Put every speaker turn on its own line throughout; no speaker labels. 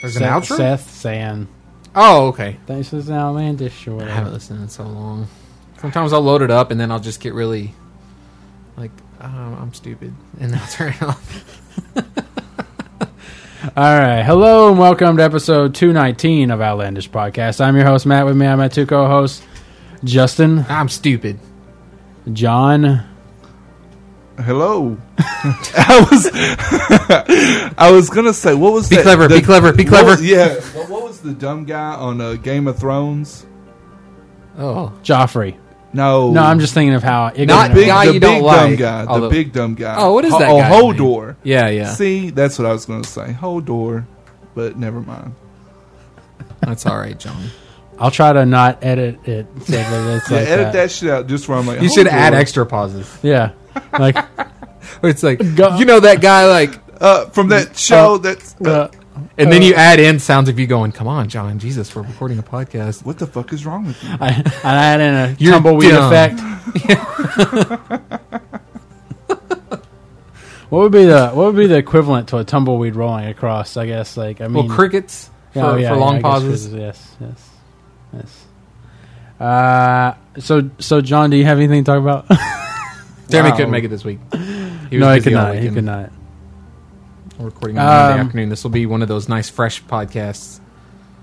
There's an
Seth,
outro.
Seth San.
Oh, okay.
This is outlandish short.
I haven't listened in so long. Sometimes I'll load it up and then I'll just get really like um, I'm stupid and I'll turn it off.
All right. Hello and welcome to episode 219 of Outlandish Podcast. I'm your host, Matt. With me, I'm my two co hosts, Justin,
I'm stupid.
John.
Hello. I was I was gonna say what was
Be
that-
clever,
the-
be clever, be
what
clever.
was- yeah. What, what was the dumb guy on uh, Game of Thrones?
Oh,
Joffrey.
No,
No, I'm just thinking of how ignorant
Not
I
big,
am.
guy
the
you
big
don't
dumb
like.
guy.
Although-
the big dumb guy.
Oh, what is that
Oh,
guy's name?
Hodor.
yeah, yeah.
See, that's what I was gonna say. Hodor, but never mind.
That's all right, John.
I'll try to not edit it. So that it's
Yeah,
like
edit that.
that.
shit out just where I'm like.
You should
Hodor.
add extra pauses.
Yeah. Like,
It's like
Go-
you know that guy like,
uh, from that show.
Uh,
that's uh,
uh,
and then you add in sounds of you going, "Come on, John, Jesus, we're recording a podcast."
what the fuck is wrong with you?
I, and I had in a
You're
tumbleweed
dumb.
effect. what would be the what would be the equivalent to a tumbleweed rolling across? I guess like I mean
well, crickets for,
Oh, yeah,
for
yeah,
long
I guess
pauses.
crickets, Yes, yes, yes. Uh, so so John, do you have anything to talk about?
Jeremy
Wow.
couldn't make it this week. He
no, I
busy
could
all
not. He
weekend.
could not.
We're recording on Monday
Um,
afternoon. This will be one of those nice, fresh podcasts.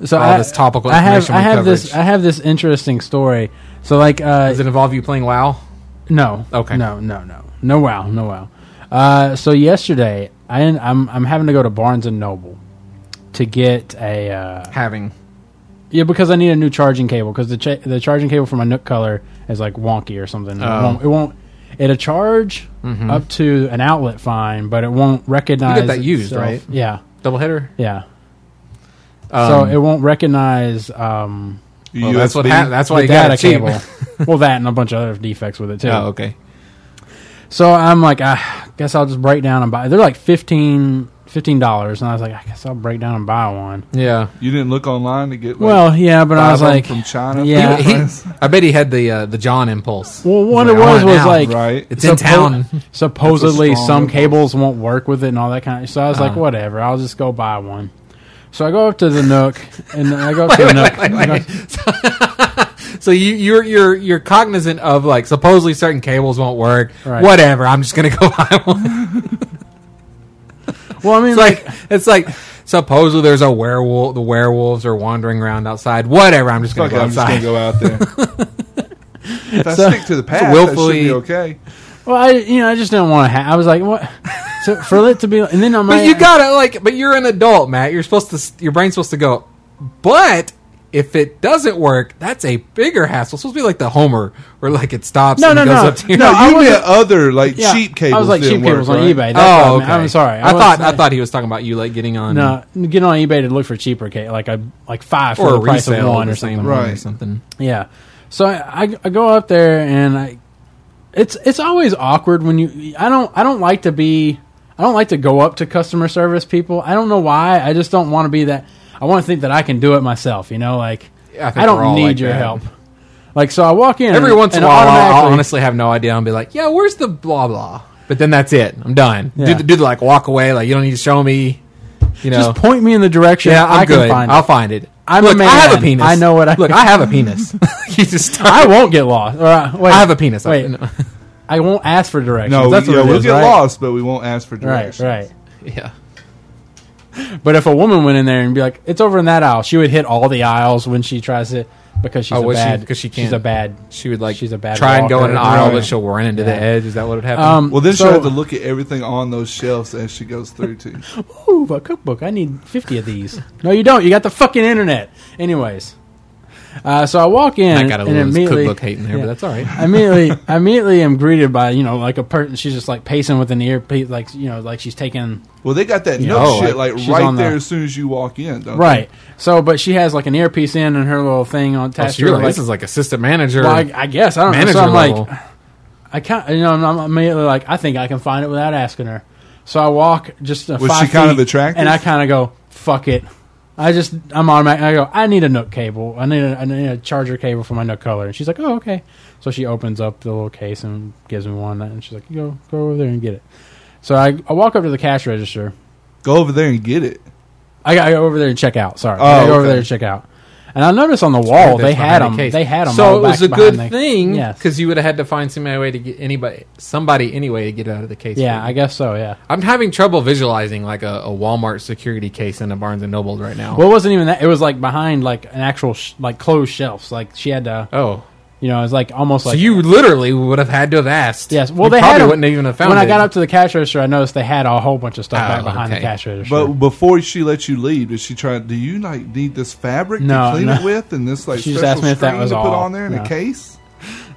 So
all
I,
this topical
I have
information
I
we
have
coverage.
this I have this interesting story. So like uh,
Does it involve you playing WoW?
No.
Okay.
No, no, no. No wow, no wow. Uh, so yesterday, I didn't, I'm I'm having to go to Barnes and Noble to get a uh,
Having
yeah because I need a new charging cable because the cha- the charging cable for my Nook Color is like wonky or something.
Oh.
It
Mm-hmm.
won't. It won't it'll charge up to an outlet fine, but it won't recognize.
that used,
itself.
right?
Yeah,
doubleheader.
yeah. so
Um,
it won't recognize um,
well, that's what
USB.
hap- that's why
the
you got
data
it cheap.
cable. well, that and a bunch of other defects with it too.
Oh, okay.
So I'm like, I guess I'll just break down and buy. They're like 15 dollars, and I was like, I guess I'll break down and buy one.
Yeah.
You didn't look online to get. Like,
well, yeah, but I
five
was
of 'em
like,
from China.
yeah.
He- he- I bet he had the uh, the John impulse.
well, what
He's
it
like, I
was
want
was
now.
like,
right.
It's in
suppo-
town.
Supposedly,
That's a strong
some
impulse.
cables won't work with it and all that kind of. So I was like,
Uh-huh.
whatever, I'll just go buy one. So I go up to the Nook, and I go up to the Nook. I go-
So you, you're you're you're cognizant of like supposedly certain cables won't work.
Right.
Whatever. I'm just gonna go buy one.
well, I mean,
It's like it's like supposedly there's a werewolf. The werewolves are wandering around outside. Whatever. I'm just gonna
Fuck it,
go
I'm just
outside.
gonna go out there. if I
So-
stick to the path,
willfully-
that should be okay.
well, I you know, I just didn't want to. Ha- I was like, what? So for it to be, and then I'm
But
like,
you gotta like. But you're an adult, Matt. You're supposed to. s- Your brain's supposed to go. But if it doesn't work, that's a bigger hassle. It's supposed to be like the Homer, where like it stops
No,
and
no,
it goes
no.
up to your.
No,
No,
I
you
wasn't-
meant other like
yeah,
cheap cables.
I was like,
didn't
cheap
work,
cables on
right?
eBay. That's what I
Oh,
meant.
okay.
I'm sorry.
I,
was
thought I
saying-
thought he was talking about you like getting on
No, get on eBay to look for cheaper, ca- like a like five for
or
the
a
price of
resale
one
the
or something.
same one or
Right.
something.
Yeah. So I, I, I go up there and I, it's it's always awkward when you I don't I don't like to be I don't like to go up to customer service people. I don't know why. I just don't want to be that. I want to think that I can do it myself. You know, like
Yeah, I
I,
think we're
don't
all
need
like
your
that.
help. Like so, I walk in
Every
and-
once in
and
a while, I'll- I'll
automatically-
honestly have no idea. I'll be like, "Yeah, where's the blah blah?" But then that's it. I'm done.
Yeah.
Do, the, do the like walk away. Like you don't need to show me. You know,
just point me in the direction.
yeah, I'm
I can
good.
find
I'll
it.
find it.
I'm
Look,
a man.
I have a penis.
I know what I-
look. I have a penis. you just start-
I won't get lost. Or, uh, wait,
I have a penis. I-
Wait,
no.
I won't ask for directions.
No,
That's
yeah,
what it
we'll
is,
get
right?
lost, but we won't ask for
Right,
directions.
right.
yeah.
But if a woman went in there and be like, "It's over in that aisle," she would hit all the aisles when she tries it because she's
Oh,
a
was she-
bad.
'cause she
She's
can't-
a bad.
She would like
She's a bad
try and go in an
walker.
aisle,
Right.
but she'll run into the edge. Is that what would happen?
Um,
Well, then
so,
she'll have to look at everything on those shelves as she goes through too.
Ooh, a cookbook. I need fifty of these. no, you don't. You got the fucking internet. Anyways, uh, so I walk in
I got a
and
little
immediately
cookbook hate in there,
Yeah.
but that's all right.
I immediately, I immediately am greeted by you know like a person. She's just like pacing with an earpiece, like you know, like she's taking
Well, they got that
Yeah,
no
oh,
shit
like,
like
she's
right
on the-
there as soon as you walk in. Don't
right. So, but she has like an earpiece in and her little thing on
Oh,
attached
so you're
to her,
like,
like-
this is like assistant manager.
Well, I, I guess I don't know.
manager
So I'm
level.
like, I can't. You know, I'm, I'm immediately like, I think I can find it without asking her. So I walk just a
Was
five
she kind of
feet,
attractive?
and I kind of go, "Fuck it." I just I'm automatic. I go, "I need a Nook cable. I need a, I need a charger cable for my Nook color." And she's like, "Oh, okay." So she opens up the little case and gives me one, and she's like, "Go go over there and get it." So I, I walk up to the cash register.
Go over there and get it.
I got to go over there and check out. Sorry,
Oh,
I got to go over
okay.
there and check out. And I noticed on the wall
That's
oh, they had
behind
them.
the case.
They had them.
So
all
it was
back
a good
behind the-
thing
Yes.
because you would have had to find somebody way to get anybody, somebody anyway to get out of the case.
Yeah, I guess so. Yeah.
I'm having trouble visualizing like a, a Walmart security case in a Barnes and Noble right now.
Oh. Well, it wasn't even that. It was like behind like an actual sh- like closed shelves. Like she had to,
oh,
you know, it was like almost
so
like
you literally would have had to have asked.
Yes.
You
Well, they
probably
had 'em-
wouldn't even have found
when
it.
I got up to the cash register, I noticed they had a whole bunch of stuff
Oh,
back behind
okay.
the cash register.
But before she let you leave, did she try? Do you like need this fabric
No,
to clean
no.
it with, and this like
She just
special
asked me if that
screen
was
to put
all.
on there in
No.
a case?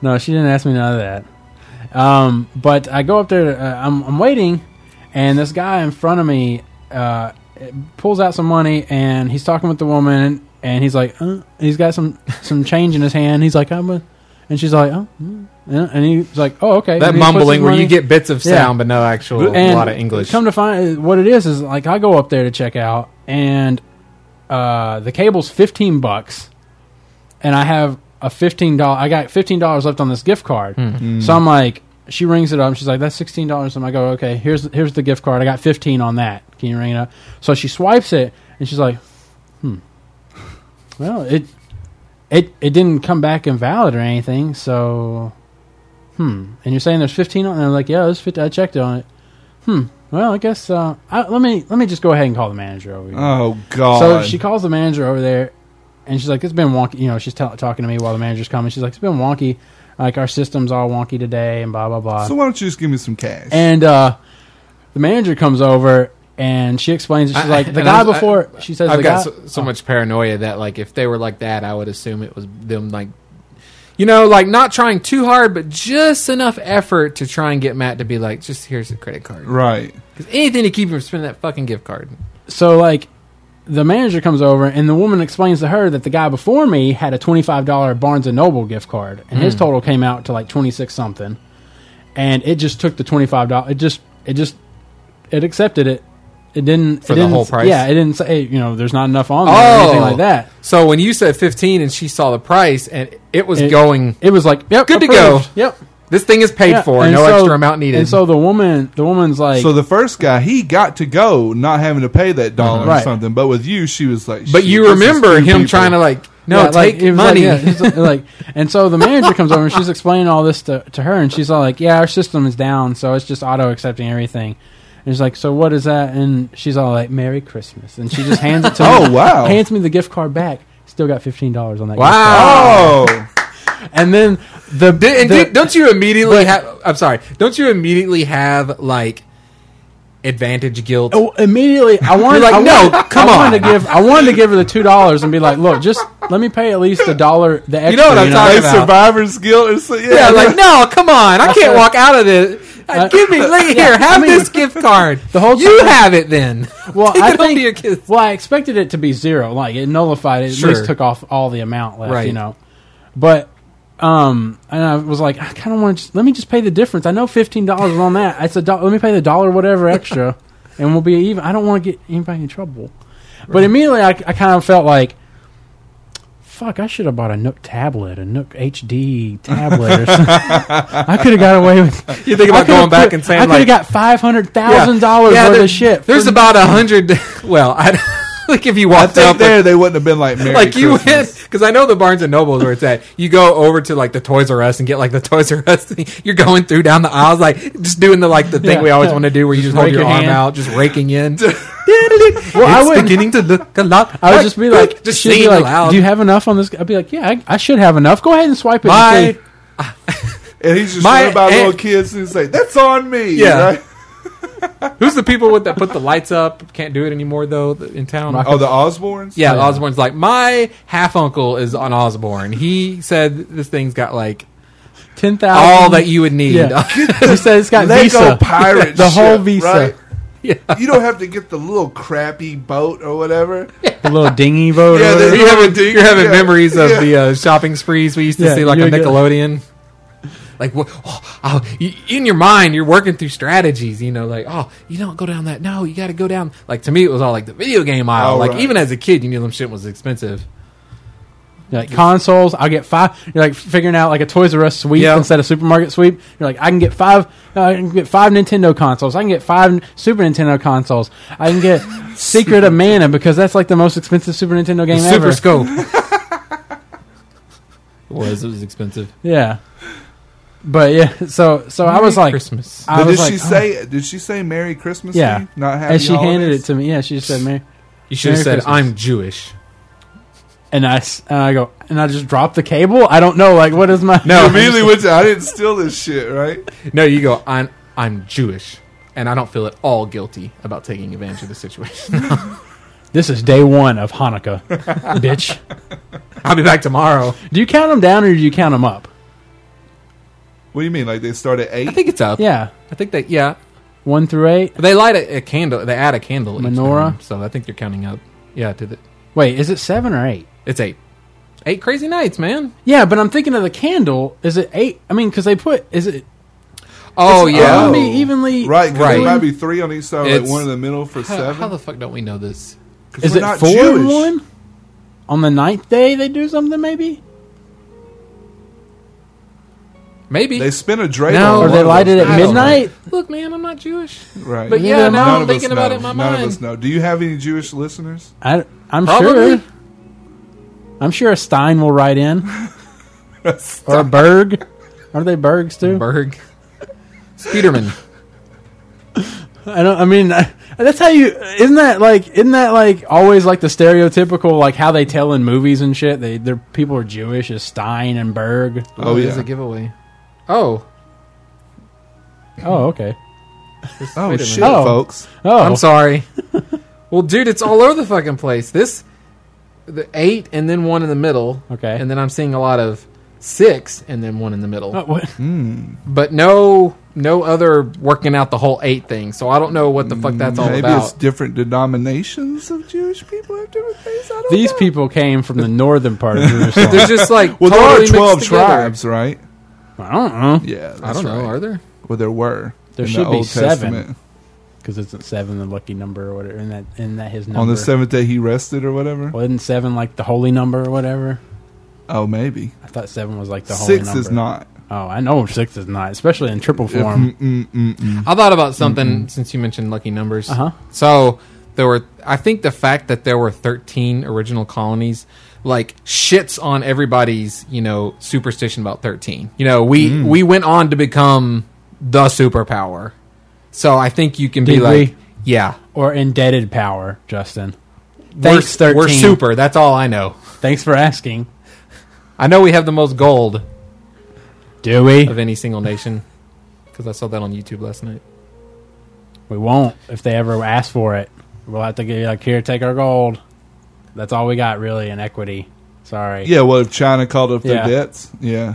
No, she didn't ask me none of that. Um, but I go up there. Uh, I'm, I'm waiting, and this guy in front of me uh, pulls out some money, and he's talking with the woman, and he's like, uh, he's got some some change in his hand. He's like, I'm a, and she's like, oh, mm, yeah," and he's like, oh, okay.
that
And he puts his
mumbling where you
money-
get bits of
Yeah.
sound but no actual
and
a lot of English.
Come to find, what it is is like I go up there to check out, and uh, the cable's fifteen bucks, and I have a fifteen dollar. I got fifteen dollars left on this gift card,
Hmm.
Mm.
so I'm like, she rings it up, and she's like, "That's sixteen dollars." And I go, "Okay, here's here's the gift card. I got fifteen on that. Can you ring it up?" So she swipes it, and she's like, "Hmm, well it." It, it didn't come back invalid or anything, so hmm. And you're saying there's 15 on, and I'm like, yeah, there's 50. I checked on it. Hmm. Well, I guess uh, I, let me let me just go ahead and call the manager over here.
Oh God!
so she calls the manager over there, and she's like, "It's been wonky." You know, she's tell talking to me while the manager's coming. She's like, "It's been wonky. Like our system's all wonky today, and blah blah blah."
So why don't you just give me some cash?
and uh, the manager comes over and she explains. it. She's
I-
like,
I-
"The
and
guy
I-
before," she says,
I've
the
got
guy,
so, so much paranoia that like if they were like that, I would assume it was them like, you know, like not trying too hard, but just enough effort to try and get Matt to be like, just here's a credit card,
right.
because anything to keep him from spending that fucking gift card.
so like the manager comes over and the woman explains to her that the guy before me had a $25 barnes & noble gift card and
Hmm.
his total came out to like 26 something and it just took the $25 it just it just it accepted it it didn't
For
it
the
didn't-
whole price?
yeah it didn't say you know there's not enough on there or anything
Oh.
like that
So when you said fifteen and she saw the price and it was
It-
going,
it was like yep
Good to go.
approved. yep
this thing is paid
Yeah.
for,
And
no
so-
extra amount needed.
and so the woman the woman's like
so the first guy, he got to go, not having to pay that dollar
Right.
or something. But with you, she was like,
but
"Shit,
you
this is
remember
two
him
people."
trying to like, no,
Yeah, like,
take
it was like,
money.
yeah, it's like, like- and so the manager comes over and she's explaining all this to, to her, and she's all like, "Yeah, our system is down, so it's just auto accepting everything." And she's like, "So what is that?" And she's all like, "Merry Christmas," and she just hands it to
Oh,
me.
wow.
Hands me the gift card back. Still got fifteen dollars on that.
Wow.
Oh,
gift card. And then the,
Did, and
the-
did- don't you immediately have? I'm sorry. Don't you immediately have like advantage guilt?
Oh, immediately I wanted
You're like,
I
"No,
wanted-
come
I wanted
on."
to give I wanted to give her the two dollars and be like, look, just let me pay at least a dollar the extra.
know what I'm talking
like
about.
survivor's guilt or so, yeah,
yeah, like no, come on, I can't
said-
walk out of this.
I-
Give me look here,
Uh, Yeah, I
have
mean-
this gift card.
The whole
you
time-
have it then.
Well,
Take
I
it home
think-
to your kids.
Well, I expected it to be zero. Like it nullified. It
Sure.
at least took off all the amount left. You
Right.
know, but um, and I was like, I kind of want to just let me just pay the difference. I know fifteen dollars on that. It's a do- let me pay the dollar whatever extra, and we'll be even. I don't want to get anybody in trouble. But immediately, I, I kind of felt like. Fuck! I should have bought a Nook tablet, a Nook HD tablet. Or something. I could have got away with.
You think
I could've
about going back
put-
and saying
I could have
like,
got five hundred thousand dollars
yeah,
worth
there-
of shit.
There's
for
about a hundred. Well, I like if you
I
walked
think
up.
there
and-
they wouldn't have been like Merry
Like you
Christmas.
went because I know the Barnes and Noble is where it's at. You go over to like the Toys R Us and get like the Toys R Us. Thing. You're going through down the aisles, like just doing the like the thing
Yeah.
we always want to do, where you just,
Just
hold
rake
your,
your
arm
hand.
out, just raking in.
Well, I
it's
would-
beginning to look a lot.
I would just be like,
just
she'd be
singing
like,
loud.
do you have enough on this? I'd be like, yeah, I, I should have enough. Go ahead and swipe it.
Bye.
and see."
and he's just
My
worried about
aunt-
little kids who's like, "That's on me."
Yeah.
right?
Who's the people with that put the lights up? Can't do it anymore though th- in town.
Rock-
Oh, the Osbournes.
Yeah, Osborne's like my half uncle is on Osborne. He said this thing's got like
Ten thousand.
all that you would need.
Um, Yeah. he said it's got
Lego
Visa.
pirate
the whole
ship,
Visa,
right?
Yeah.
You don't have to get the little crappy boat or whatever.
the little dingy boat.
Yeah,
or
they-
whatever.
You're having, you're having
Yeah.
memories of
Yeah.
the uh, shopping sprees we used to
Yeah,
see, like a
you're good.
Nickelodeon. Like, what? Oh, oh, you, in your mind, you're working through strategies. You know, like, oh, you don't go down that. No, you got to go down. Like to me, it was all like the video game aisle.
Oh,
like
right.
even as a kid, you knew them shit was expensive.
You're like consoles, I'll get five. You're like figuring out like a Toys R Us sweep
Yeah.
instead of supermarket sweep. You're like, I can get five. Uh, I can get five Nintendo consoles. I can get five N- Super Nintendo consoles. I can get Secret of Mana because that's like the most expensive Super Nintendo
The
game
Super
ever.
Scope. it was. It was expensive.
yeah, but yeah. So so I was like,
Christmas.
I
But
was
did she
like, oh.
say? Did she say Merry Christmas?
Yeah.
to you? not happy.
and she handed
holidays?
it to me. Yeah, she just said, "Mary,"
you should have
Merry
said,
Christmas.
"I'm Jewish."
and I s- and I go and I just dropped the cable. I don't know, like, what is my
No.
You immediately went to, I didn't steal this shit, right?
No, you go. I'm I'm Jewish, and I don't feel at all guilty about taking advantage of the situation.
This is day one of Hanukkah, bitch.
I'll be back tomorrow.
Do you count them down or do you count them up?
What do you mean? Like they start at eight?
I think it's up.
Yeah,
I think that. Yeah,
one through eight.
they light a, a candle. They add a candle. each
Menorah?
time, so I think you're counting up. Yeah, to the,
Wait, is it seven or eight?
it's eight. Eight crazy nights, man.
Yeah, but I'm thinking of the candle. Is it eight? I mean, because they put is it?
Oh
it's
yeah.
evenly, evenly.
right, 'cause
Right.
There might be three on each side,
It's-
like one in the middle for
How,
seven.
how the fuck don't we know this?
'Cause
Is
we're
it
not
four and
Jewish.
one? On the ninth day, they do something maybe,
Maybe.
They spin a dreidel.
No. Oh,
on
or
one
they
of
light it
those
at
I
things.
don't
midnight.
Look, man, I'm not Jewish.
Right.
But yeah,
Yeah,
now
None
I'm
of us
thinking about
know.
it in my
None
mind.
of us know. Do you have any Jewish listeners?
I, I'm
Probably.
sure. I'm sure a Stein will write in,
Oh,
or a Berg. Are they Bergs too?
Berg. Speederman.
I don't. I mean, that's how you. Isn't that like? Isn't that like always like the stereotypical like how they tell in movies and shit? They their people are Jewish is Stein and Berg.
Oh,
there's
yeah.
a giveaway. Oh,
Oh, okay.
Oh
Wait a
shit,
minute.
Oh.
folks!
Oh,
I'm sorry. well, dude, it's all over the fucking place. This, the eight and then one in the middle.
Okay.
And then I'm seeing a lot of six and then one in the middle.
Oh, what?
Hmm.
But no, no other working out the whole eight thing. So I don't know what the fuck that's all
Maybe
about.
it's different denominations of Jewish people have different things. I don't
These
know.
people came from the northern part of Jerusalem.
There's just like
Well,
totally
there are twelve
mixed together.
tribes, right?
I don't know
Yeah,
I
that's
don't know.
right.
Are there?
Well, there were.
There
in
should
the
be
Old
seven.
Testament.
because isn't seven the lucky number or whatever? And that and that his number
on the seventh day he rested or whatever.
Wasn't seven like the holy number or whatever?
Oh, maybe
I thought seven was like the holy
six
number.
is not.
Oh, I know six is not, especially in triple form.
Mm, mm, mm, mm.
I thought about something
Mm-hmm.
since you mentioned lucky numbers.
Uh huh.
So there were, I think, the fact that there were thirteen original colonies, like shits on everybody's, you know, superstition about thirteen. You know, we
Mm.
we went on to become the superpower. So I think you can be
Did
like,
we?
yeah,
Or indebted power, Justin.
we're-
Thanks, thirteen.
We're super. That's all I know.
Thanks for asking.
I know we have the most gold
Do we?
of any single nation because I saw that on YouTube last night.
We won't if they ever ask for it. We'll have to give you like here, take our gold. That's all we got really in equity. Sorry.
Yeah, well, if China called up their
Yeah.
debts, yeah.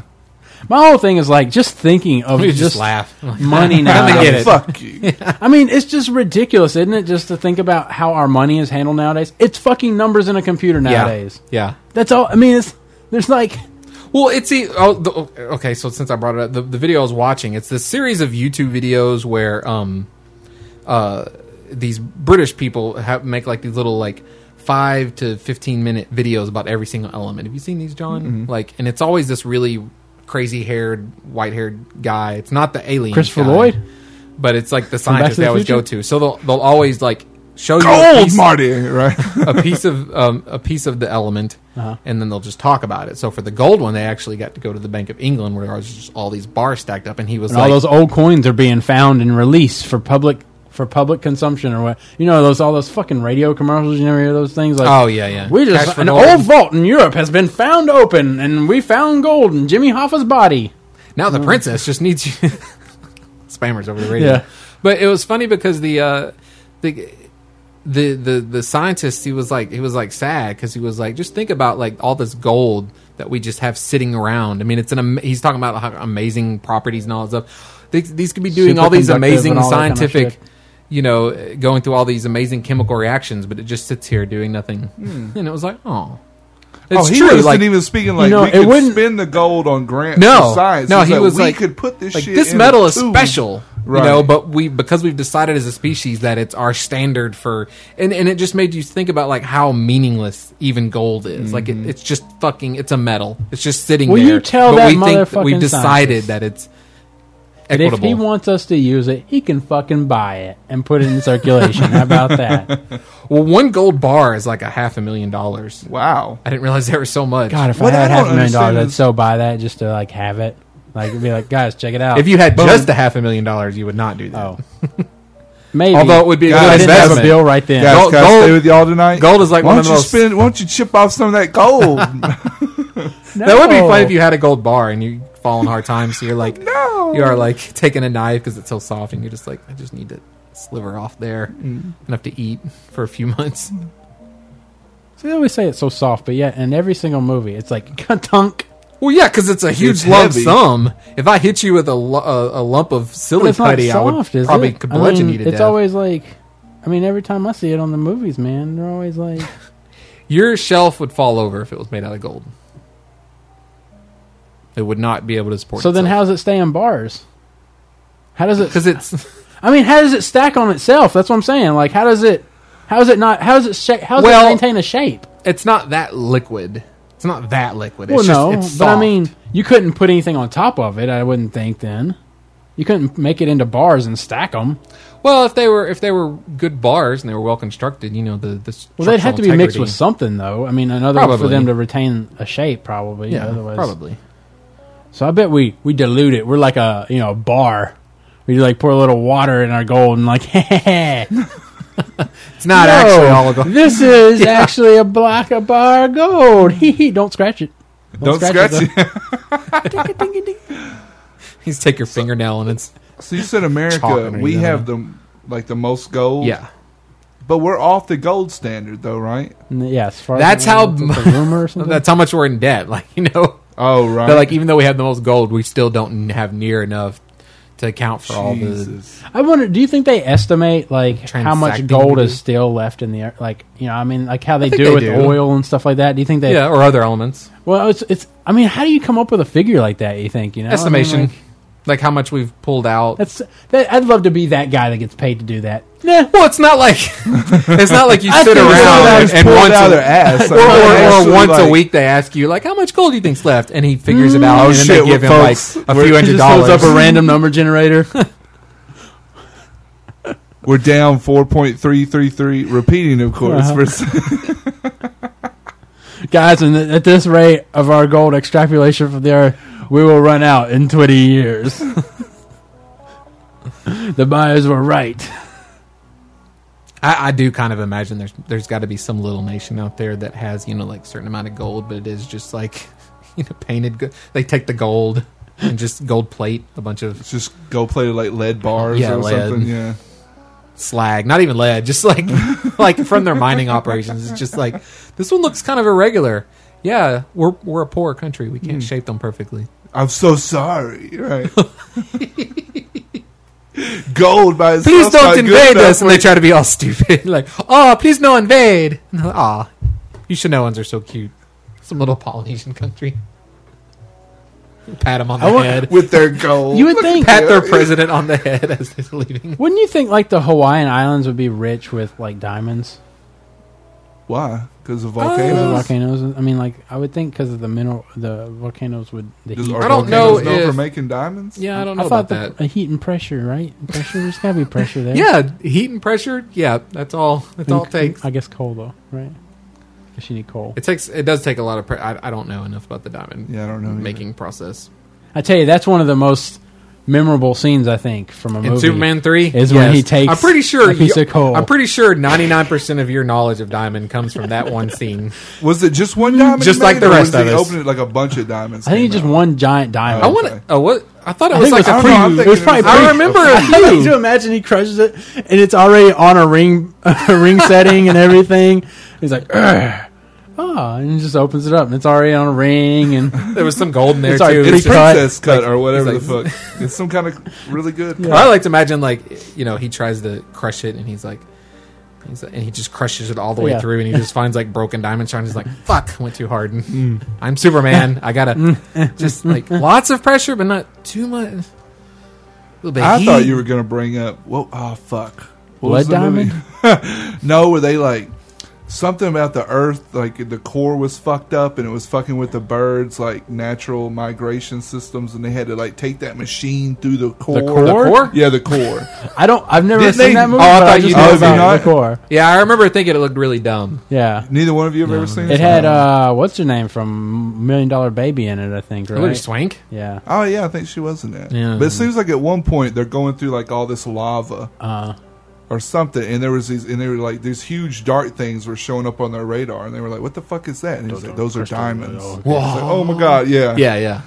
My whole thing is like just thinking of
We
just,
just, laugh.
money now.
I get it.
Fuck you.
I mean, it's just ridiculous, isn't it? Just to think about how our money is handled nowadays. It's fucking numbers in a computer nowadays.
yeah.
That's all. I mean, it's there's like
Well, it's e- oh, the, okay. So since I brought it up, the, the video I was watching, it's this series of YouTube videos where um, uh, these British people have, make like these little like five to fifteen minute videos about every single element. Have you seen these, John?
Mm-hmm.
Like, and it's always this really crazy haired, white haired guy. It's not the alien
Christopher
guy,
Lloyd?
but it's like
Back
the
to
scientist
the
they always
Future?
go to. So they'll they'll always like show you a
Gold,
piece-
Marty. Right?
a piece of um, a piece of the element,
Uh-huh.
and then they'll just talk about it. So for the gold one, they actually got to go to the Bank of England, where there was just all these bars stacked up, and he was
and
like,
all those old coins are being found and released for public for public consumption or what? You know those all those fucking radio commercials. You never hear those things like
"Oh yeah, yeah,
We
Cash
just
for
an
gold.
old vault in Europe has been found open, and we found gold in Jimmy Hoffa's body.
now the princess just needs you." Spammers over the radio,
Mm. Yeah.
but it was funny because the uh, the the the the scientist he was like he was like sad because he was like just think about like all this gold that we just have sitting around. I mean, it's an am- he's talking about how amazing properties and all that stuff. These, these could be doing all these
Superconductive
amazing
and all that kind of
scientific,
shit.
you know, uh,
Hmm.
going through all these amazing chemical reactions, but it just sits here doing nothing. And it was like, oh, It's
oh, he
true.
wasn't
Like,
even speaking like
know,
we
it
could
wouldn't-
spend the gold on Grant.
No,
for science.
no, he was
we
like-
could put this
like
shit
this
in
metal
a
is
tube.
special,
right?
you know. But we because we've decided as a species that it's our standard for, and and it just made you think about like how meaningless even gold is. Like it, it's just fucking, it's a metal. It's just sitting
Mm-hmm. Will
there.
you tell
but
that
we think that we've
motherfucking
decided
scientist?
that it's
And if
equitable.
he wants us to use it, he can fucking buy it and put it in circulation. How about that?
well, one gold bar is like a half a million dollars.
wow,
I didn't realize there was so much.
God, if
What
I
I
had half
don't
a million dollars,
understand
I'd
is-
so buy that just to like have it. Like it'd be like, guys, check it out.
if you had
Boom.
just a half a million dollars, you would not do that.
oh, maybe
Although it would be a
Guys,
Oh. I
good
didn't have a
investment.
bill right then.
guys,
Gold-
can I
gold-
stay with y'all tonight?
Gold is like
why
one of the
don't you
most.
spend? Why don't you chip off some of that gold?
That would be fun if you had a gold bar and you fall on hard times. So you're like,
no,
you are like taking a knife because it's so soft, and you're just like, I just need to sliver off there
Mm.
enough to eat for a few months.
See, they always say it's so soft, but yeah, in every single movie, it's like dunk.
Well, yeah, because it's a huge
It's
lump
heavy.
sum. If I hit you with a, lu- a, a lump of
But
silly
it's not
putty, I would
soft, is
probably
it?
could
I
bludgeon
mean,
you to
it's
death.
always like, I mean, every time I see it on the movies, man, they're always like,
Your shelf would fall over if it was made out of gold. It would not be able to support.
so then how does it stay in bars? How does it?
Because it's
I mean, how does it stack on itself? That's what I'm saying. Like, how does it? How does it not? How does it? Sh- how does
Well-
it maintain a shape?
it's not that liquid. It's not that liquid.
Well,
It's
no,
just, it's
but I
soft.
mean, you couldn't put anything on top of it. I wouldn't think then. You couldn't make it into bars and stack them.
Well, if they were if they were good bars and they were well constructed, you know the the
Well, they'd have to be
structural
mixed
integrity.
with something, though. I mean, another for
Probably.
them to retain a shape, probably. Yeah, otherwise.
probably.
So I bet we we dilute it. We're like a you know a bar. We like pour a little water in our gold and like,
It's not
No,
actually all of
This is actually a block of bar gold. Hee hee. Don't scratch it.
don't scratch it.
You just take your fingernail and it's
So you said
Chalk
America,
underneath
we
it.
have the like the most gold.
yeah.
but we're off the gold standard though, right?
N- Yeah, as far
That's
as I know,
how
it's
m-
a rumor or something.
That's how much we're in debt. Like you know,
Oh, right.
They're like even though we have the most gold, we still don't n- have near enough to account for
Oh,
all the.
Jesus.
I wonder. Do you think they estimate like how much
Transacting
gold
value?
is still left in the earth? Like you know, I mean, like how they
think
do
they
with
do.
oil and stuff like that. Do you think they?
Yeah, or other elements.
Well, it's it's. I mean, how do you come up with a figure like that? You think you know I mean,
Estimation,
like,
like, how much we've pulled out.
that's. That, I'd love to be that guy that gets paid to do that.
Nah, well, it's not like it's not like you
I
sit
think it's all
around
about
and,
Somebody's
and
pulled
once
out
a-
their ass.
or, or,
Actually,
or once a
like,
week they ask you like how much gold do you think's left, and he figures it out,
Mm,
Oh,
and then
shit,
they give him
folks.
like a
We're-
few
he
hundred
Just holds
dollars.
up a random number generator.
We're down four point three three three. Repeating, of course.
Uh-huh.
for-
Guys, and at this rate of our gold extrapolation from the earth, we will run out in 20 years. the buyers were right.
I, I do kind of imagine there's there's got to be some little nation out there that has you know like certain amount of gold, but it is just like you know painted. Go- they take the gold and just gold plate a bunch of
just go play like lead bars
Yeah,
or
lead.
something. Yeah.
slag, not even lead, just like like from their mining operations. It's just like this one looks kind of irregular. Yeah, we're we're a poor country. We can't shape them perfectly.
I'm so sorry. Right. gold by itself.
Please
not
don't
good
invade
enough
us, and
for-
they try to be all stupid. like, oh, please no invade. And they're like, Aw, you Shanoans are so cute. Some little Polynesian country. Pat them on the
I want-
head.
with their gold.
You would think.
pat their president on the head as they're leaving.
Wouldn't you think, like, the Hawaiian Islands would be rich with, like, diamonds?
Why? Because of
Because of
volcanoes.
Uh,
volcanoes? I mean, like, I would think because of the mineral, the volcanoes would. The
Does-
heat.
are
I don't know
volcanoes known
if-
for making diamonds.
Yeah, I don't know
I
about
thought
that.
the, a heat and pressure, right? Pressure, there's got to be pressure there.
Yeah, heat and pressure. Yeah, that's all. That's all it
And-
takes.
I guess coal, though, right? Because you need coal.
It takes. It does take a lot of. Pre- I, I don't know enough about the diamond
Yeah, I don't know either.
making process.
I tell you, that's one of the most memorable scenes I think from a
In
movie.
Superman three
is when he takes
I'm pretty sure.
a piece
you-
of coal.
I'm pretty sure. Ninety nine percent of your knowledge of diamond comes from that one scene.
Was it just one diamond?
Mm, Just
he
like
made,
the
or
rest
was
of
he
us.
opened it like a bunch of diamonds.
I think
came
it's just
out?
one giant diamond.
I
Okay.
want to. Oh, what? I thought it
I
was
think
like
it
a
was-
I don't know, I'm
preview.
thinking
was probably
it was-
I remember a
I like
few.
to imagine he crushes it, and it's already on a ring, a ring setting and everything. He's like, "Ugh." oh, and he just opens it up, and it's already on a ring. And
There was some gold in there
It's our
too.
pre-
It's
cut.
princess cut or whatever
he's like-
the fuck. It's some kind of really good.
I like to imagine like you know he tries to crush it and he's like, He's, and he just crushes it all the way
Yeah.
through, and he just finds like broken diamond shard. And he's like, "Fuck, went too hard."
Mm.
And I'm Superman. I gotta just like lots of pressure, but not too much. A little bit.
I
heat.
thought you were gonna bring up. Well, oh fuck, What was
Blood
the movie? no, were they like something about the Earth? Like the core was fucked up, and it was fucking with the birds' like natural migration systems, and they had to like take that machine through the core.
The
core?
core?
Yeah, the core.
I don't. I've never
Didn't
seen
they-
that movie.
Oh, I
but
thought
I just
you
know
did.
about
Not-
the core.
Yeah, I remember thinking it looked really dumb.
Yeah,
Neither one of you have ever seen
it
this?
had
No.
uh, what's her name from Million Dollar Baby in it? I think
Hillary
right.
Swank.
Yeah.
Oh yeah, I think she was in that.
Yeah.
But it seems like at one point they're going through like all this lava
Uh,
or something, and there was these, and they were like these huge dark things were showing up on their radar, and they were like, "What the fuck is that?" And he's like, "Those are diamonds."
Oh,
It's like, oh my god, yeah,
Yeah, yeah.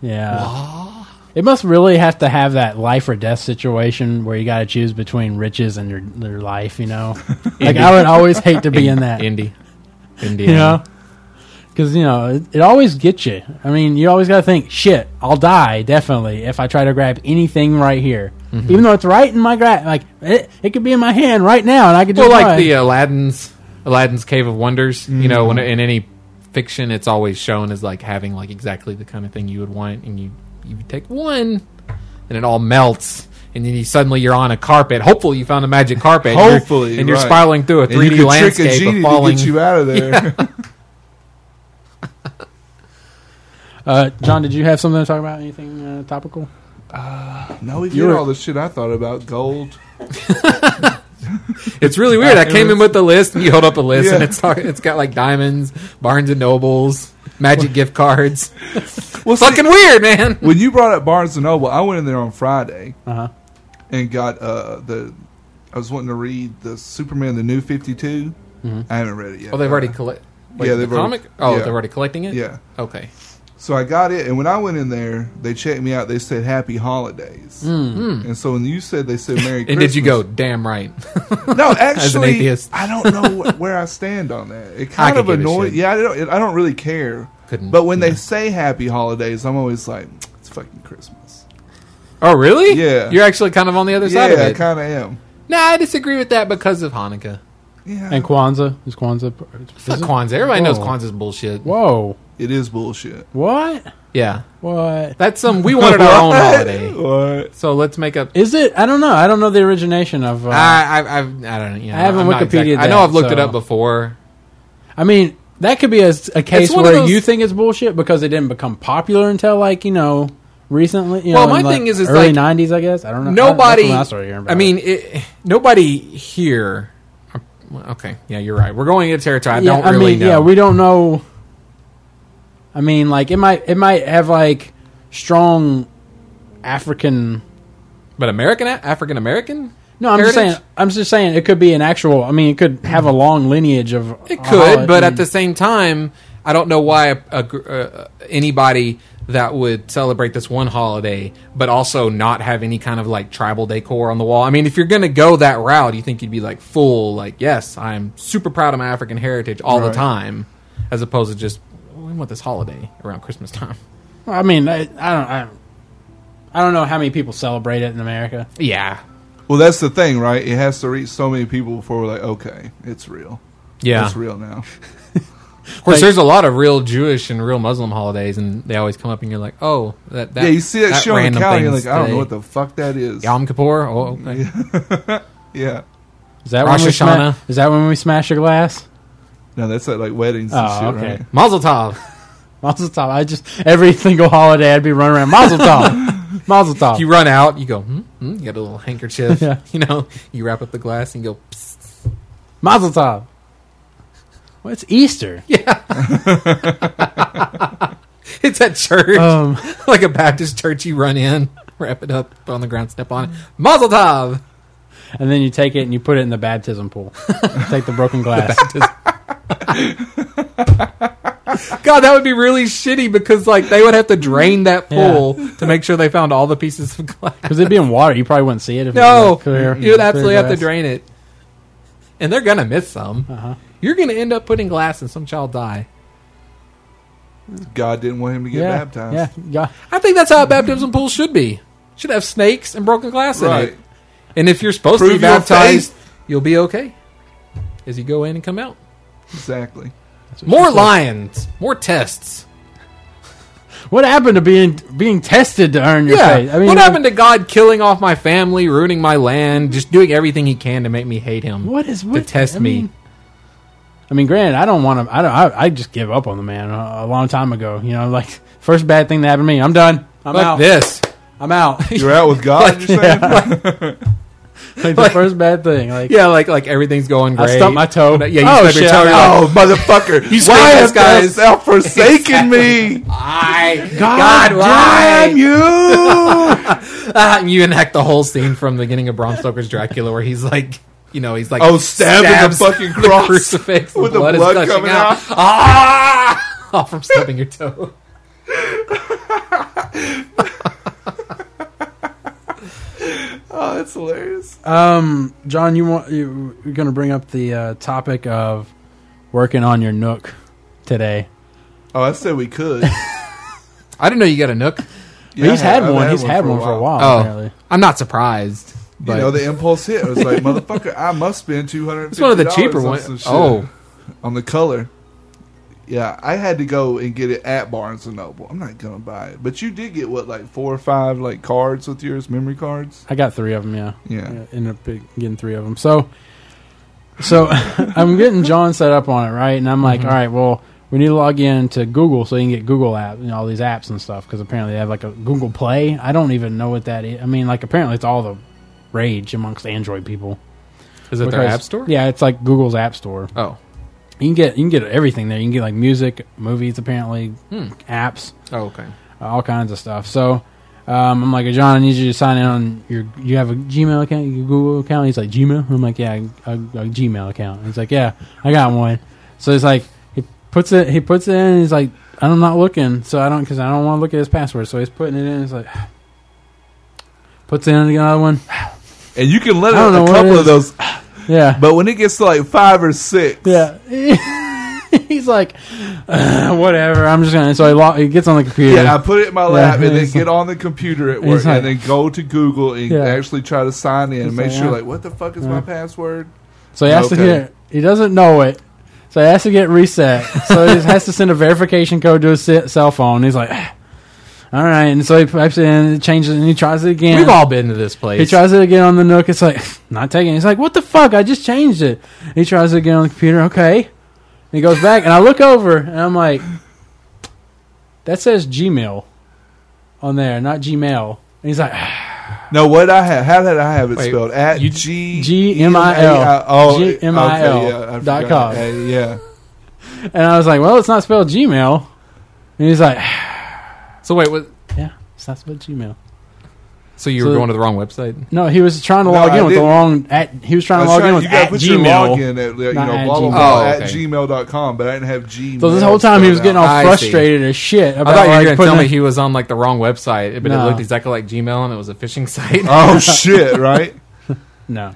yeah. It must really have to have that life or death situation where you got to choose between riches and your, your life. You know, like I would always hate to be in that.
Indy. Indy.
you know because you know it, it always gets you i mean you always got to think shit i'll die definitely if i try to grab anything right here
Mm-hmm.
even though it's right in my grab like it, it could be in my hand right now and i could just
Well,
run.
like the uh, Aladdin's Aladdin's Cave of Wonders. You know,
Mm-hmm.
when in any fiction, it's always shown as like having like exactly the kind of thing you would want, and you you take one, and it all melts. And then you suddenly you're on a carpet. Hopefully you found a magic carpet. and you're-
Hopefully,
and you're
right.
spiraling through a
And you
3D
could trick a
landscape
genie
of falling.
to get you out of there.
uh, john did you have something to talk about anything uh, topical
no, we
You
get
were-
all the shit I thought about gold.
It's really weird. I came in with the list. and You hold up a list, and
Yeah.
it's talk- it's got like diamonds, Barnes and Nobles, magic gift cards.
Well, see,
Fucking weird, man.
when you brought up Barnes and Noble, I went in there on Friday
uh-huh
and got uh, the. I was wanting to read the Superman the New Fifty I haven't read it yet.
Oh, they've already collected.
Yeah,
Yeah, the
they've already-
comic. oh,
yeah.
they're already collecting it.
Yeah.
Okay.
So I got it, and when I went in there, they checked me out. They said "Happy Holidays," and so when you said they said "Merry,"
Hmm. And did you go? Damn right.
No, actually,
atheist.
I don't know wh- where I stand on that. It
I
kind
could
of
give a
annoys.
shit.
Yeah, I don't. I don't really care.
Couldn't-
But when
yeah.
they say "Happy Holidays," I'm always like, "It's fucking Christmas."
oh, really?
Yeah.
You're actually kind of on the other side of
yeah, I
it.
kind of am.
no, I disagree with that because of Hanukkah.
Yeah,
and kwanzaa is kwanzaa p-
Fuck
is it-
Kwanzaa. Everybody knows
Whoa.
Kwanzaa's bullshit.
whoa
it is bullshit.
what
Yeah.
what
That's some. We wanted our own holiday.
What?
So let's make up.
is it i don't know i don't know the origination of uh,
I, I, I, I don't know. You know
I haven't
I'm not
Wikipedia'd
exact- I know
that,
I've looked it
so-
up before.
I mean, that could be a, a case
one of
where
those-
you think it's bullshit because it didn't become popular until like you know recently. You
Well,
know,
my
in, like,
thing is- is,
early
like,
'90s, I guess. I don't know. I-
Nobody.
that's when I,
I,
started hearing about
mean,
it.
it, nobody here. Okay. Yeah, you're right. We're going into territory. I
yeah,
don't really
mean,
know.
yeah, we don't know. I mean, like it might it might have like strong African.
but American, African American.
No, I'm just
Heritage?
saying. I'm just saying it could be an actual. I mean, it could have a long lineage of.
It
Oh,
could, but at the same time, I don't know why a, a gr- uh, anybody that would celebrate this one holiday, but also not have any kind of like tribal decor on the wall. I mean, if you're going to go that route, you think you'd be like full, like, yes, I'm super proud of my African heritage all the
Right.
time, as opposed to just, we want this holiday around Christmas time.
I mean, I, I don't. I, I don't know how many people celebrate it in America.
Yeah.
Well, that's the thing, right? It has to reach so many people before we're like, okay, it's real.
Yeah.
it's real now.
Of course,
Like-
there's a lot of real Jewish and real Muslim holidays, and they always come up and you're like, oh, that, that
yeah, you see that, show in
random
Cali, you're like,
thing's
I don't
today.
know what the fuck that is.
Yom Kippur? Oh, okay.
yeah.
Is that
Rosh
when we sma-
Hashanah.
Is that when we smash a glass?
No, that's at like weddings and
Oh,
shit,
okay.
right?
Mazel Tov.
Mazel tov. I just every single holiday I'd be running around Mazel tov, Mazel tov.
you run out, you go, hmm, hmm, you get a little handkerchief,
Yeah.
you know, you wrap up the glass and you go, Psst.
Mazel tov. Well, it's Easter.
it's at church,
Um,
like a Baptist church. You run in, wrap it up, put it on the ground, step on it, Mazel Tov.
and then you take it and you put it in the baptism pool. You take the broken glass.
God, that would be really shitty because like they would have to drain that
Yeah.
pool to make sure they found all the pieces of glass.
Because it'd be in water. You probably wouldn't see it. If it was
No,
like, clear,
you would absolutely
clear
have to
glass.
drain it, and they're gonna miss some.
Uh-huh.
You're gonna end up putting glass, and some child die.
God didn't want him to get
yeah,
baptized.
Yeah, yeah.
I think that's how a baptism pool should be. Should have snakes and broken glass in
Right.
it. And if you're supposed to
Prove
be
your
baptized,
faith.
you'll be okay as you go in and come out.
Exactly.
More lions, more tests.
What happened to being being tested to earn your
yeah.
faith? I mean,
what happened to God killing off my family, ruining my land, just doing everything He can to make me hate Him?
What is
to
with
test
I
me?
mean- I mean, granted, I don't want to. I don't. I, I just give up on the man a, a long time ago. You know, like first bad thing that happened to me, I'm done. I'm
Fuck
out.
this.
I'm out.
You're out with God. you're saying?
like the first bad thing. Like
Yeah, like like everything's going
I
great.
stubbed my toe.
Yeah, you
oh
stubbed your
shit.
toe,
I'm
you're
out.
Oh, motherfucker!
You say
Why
this
hast thou
guy is-
thou forsaken me?
I
God
Damn you!
Ah, and you enact the whole scene from the beginning of Bram Stoker's Dracula, where he's like, you know, he's like,
Oh, stabbing the
stabs
fucking cross
crucifix,
with
the
the
blood,
blood
is gushing
coming
out,
out.
ah, all from stubbing your toe.
Oh, that's hilarious.
Um, John, you want you, you're going to bring up the uh, topic of working on your Nook today.
Oh, I said we could.
I didn't know you got a nook.
Yeah,
he's had
I've
one. he's had one for a while.
Oh.
apparently.
I'm not surprised.
You
But
know, the impulse hit. I was like, motherfucker, I must spend two hundred.
it's one of the cheaper ones. Oh,
on the color. Yeah, I had to go and get it at Barnes and Noble. I'm not gonna buy it, but you did get what like four or five like cards with yours, memory cards.
I got three of them. Yeah,
Yeah,
Yeah, ended up big- getting three of them. So, so I'm getting John set up on it, right? And I'm like,
Mhm.
"All right, well, we need to log in to Google so you can get Google apps and all these apps and stuff because apparently they have like a Google Play. I don't even know what that is. I mean, like apparently it's all the rage amongst Android people.
is it their
Because-
app store?
Yeah, it's like Google's app store.
Oh,
You can get you can get everything there. You can get like music, movies, apparently
Hmm.
apps
oh, okay.
uh, all kinds of stuff. So um, I'm like, John, I need you to sign in on your. You have a Gmail account, your Google account. He's like, Gmail. I'm like, yeah, a, a Gmail account. He's like, yeah, I got one. So he's like, he puts it. He puts it in. He's like, I'm not looking, so I don't because I don't want to look at his password. So he's putting it in. He's like, puts in another one.
and you can let
I don't
out
know
a
what it
couple of
is.
those,
Yeah,
but when it gets to like five or six,
yeah. he's like, "Ugh, whatever. I'm just gonna. So he, lo- he gets on the computer.
Yeah, I put it in my lap and then
it's
get on the computer at
it's
work
like-
and then go to Google and
Yeah.
actually try to sign in
It's
and make
like,
sure,
yeah.
like, what the fuck is
Yeah.
my password?
So he has to
Okay.
get. He doesn't know it, so he has to get reset. so he has to send a verification code to his se- cell phone. He's like, "Ah, all right, and so he types it in, it changes, it, and he tries it again.
We've all been to this place.
he tries it again on the Nook. It's like not taking. it. He's like, what the fuck? I just changed it. He tries it again on the computer. Okay, and he goes back, and I look over, and I'm like, that says Gmail on there, not Gmail. And he's like,
No, what I have? How did I have it
Wait,
spelled? At
you-
G
Gmil.
Oh,
Gmil
okay, yeah, I
dot
forgot.
com.
Uh, yeah,
and I was like, well, it's not spelled Gmail. And he's like,
so wait, what,
Yeah, it's not spelled Gmail.
so you were
So-
going to the wrong website?
No, he was trying to
No,
log
I
in with the
didn't.
wrong at. He was
I
trying to
was
log
trying-
in with
you gotta
at
put your
Gmail.
login at, you
not
know,
at
blah, blah,
Gmail.
blah,
Oh,
at
okay.
gmail.com, but I didn't have Gmail.
So this whole time he was getting all
I see.
frustrated as shit
I
about
thought you were
like,
going to
putting
tell me
it-
he was on like the wrong website, but it
No.
looked exactly like Gmail and it was a phishing site.
Oh shit! Right
no,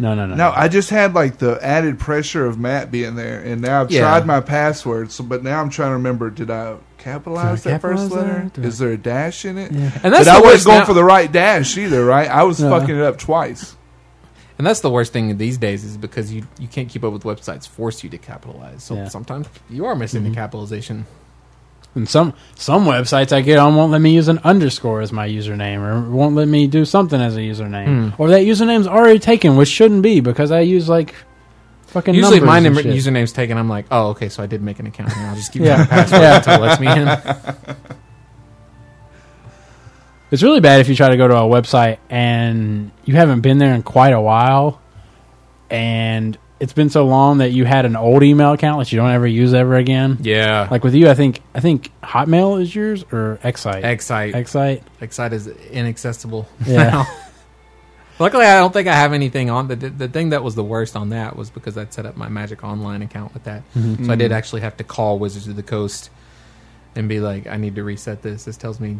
no, no, no.
now, I just had like the added pressure of Matt being there, and now I've
Yeah.
tried my password. So, but now I'm trying to remember: did I capitalize
Did I
that first
capitalize
letter?
that? Did I-
Is there a dash in it?
Yeah.
And that's
but I
the
wasn't
worst
going
now-
for the right dash either, right? I was
No.
fucking it up twice.
And that's the worst thing these days is because you, you can't keep up with websites force you to capitalize. So
Yeah. Mm-hmm.
sometimes you are missing the capitalization.
And some some websites I get on won't let me use an underscore as my username, or won't let me do something as a username, or that username's already taken, which shouldn't be because I use like fucking
Usually
numbers
my
and shit.
name, username's taken. I'm like, oh, okay, so I did make an account. Here. I'll just keep
Yeah.
my password
Yeah.
until it lets me in.
It's really bad if you try to go to a website and you haven't been there in quite a while, and it's been so long that you had an old email account that you don't ever use ever again.
Yeah.
Like with you, I think I think Hotmail is yours or Xsite.
Excite.
Xsite.
Excite is inaccessible
Yeah.
now. Luckily, I don't think I have anything on. The, the thing that was the worst on that was because I'd set up my Magic Online account with that.
Mm-hmm.
So I
Mm.
did actually have to call Wizards of the Coast and be like, I need to reset this. This tells me,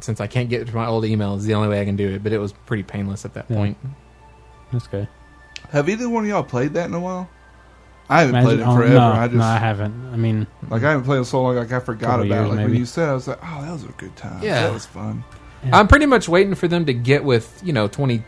since I can't get to my old email, is the only way I can do it. But it was pretty painless at that
Yeah.
point.
That's good.
Have either one of y'all played that in a while? I haven't played it
oh,
forever.
no,
I just
no, I haven't. I mean,
like I haven't played it so long. Like I forgot
Couple
about
years,
it. Like
maybe.
when you said, I was like, oh, that was a good time.
Yeah.
that was fun.
Yeah.
I'm pretty much waiting for them to get with you know 20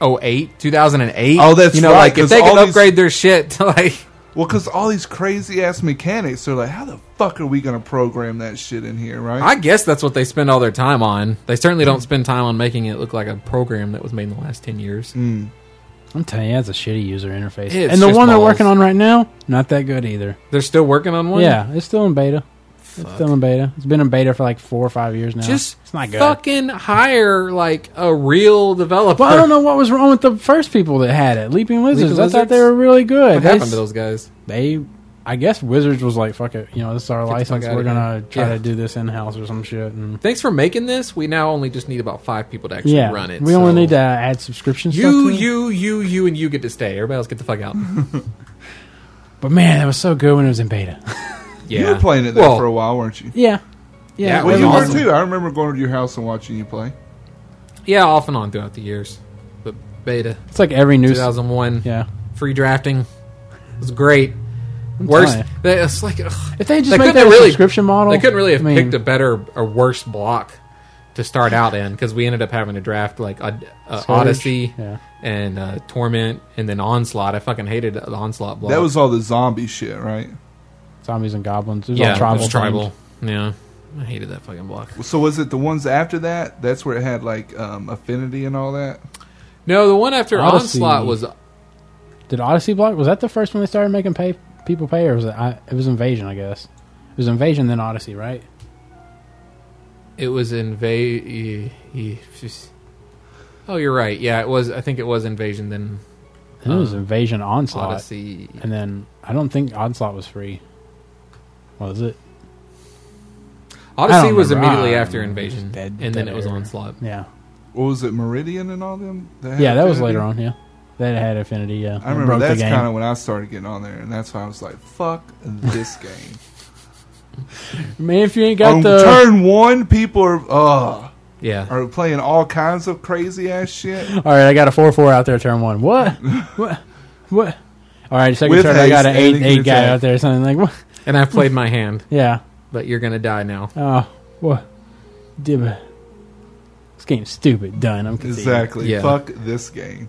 08, 2008.
Oh, that's
you know,
right,
Like if
'cause
they
all
can
these-
upgrade their shit to like,
Well, because all these crazy ass mechanics are like, how the fuck are we going to program that shit in here, right?
I guess that's what they spend all their time on. They certainly don't spend time on making it look like a program that was made in the last ten years.
Hmm.
I'm telling you, that's a shitty user interface.
It's
and the
just
one they're
balls.
working on right now, not that good either.
They're still working on one.
Yeah, it's still in beta. It's still in beta. It's been in beta for like four or five years now.
just
it's not good.
fucking hire like a real developer.
Well, I don't know what was wrong with the first people that had it. Leaping Lizards.
Leaping
I thought they
Lizards?
were really good.
what
they,
happened to those guys.
They, I guess Wizards was like, "Fuck it, you know, this is our
Get the fuck
license.
outta
We're gonna
here."
try
Yeah.
to do this in house or some shit." And
Thanks for making this. We now only just need about five people to actually
yeah,
run it.
we
so-
only need to add subscription stuff. Mm-hmm.
You,
to it.
you, you, you, and you get to stay. Everybody else get the fuck out.
but man, it was so good when it was in beta.
Yeah,
You were playing it there
Well,
for a while, weren't you?
yeah,
Yeah,
yeah, it
well,
Well,
was
you
awesome.
were too. I remember going to your house and watching you play.
Yeah, off and on throughout the years. But beta
It's like every new.
2001
Yeah,
free drafting was great.
I'm
Worst,
telling you.
they, it's like ugh,
If they just
They
make
couldn't
that
have
a
really-
subscription model,
they couldn't really have
I mean,
picked a better or worse block to start out in because we ended up having to draft like Od- uh,
Surge.
Odyssey
Yeah.
and uh, Torment and then Onslaught. I fucking hated the Onslaught block.
That was all the zombie shit, right?
zombies and goblins. It was
yeah,
all tribal.
it was
themed.
tribal. Yeah, I hated that fucking block.
So was it the ones after that? That's where it had like um, affinity and all that.
No, the one after
Odyssey.
Onslaught was
Did Odyssey block? Was that the first one they started making pay people pay, or was it? I, it was Invasion, I guess. It was Invasion then Odyssey, right?
It was invade. Oh, you're right. Yeah, it was. I think it was invasion then
And it was Invasion Onslaught,
Odyssey.
and then I don't think Onslaught was free. Was it? I
Odyssey
don't
was
remember.
immediately
I-
after invasion,
Dead-
and then
dead
it was
era.
onslaught.
Yeah,
What was it, Meridian and all them? had
yeah, that was
affinity?
later on. Yeah, that had Affinity. Yeah,
I remember that's kind of when I started getting on there, and that's why I was like, "Fuck this game."
I mean, if you ain't got
on
the
Oh, turn one, people are uh,
Yeah,
are playing all kinds of crazy ass shit.
all right, I got a four four out there. Turn one. What? what? What? All right, second
With
turn. I got an
haste,
eight
anything
eight
to
guy
attack.
out there. Something like what?
and I played my hand,
Yeah.
but you're gonna die now.
Oh, what? Dib. This game's stupid. Done. I'm conceding.
Exactly.
Yeah.
Fuck this game.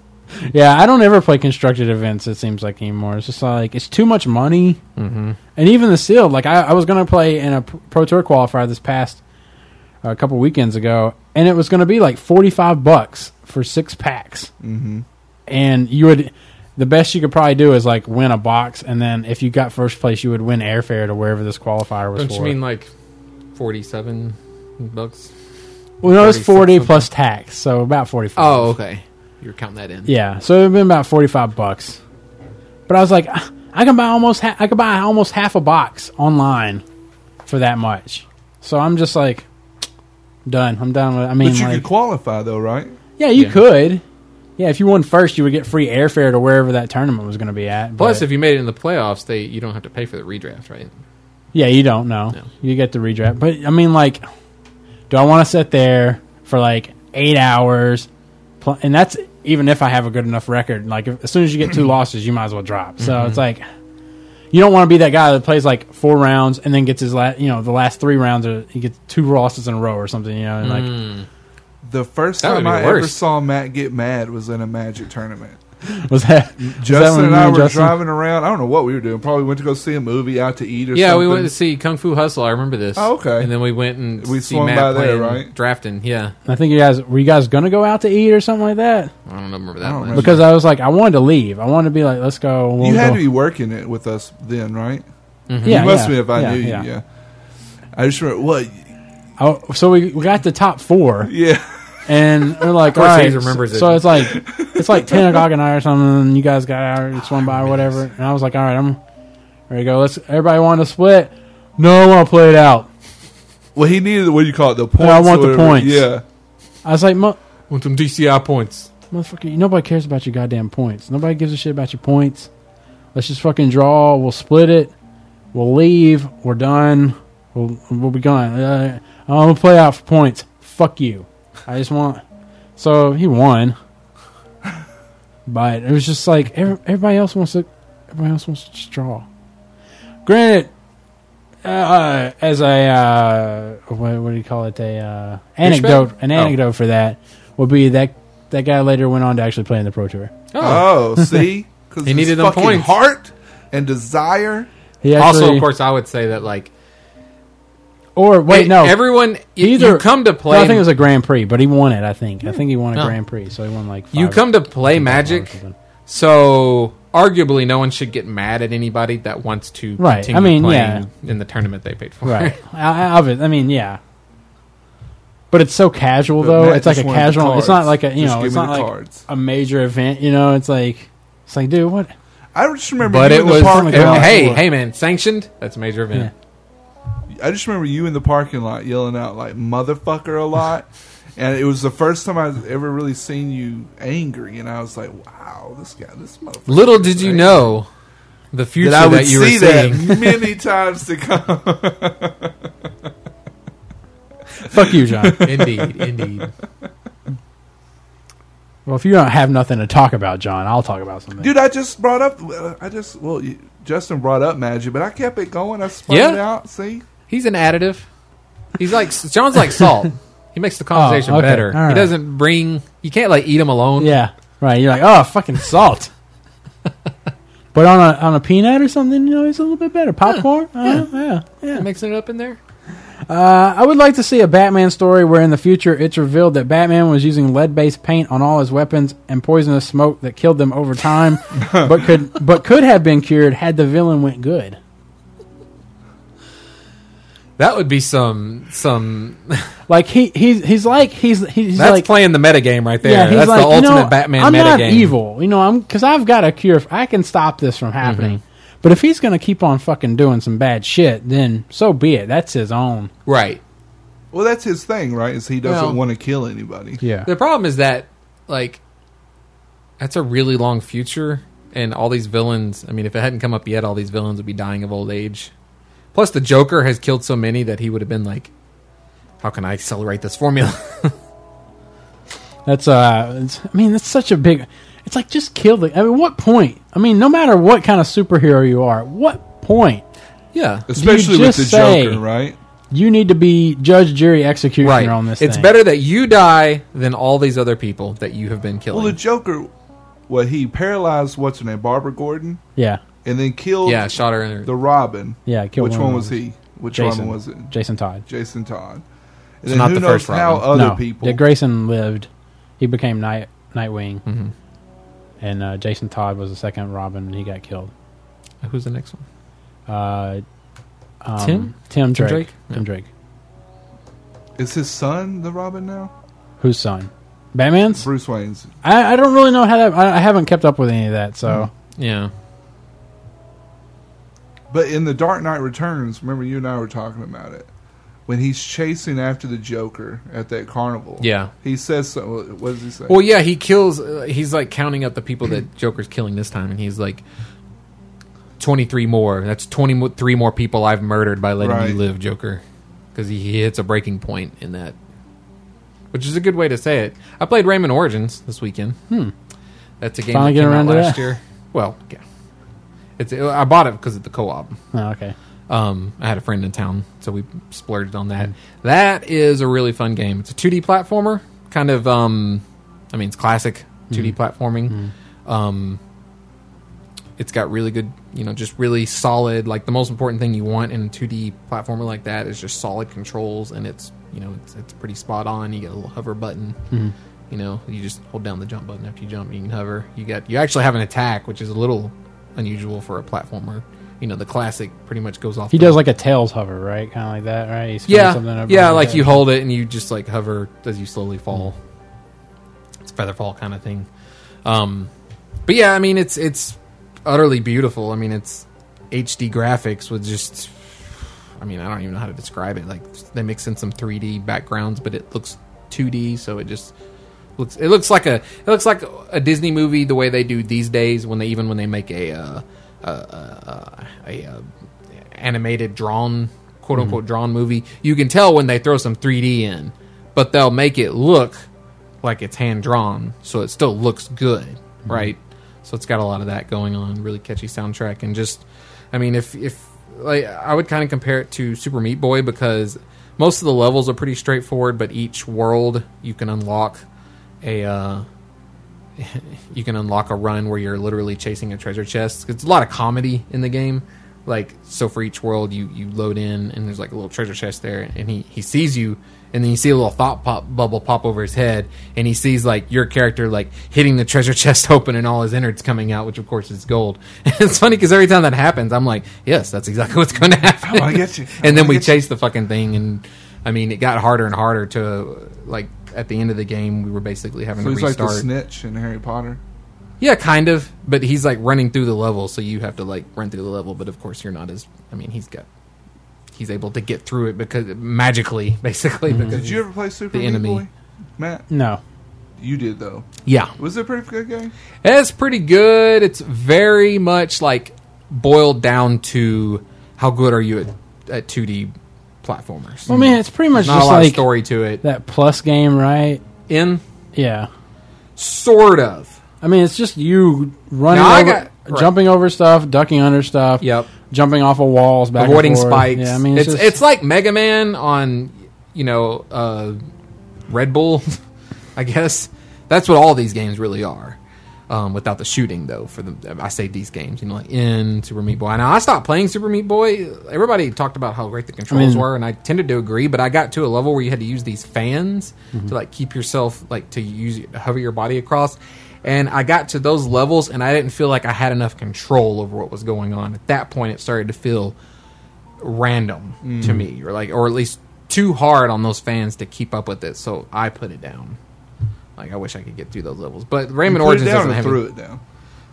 Yeah, I don't ever play constructed events. It seems like anymore. It's just like it's too much money,
Mm-hmm.
and even the sealed. Like I, I was gonna play in a pro Pro tour qualifier this past a couple weekends ago, and it was gonna be like forty five bucks for six packs,
hmm
and you would. The best you could probably do is like win a box, and then if you got first place, you would win airfare to wherever this qualifier was
Don't
for.
you mean like forty-seven bucks?
well, no, it's
36
forty
something?
plus tax, so about forty five.
Oh, okay. You're counting that in.
Yeah, so it'd been about forty five bucks. But I was like, "Ah, I can buy almost ha- I could buy almost half a box online for that much. So I'm just like, done. I'm done with. I mean,
But you
like,
could qualify though, right?
yeah, you
Yeah.
could. Yeah, if you won first, you would get free airfare to wherever that tournament was going to be at.
Plus,
but-
if you made it in the playoffs, they you don't have to pay for the redraft, right?
yeah, you don't know.
No.
You get the redraft. But I mean, like, do I want to sit there for like eight hours? Pl- and that's even if I have a good enough record. Like, if, as soon as you get two losses, you might as well drop. So
Mm-hmm.
it's like, you don't want to be that guy that plays like four rounds and then gets his last, you know, the last three rounds, or he gets two losses in a row or something, you know, and like,
Mm.
The first
That would
time
be the
I ever
worst.
saw Matt get mad was in a Magic tournament.
was that. that when
Justin and
you
I
and
were
Justin-
driving around. I don't know what we were doing. Probably went to go see a movie, out to eat or
Yeah,
something.
we went to see Kung Fu Hustle. I remember this.
Oh, okay.
And then we went and
We
see
swung
Matt
by there,
playing
right?
drafting. Yeah,
I think you guys were you guys going to go out to eat or something like that?
I don't remember
I
that
don't
much.
remember.
Because I was like, I wanted to leave. I wanted to be like, let's go. we'll
You had
go-
to be working it with us then, right?
yeah,
Mm-hmm.
you must
yeah,
have if I
yeah,
knew
yeah.
you. Yeah. I just remember what.
Oh, so we, we got the top four,
Yeah,
and we're like,
course
all right.
he remembers
so,
it.
so it's like it's like ten o'clock at night or something. And you guys got out, or swung by or whatever. And I was like, all right, I'm ready to go. Let's everybody want to split. No, I want to play it out.
well, he needed what do you call it? The points.
I want
or
the
whatever.
points.
Yeah,
I was like, Mo-
Want some DCI points?
motherfucker, nobody cares about your goddamn points. Nobody gives a shit about your points. Let's just fucking draw. We'll split it. We'll leave. We're done. We'll, we'll be gone. Uh, I'm gonna play out for points. Fuck you. I just want. So he won, but it was just like every, everybody else wants to. Everybody else wants to just draw. Granted, uh, as a uh, what, what do you call it? A uh,
Douchebag?
anecdote. An
Oh.
anecdote for that would be that that guy later went on to actually play in the Pro Tour.
Oh, see, because
He needed them
fucking
points.
heart and desire.
He
also,
actually-
of course, I would say that like
or wait,
e-
no,
everyone either
either
you come to play.
No, I think it was a Grand Prix, but he won it. I think. I think he won a
No.
Grand Prix, so he won like. Five
you come to
or
play
something.
Magic, so arguably no one should get mad at anybody that wants to
Right, I
continue
mean,
playing in the tournament they paid for.
right? I, I, obvi- I mean, yeah. But it's so casual though.
Matt
it's like a
just wanted the
casual. It's
cards.
not like a you
Just
know.
give
It's
me
not like
the cards.
a major event. You know, it's like it's like, dude, what?
I just remember
But
you
it
in the
was
parking
it-
lot.
hey, hey, man, sanctioned. That's a major event.
I just remember you in the parking lot yelling out like "motherfucker" a lot, and it was the first time I've ever really seen you angry. And I was like, "Wow, this guy, this motherfucker."
Little did you
Right.
know the future
that I
that,
would
you were
see that
seeing.
many times to come.
Fuck you, John.
indeed, indeed.
well, if you don't have nothing to talk about, John, I'll talk about something.
Dude, I just brought up. uh, I just well, you, Justin brought up magic, but I kept it going. I spun
Yeah.
it out. See,
He's an additive. He's like John's like salt. He makes the conversation
Oh, okay.
better.
All right.
He doesn't bring. You can't like eat him alone.
Yeah, right. You're like, oh, fucking salt. but on a on a peanut or something, you know, it's a little bit better. Popcorn. Uh, yeah, yeah.
mixing it up in there.
Uh, I would like to see a Batman story where in the future it's revealed that Batman was using lead-based paint on all his weapons and poisonous smoke that killed them over time, but could but could have been cured had the villain went good.
That would be some some.
Like he he's he's like he's he's
That's
like
playing the meta game right there.
Yeah, he's
that's
like,
the
you
ultimate
know,
Batman
I'm
meta
not
game.
evil, you know. I'm because I've got a cure. I can stop this from happening.
Mm-hmm.
But if he's going to keep on fucking doing some bad shit, then so be it. That's his own.
Right.
well, that's his thing, right? Is he doesn't
Well-
want to kill anybody.
Yeah,
The problem is that like that's a really long future, and all these villains. I mean, if it hadn't come up yet, all these villains would be dying of old age. Plus, the Joker has killed so many that he would have been like, "How can I accelerate this formula?"
that's uh. It's, I mean, that's such a big. It's like just kill the. I mean, what point? I mean, no matter what kind of superhero you are, at what point
yeah.
Especially with
just
the
say-
Joker, right?
you need to be judge, jury, executioner
Right.
on this?
it's
thing.
better that you die than all these other people that you have been killing.
Well, the Joker, well, he paralyzed what's her name, Barbara Gordon,
Yeah,
and then killed
yeah, shot her. In her.
the Robin.
yeah. Kill
Which
of
one was
those.
he? Which
Jason.
Robin was it?
Jason Todd.
Jason Todd. And
It's
then
not
who
the
knows
first
how
Robin.
other
no,
people.
Yeah, Grayson lived. He became Night Nightwing,
Mm-hmm.
and uh, Jason Todd was the second Robin, and he got killed.
Who's the next one?
Uh, um,
Tim?
Tim Drake.
Drake?
Tim Drake.
Is his son the Robin now?
Whose son? Batman's.
Bruce Wayne's.
I, I don't really know how that. I, I haven't kept up with any of that. So
Mm-hmm. Yeah.
But in The Dark Knight Returns, remember you and I were talking about it. When he's chasing after the Joker at that carnival.
Yeah.
He says something. What does he say?
Well, yeah, he kills. Uh, he's like counting up the people that Joker's killing this time, and he's like, 23 more. That's 23 more people I've murdered by letting
Right.
you live, Joker. Because he, he hits a breaking point in that. Which is a good way to say it. I played Rayman Origins this weekend. Hmm. That's a game
Finally
that
get
came
around
out
to
last
that.
year. Well, yeah. It's, I bought it because of the co op.
Oh, okay.
Um, I had a friend in town, so we splurged on that. That is a really fun game. It's a 2D platformer, kind of. Um, I mean, it's classic 2D platforming. Um, it's got really good, you know, just really solid. Like the most important thing you want in a 2D platformer like that is just solid controls, and it's you know it's, it's pretty spot on. You get a little hover button. You know, you just hold down the jump button after you jump, and you can hover. You got you actually have an attack, which is a little unusual for a platformer. You know, the classic pretty much goes off.
He
the-
does like a tails hover, right? Kind of like that, right? He's
yeah,
something over
yeah.
his
Like
head.
you hold it and you just like hover as you slowly fall. It's feather fall kind of thing. Um, but yeah, I mean it's it's utterly beautiful. I mean it's HD graphics with just. I mean I don't even know how to describe it. Like they mix in some 3D backgrounds, but it looks 2D, so it just looks it looks like a it looks like a Disney movie the way they do these days when they even when they make a uh, a, a, a, a animated drawn quote unquote drawn movie you can tell when they throw some 3D in but they'll make it look like it's hand drawn so it still looks good right so it's got a lot of that going on really catchy soundtrack and just I mean if if like I would kind of compare it to Super Meat Boy because most of the levels are pretty straightforward but each world you can unlock a uh, you can unlock a run where you're literally chasing a treasure chest. It's a lot of comedy in the game. Like so, for each world, you you load in and there's like a little treasure chest there, and he he sees you, and then you see a little thought pop bubble pop over his head, and he sees like your character like hitting the treasure chest open and all his innards coming out, which of course is gold. And it's funny because every time that happens, I'm like, yes, that's exactly what's going to happen.
Oh, I get you. I
and then
wanna
we
get you.
chase the fucking thing, and I mean, it got harder and harder to uh, like at the end of the game, we were basically having
So
to
he's like
restart.
the snitch in Harry Potter.
Yeah, kind of. But he's like running through the level, so you have to like run through the level. But of course, you're not as. I mean, he's got. He's able to get through it because magically, basically. Because
Mm-hmm. Did you ever play Super
The
Meat
enemy.
Boy? Matt,
No.
you did though.
Yeah,
Was it a pretty good game?
it's pretty good. It's very much like boiled down to how good are you at at 2D platformers.
Well, man, it's pretty much
not a
just
lot
like
of story to it.
that plus game, right?
In
Yeah.
sort of.
I mean, it's just you running,
No, I
over,
got- right.
jumping over stuff, ducking under stuff,
Yep.
jumping off of walls, back and
avoiding
forth.
spikes.
Yeah, I mean,
it's it's,
just-
like Mega Man on you know uh, Red Bull, I guess. That's what all these games really are. Um, without the shooting, though, for the I say these games, you know, like in Super Meat Boy. Now I stopped playing Super Meat Boy. Everybody talked about how great the controls
mean-
were, and I tended to agree. But I got to a level where you had to use these fans
Mm-hmm.
to like keep yourself like to use hover your body across. And I got to those levels, and I didn't feel like I had enough control over what was going on. At that point, it started to feel random
Mm.
to me, or like, or at least too hard on those fans to keep up with it. So I put it down. Like I wish I could get through those levels, but Raymond
You put
Origins
it down
doesn't
or
have
threw
any-
it down.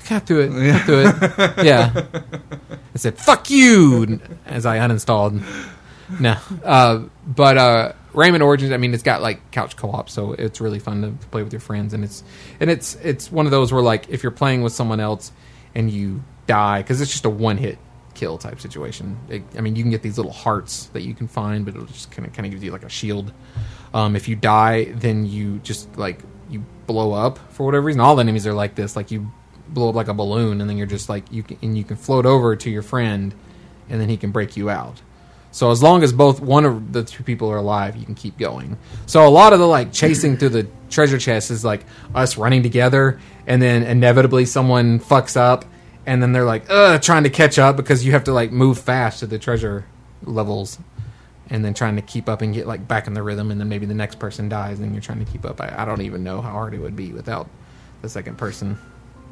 Got through it. Got through it. Yeah. I said "fuck you" as I uninstalled. No, uh, but uh, Rayman Origins. I mean, it's got like couch co-op, so it's really fun to play with your friends, and it's and it's it's one of those where like if you're playing with someone else and you die because it's just a one-hit kill type situation. It, I mean, you can get these little hearts that you can find, but it'll just kind of kind of gives you like a shield. Um, if you die, then you just like you blow up for whatever reason. All the enemies are like this, like you blow up like a balloon, and then you're just like you can, and you can float over to your friend, and then he can break you out. So as long as both one of the two people are alive, you can keep going. So a lot of the like chasing through the treasure chest is like us running together, and then inevitably someone fucks up, and then they're like Ugh, trying to catch up because you have to like move fast to the treasure levels, and then trying to keep up and get like back in the rhythm, and then maybe the next person dies, and you're trying to keep up. I, I don't even know how hard it would be without the second person,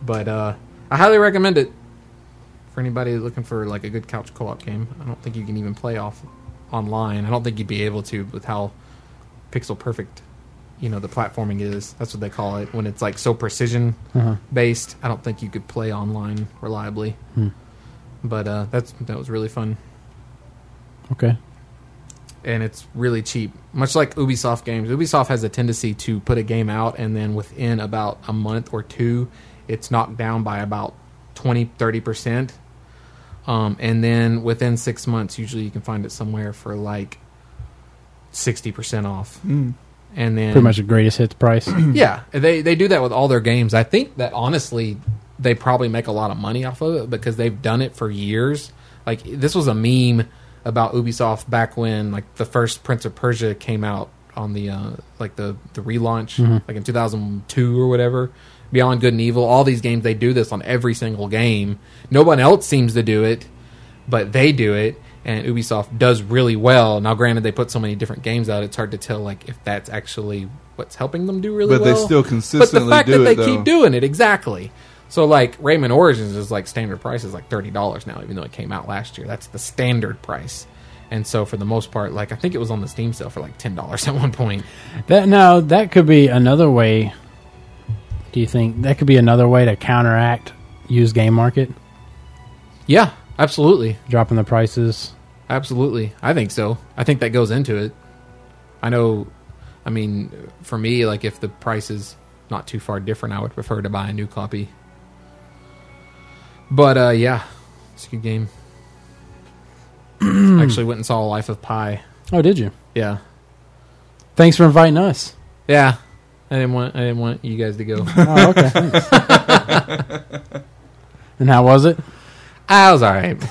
but uh, I highly recommend it for anybody looking for like a good couch co-op game. I don't think you can even play off online. I don't think you'd be able to with how pixel perfect you know the platforming is. That's what they call it when it's like so precision based. I don't think you could play online reliably. But uh, that's that was really fun
okay.
and it's really cheap. Much like Ubisoft games, Ubisoft has a tendency to put a game out and then within about a month or two, it's knocked down by about 20 30%. Um, and then within six months, usually you can find it somewhere for like 60% off. And then
Hmm. Pretty much the greatest hits price.
yeah, they they do that with all their games. I think that honestly, they probably make a lot of money off of it because they've done it for years. Like this was a meme about Ubisoft back when like the first Prince of Persia came out on the uh, like the the relaunch like in 2002 or whatever. Beyond Good and Evil, all these games they do this on every single game. No one else seems to do it but they do it and ubisoft does really well now granted they put so many different games out it's hard to tell like if that's actually what's helping them do really
But they
well.
still
but
consistently
the fact
do
that
it,
they
though.
keep doing it exactly so like rayman origins is like standard price is like $30 now even though it came out last year that's the standard price and so for the most part like i think it was on the steam sale for like $10 at one point
that now that could be another way. Do you think that could be another way to counteract used game market
yeah absolutely
dropping the prices?
Absolutely. I think so. I think that goes into it. I know, I mean, for me, like if the price is not too far different, I would prefer to buy a new copy. But uh, yeah, it's a good game. I actually went and saw Life of Pi.
Oh, did you?
Yeah.
Thanks for inviting us.
Yeah. I didn't want I didn't want you guys to go.
Oh, okay. thanks. and how was it?
I was all right.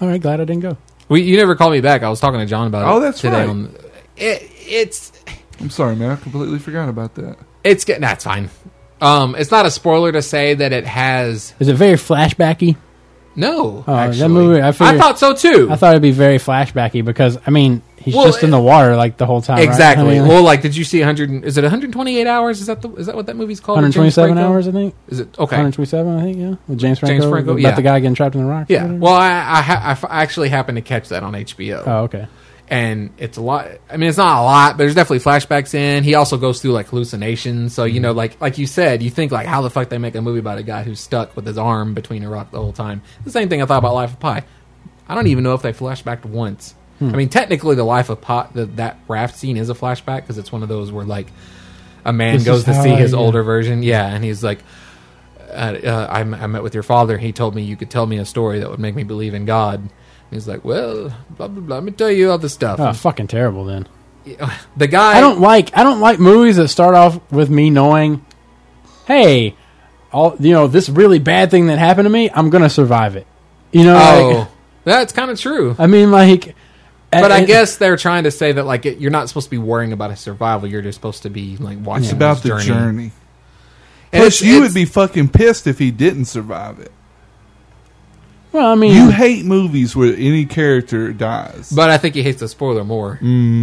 All right, glad I didn't go.
We you never called me back. I was talking to John about it.
Oh, that's
today
right.
On, it, it's
I'm sorry, man. I completely forgot about that.
It's good. That's fine. Um, it's not a spoiler to say that it has
Is it very flashbacky?
no.
Oh, that
actually,
movie, I figured-
thought so too.
I thought it'd be very flashbacky because I mean he's
Well,
just in the water like the whole time. right? I
exactly.
mean,
Well, like, did you see 100? and- Is it 128 hours? Is that the, is that what that movie's called? with James
127
Franco?
hours, I think.
Is it okay?
127, I think. Yeah, with James Franco.
Franco,
about
yeah.
the guy getting trapped in the rock.
Yeah. Well, I I, ha- I f- I actually happened to catch that on HBO,
Oh, okay.
and it's a lot. I mean, it's not a lot, but there's definitely flashbacks in. He also goes through like hallucinations. So
Mm-hmm.
you know, like like you said, you think like how the fuck they make a movie about a guy who's stuck with his arm between a rock the whole time. The same thing I thought about Life of Pi. I don't even know if they flashbacked once.
Hmm.
I mean, technically, the Life of Pi, the, that raft scene is a flashback because it's one of those where like a man
This
goes
is
to
how
see
I-
his
yeah.
older version, yeah, and he's like, uh, uh, I, m- I met with your father. He told me you could tell me a story that would make me believe in God. And he's like, well, blah, blah, blah. Let me tell you all this stuff.
Oh, fucking terrible. Then
the guy,
I don't like I don't like movies that start off with me knowing, hey, all you know this really bad thing that happened to me, I'm gonna survive it. You know,
Oh,
like,
that's kind of true.
I mean, like, eh,
But I
and-
guess they're trying to say that like it, you're not supposed to be worrying about his survival. You're just supposed to be like watching
It's about
his
the
journey.
journey.
And
Plus,
it's-
you
it's-
would be fucking pissed if he didn't survive it.
well, I mean,
You hate movies where any character dies.
Mm. But I think he hates the spoiler more.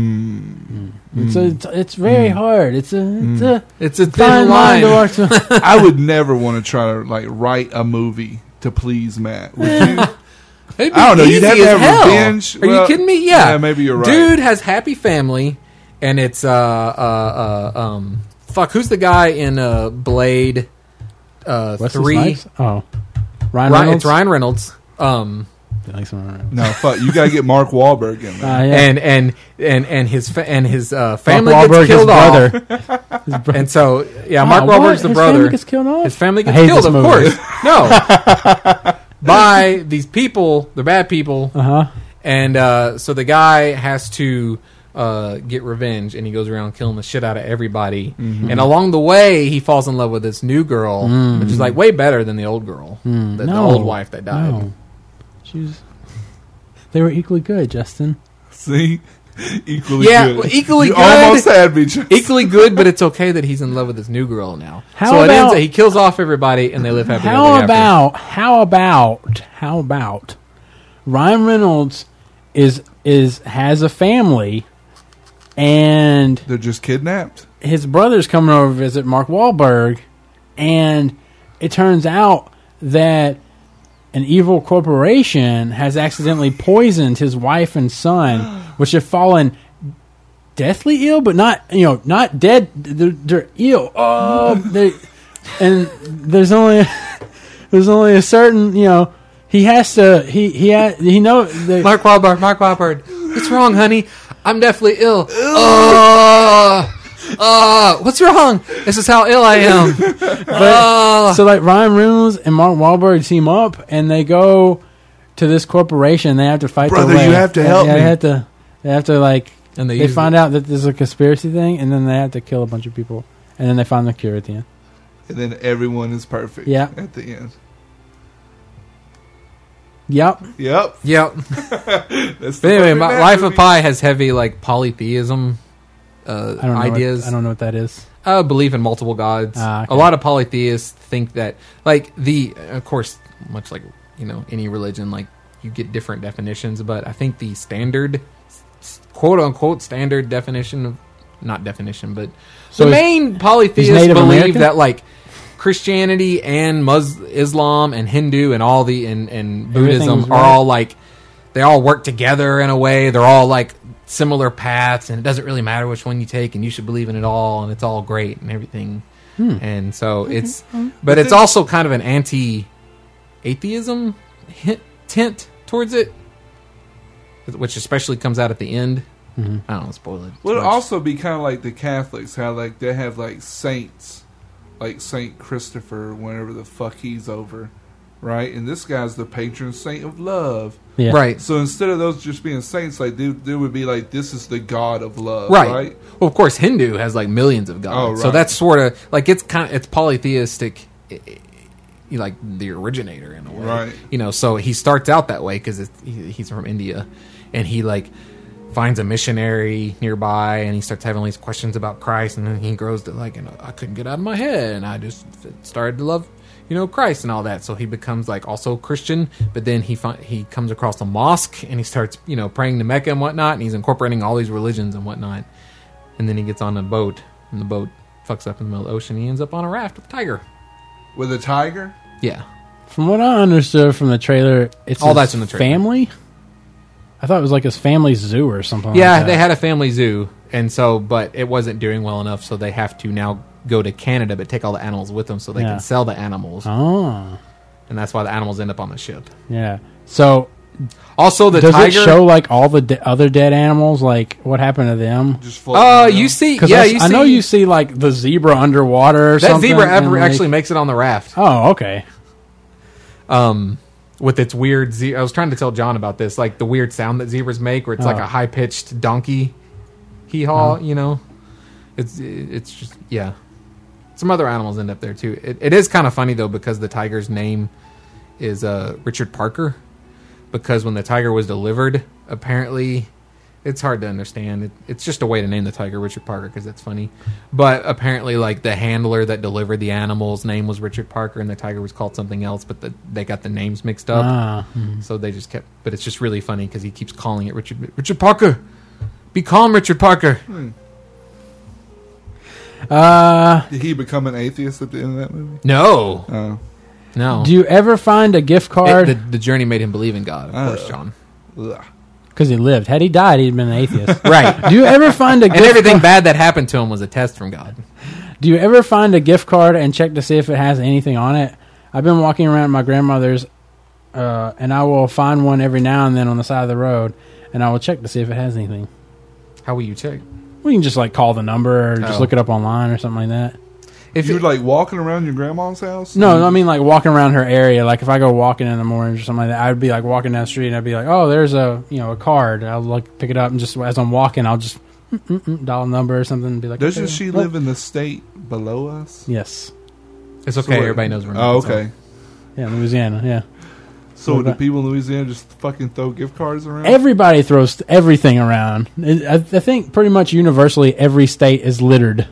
Mm.
it's, a, it's it's very hard. It's a it's a
It's Hmm. a
fine
thin
line
line.
to walk through.
I would never want to try to like write a movie to please Matt. Would you?
It'd be
I don't know.
easy
You'd have
as
to have
hell.
revenge.
Are you
Well,
kidding me? Yeah.
yeah, maybe you're right.
Dude has happy family, and it's uh uh uh um fuck. Who's the guy in uh Blade? Uh,
Wesley
three.
Snipes? Oh, Ryan
Ryan,
Reynolds.
it's Ryan Reynolds. Um,
I think so, Ryan Reynolds.
No, fuck. You gotta get Mark Wahlberg in there.
Uh, yeah.
and and and and his fa- and his uh,
Mark
family
Wahlberg,
gets
his
killed off.
brother. His bro-
And so, yeah,
Wow,
Mark
what?
Wahlberg's the
His
brother.
Family gets killed off?
His family gets
I hate
killed,
this
of
movie.
course. No, by these people, the bad people,
Uh huh.
and uh, so the guy has to uh, get revenge, and he goes around killing the shit out of everybody.
Mm-hmm.
Mm-hmm.
And along the way, he falls in love with this new girl, which is like way better than the old girl, Hmm, the, the
Mm-hmm. No.
old wife that died.
No. She was. They were equally good, Justin.
See, equally
Yeah,
good.
well, equally
you
good.
Almost had me. Justin.
Equally good, but it's okay that he's in love with this new girl now.
How
so it
about-
ends that he kills off everybody, and they live happily ever
How
after.
about how about how about Ryan Reynolds is is has a family and
They're just kidnapped.
his brother's coming over to visit Mark Wahlberg, and it turns out that an evil corporation has accidentally poisoned his wife and son, which have fallen deathly ill, but not you know not dead. They're, they're ill. Oh, they, and there's only there's only a certain you know he has to he he ha, he know they,
Mark Wahlberg, Mark Wahlberg. What's wrong, honey? I'm definitely ill. Uh, uh, what's wrong? This is how ill I am. Uh,
So like Ryan Reynolds and Mark Wahlberg team up and they go to this corporation. They have to fight.
Brother,
their way.
you have to
They-
help
They
me.
have to. They have to like.
and
They,
use
find
it.
out that this is a conspiracy thing, and then they have to kill a bunch of people, and then they find the cure at the end.
and then everyone is perfect.
Yeah.
At the end.
Yep.
Yep.
Yep.
That's the
But anyway,
perfect
my,
match
Life of
movie.
Pi has heavy like polytheism uh,
I don't know.
ideas.
What, I don't know what that is.
uh, believe in multiple gods.
Ah, okay.
A lot of polytheists think that, like the, of course, much like you know any religion, like you get different definitions. But I think the standard, quote unquote, standard definition of not definition, but
So
the
is-
main polytheists
Native
believe
American?
that like Christianity and Mus- Islam and Hindu and all the and, and Buddhism
Everything's
are
right.
all like they all work together in a way. They're all like similar paths, and it doesn't really matter which one you take, and you should believe in it all, and it's all great and everything.
hmm.
And so it's, but it's also kind of an anti atheism tint towards it, which especially comes out at the end. I don't want to spoil it. too
Would
much.
also be kind of like the Catholics, how like they have like saints, like Saint Christopher, whenever the fuck he's over, right? And this guy's the patron saint of love.
Yeah.
right.
So instead of those just being saints, like they, they would be like, this is the God of love,
right.
right?
Well, of course, Hindu has like millions of gods,
Oh,
so
right.
that's sort of like it's kind of it's polytheistic, i- i- like the originator in a way,
Right.
You know, so he starts out that way because he, he's from India, and he like finds a missionary nearby and he starts having all these questions about Christ and then he grows to like and I couldn't get out of my head and I just started to love you know Christ and all that so he becomes like also Christian but then he fin- he comes across a mosque and he starts you know praying to Mecca and whatnot and he's incorporating all these religions and whatnot and then he gets on a boat and the boat fucks up in the middle of the ocean and he ends up on a raft with a tiger
With a tiger?
yeah
From what I understood from the trailer, it's
All
his
that's in the trailer.
family. I thought it was like his family's zoo or something.
yeah
like that.
they had a family zoo and so but it wasn't doing well enough so they have to now go to Canada but take all the animals with them so they
Yeah.
can sell the animals
Oh,
and that's why the animals end up on the ship.
yeah. So
Also, the
does
tiger.
it show like all the de- other dead animals? Like what happened to them?
Just
Uh,
Oh,
floating
you
around?
see,
Because
yeah,
I,
you see,
know you see like the zebra underwater. Or
that
something,
zebra
and,
ever
like-
actually makes it on the raft.
Oh, okay.
Um, with its weird. Ze- I was trying to tell John about this, like the weird sound that zebras make, where it's like
Oh.
a high pitched donkey hee haw. You know, it's it's just yeah. Some other animals end up there too. It, it is kind of funny though because the tiger's name is uh, Richard Parker. Because when the tiger was delivered, apparently, it's hard to understand. It, it's just a way to name the tiger Richard Parker because that's funny. But apparently, like the handler that delivered the animal's name was Richard Parker, and the tiger was called something else. But the, they got the names mixed up.
Ah,
So they just kept, but it's just really funny because he keeps calling it Richard Richard Parker. Be calm, Richard Parker.
uh,
Did he become an atheist at the end of that movie?
No,
Oh.
no.
do you ever find a gift
It-
card?
the, the journey made him believe in God, of
Oh.
course, John.
Ugh.
Because he lived. Had he died, he'd been an atheist.
Right.
do you ever find a gift
And everything bad that happened to him was a test from God.
Do you ever find a gift card and check to see if it has anything on it? I've been walking around my grandmother's, uh, and I will find one every now and then on the side of the road, and I will check to see if it has anything.
How will you check?
We can just like call the number or just
Oh.
look it up online or something like that. Mm-hmm.
If
you
you
were like walking around your grandma's house?
No, I mean like walking around her area. Like if I go walking in the morning or something like that, I'd be like walking down the street and I'd be like, oh, there's a you know a card. I'll like pick it up and just as I'm walking, I'll just mm, mm, mm, dial a number or something and be like, uh,
Doesn't
okay,
she
well-
live in the state below us?
Yes,
it's
So
okay,
what-
everybody knows we're not.
Oh,
so-
okay.
yeah, Louisiana, yeah.
So
What
do
about-
people in Louisiana just fucking throw gift cards around?
Everybody throws everything around. I, I think pretty much universally every state is littered.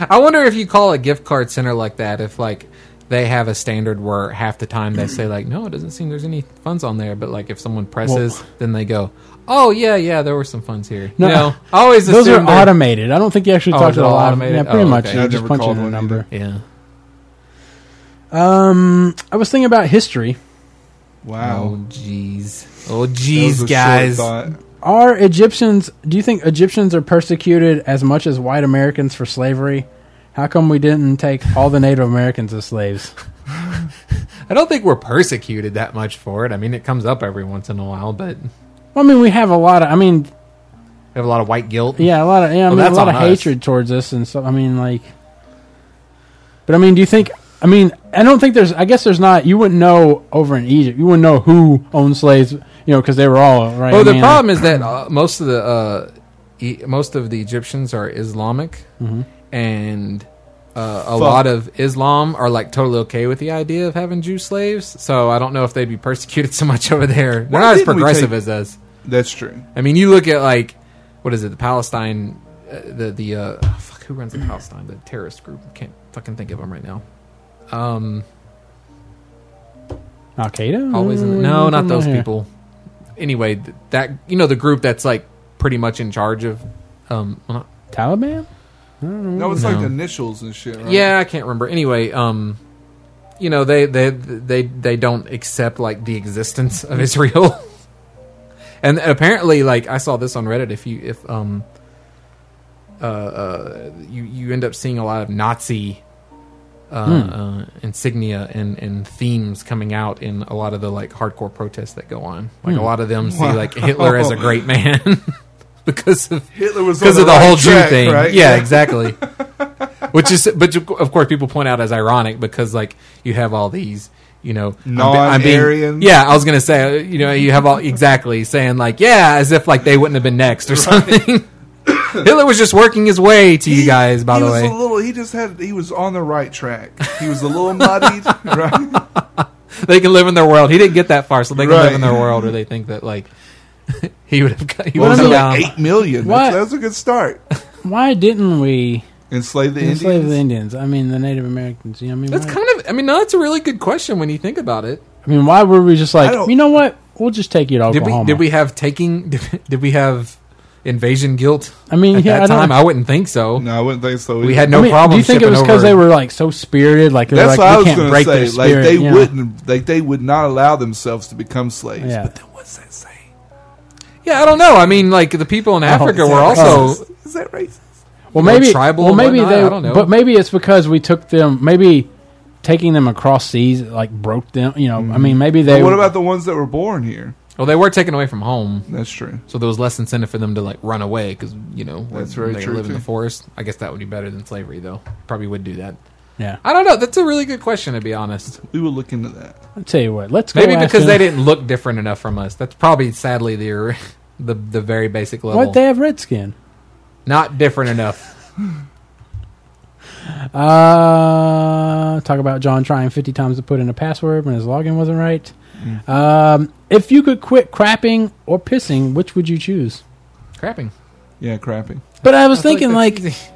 I wonder if you call a gift card center like that, if like they have a standard where half the time they say like, no, it doesn't seem there's any funds on there, but like if someone presses, then they go, oh yeah, yeah, there were some funds here.
No,
No, you know, I always
Those are
assume they're-
automated. I don't think you actually
Oh,
talk
is
to
it
the
all
live.
automated?
Yeah, pretty
Oh,
much.
okay.
You
I've
just
never
punch
called
in a
one
number.
Yeah,
Um, I was thinking about history.
Wow.
oh jeez, oh
That was a
jeez,
short
guys.
thought.
Are Egyptians? Do you think Egyptians are persecuted as much as white Americans for slavery? How come we didn't take all the Native Americans as slaves?
I don't think we're persecuted that much for it. I mean, it comes up every once in a while, but we
Well, I mean, we have a lot of. I mean,
have a lot of white guilt.
Yeah, a lot of yeah, I
Well,
mean, a
that's
lot
on
of
us.
hatred towards us and stuff. I mean, like, but I mean, do you think? I mean, I don't think there's. I guess there's not. You wouldn't know over in Egypt. You wouldn't know who owned slaves. You know, because they were all right.
Well,
I
the
mean,
problem is that uh, most of the uh, e- most of the Egyptians are Islamic,
mm-hmm.
and uh, a
Fuck.
lot of Islam are like totally okay with the idea of having Jew slaves. So I don't know if they'd be persecuted so much over there. They're
Why
not as
didn't we
progressive
take-
as us.
That's true.
I mean, you look at like what is it, the Palestine, uh, the the uh, oh, fuck who runs the Palestine, the terrorist group. Can't fucking think of them right now. Um,
Al Qaeda.
always in the,
Mm,
no not
I'm
those
here.
people anyway th- that you know the group that's like pretty much in charge of um well, not-
Taliban.
That was like
No.
the initials and shit, right?
yeah i can't remember anyway um you know they they they they don't accept like the existence of israel and apparently like i saw this on reddit if you if um uh, uh you you end up seeing a lot of nazi uh,
Hmm.
uh, insignia and, and themes coming out in a lot of the like hardcore protests that go on. Like a lot of them see
Hmm. Wow.
like Hitler as a great man because of
Hitler was
because
on
of the
right
whole
track,
Jew thing.
right?
Yeah, exactly. Which is, but you- of course, people point out as ironic because like you have all these, you know, I'm be- I'm being-
Non-Aryans.
Yeah, I was gonna say, uh, you know, you have all exactly saying like, yeah, as if like they wouldn't have been next or something. Hitler was just working his way to you guys. By
he
the
was
way,
a little. He just had. He was on the right track. He was a little muddied, right?
they can live in their world. He didn't get that far, so they can live
Right.
in their world, or they think that like he would have. got- He
Well,
would
I
have
mean-
down.
like eight million.
What?
That's, that's a good start.
Why didn't we
Enslave the
enslave
Indians.
the Indians? I mean, the Native Americans. You know, what I mean,
That's
why-
kind of. I mean, no, that's a really good question when you think about it.
I mean, why were we just
I
like,
don't-
you know what? We'll just take you to
Did we?
Oklahoma.
Did we have taking? Did, did we have invasion guilt
I mean,
at
yeah, I
that
don't-
time? I wouldn't think so.
No, I wouldn't think so.
We
either.
had no
I mean,
problem.
Do you think it
shipping
was because
over-
they were like so spirited? Like they
That's
were
what I
like,
was
we can't
going
break
to
their
say.
spirit.
like they
yeah.
wouldn't, like they would not allow themselves to become slaves.
Yeah.
But then what's that saying?
Yeah, I don't know. I mean, like the people in
Oh,
Africa
Is
were
that
also.
racist? is that racist?
Well,
More
maybe
tribal
Well,
and
maybe
whatnot,
they.
I don't know.
But maybe it's because we took them. Maybe taking them across seas like broke them. You know, I mean, maybe they.
Mm-hmm. But what about the ones that were born here?
Well, they were taken away from home,
That's true.
so there was less incentive for them to like run away because you know when
That's very
they
true,
live in
too.
the forest. I guess that would be better than slavery, though. Probably would do that.
yeah?
I don't know. That's a really good question to be honest.
We will look into that.
I'll tell you what. Let's go
Maybe
after
because
them.
they didn't look different enough from us. That's probably sadly the the, the very basic level.
What they have red skin.
Not different enough.
Uh, talk about John trying 50 times to put in a password when his login wasn't right. Um, if you could quit crapping or pissing, which would you choose?
Crapping.
Yeah, crappy.
But I was
I feel like
thinking, like,
that's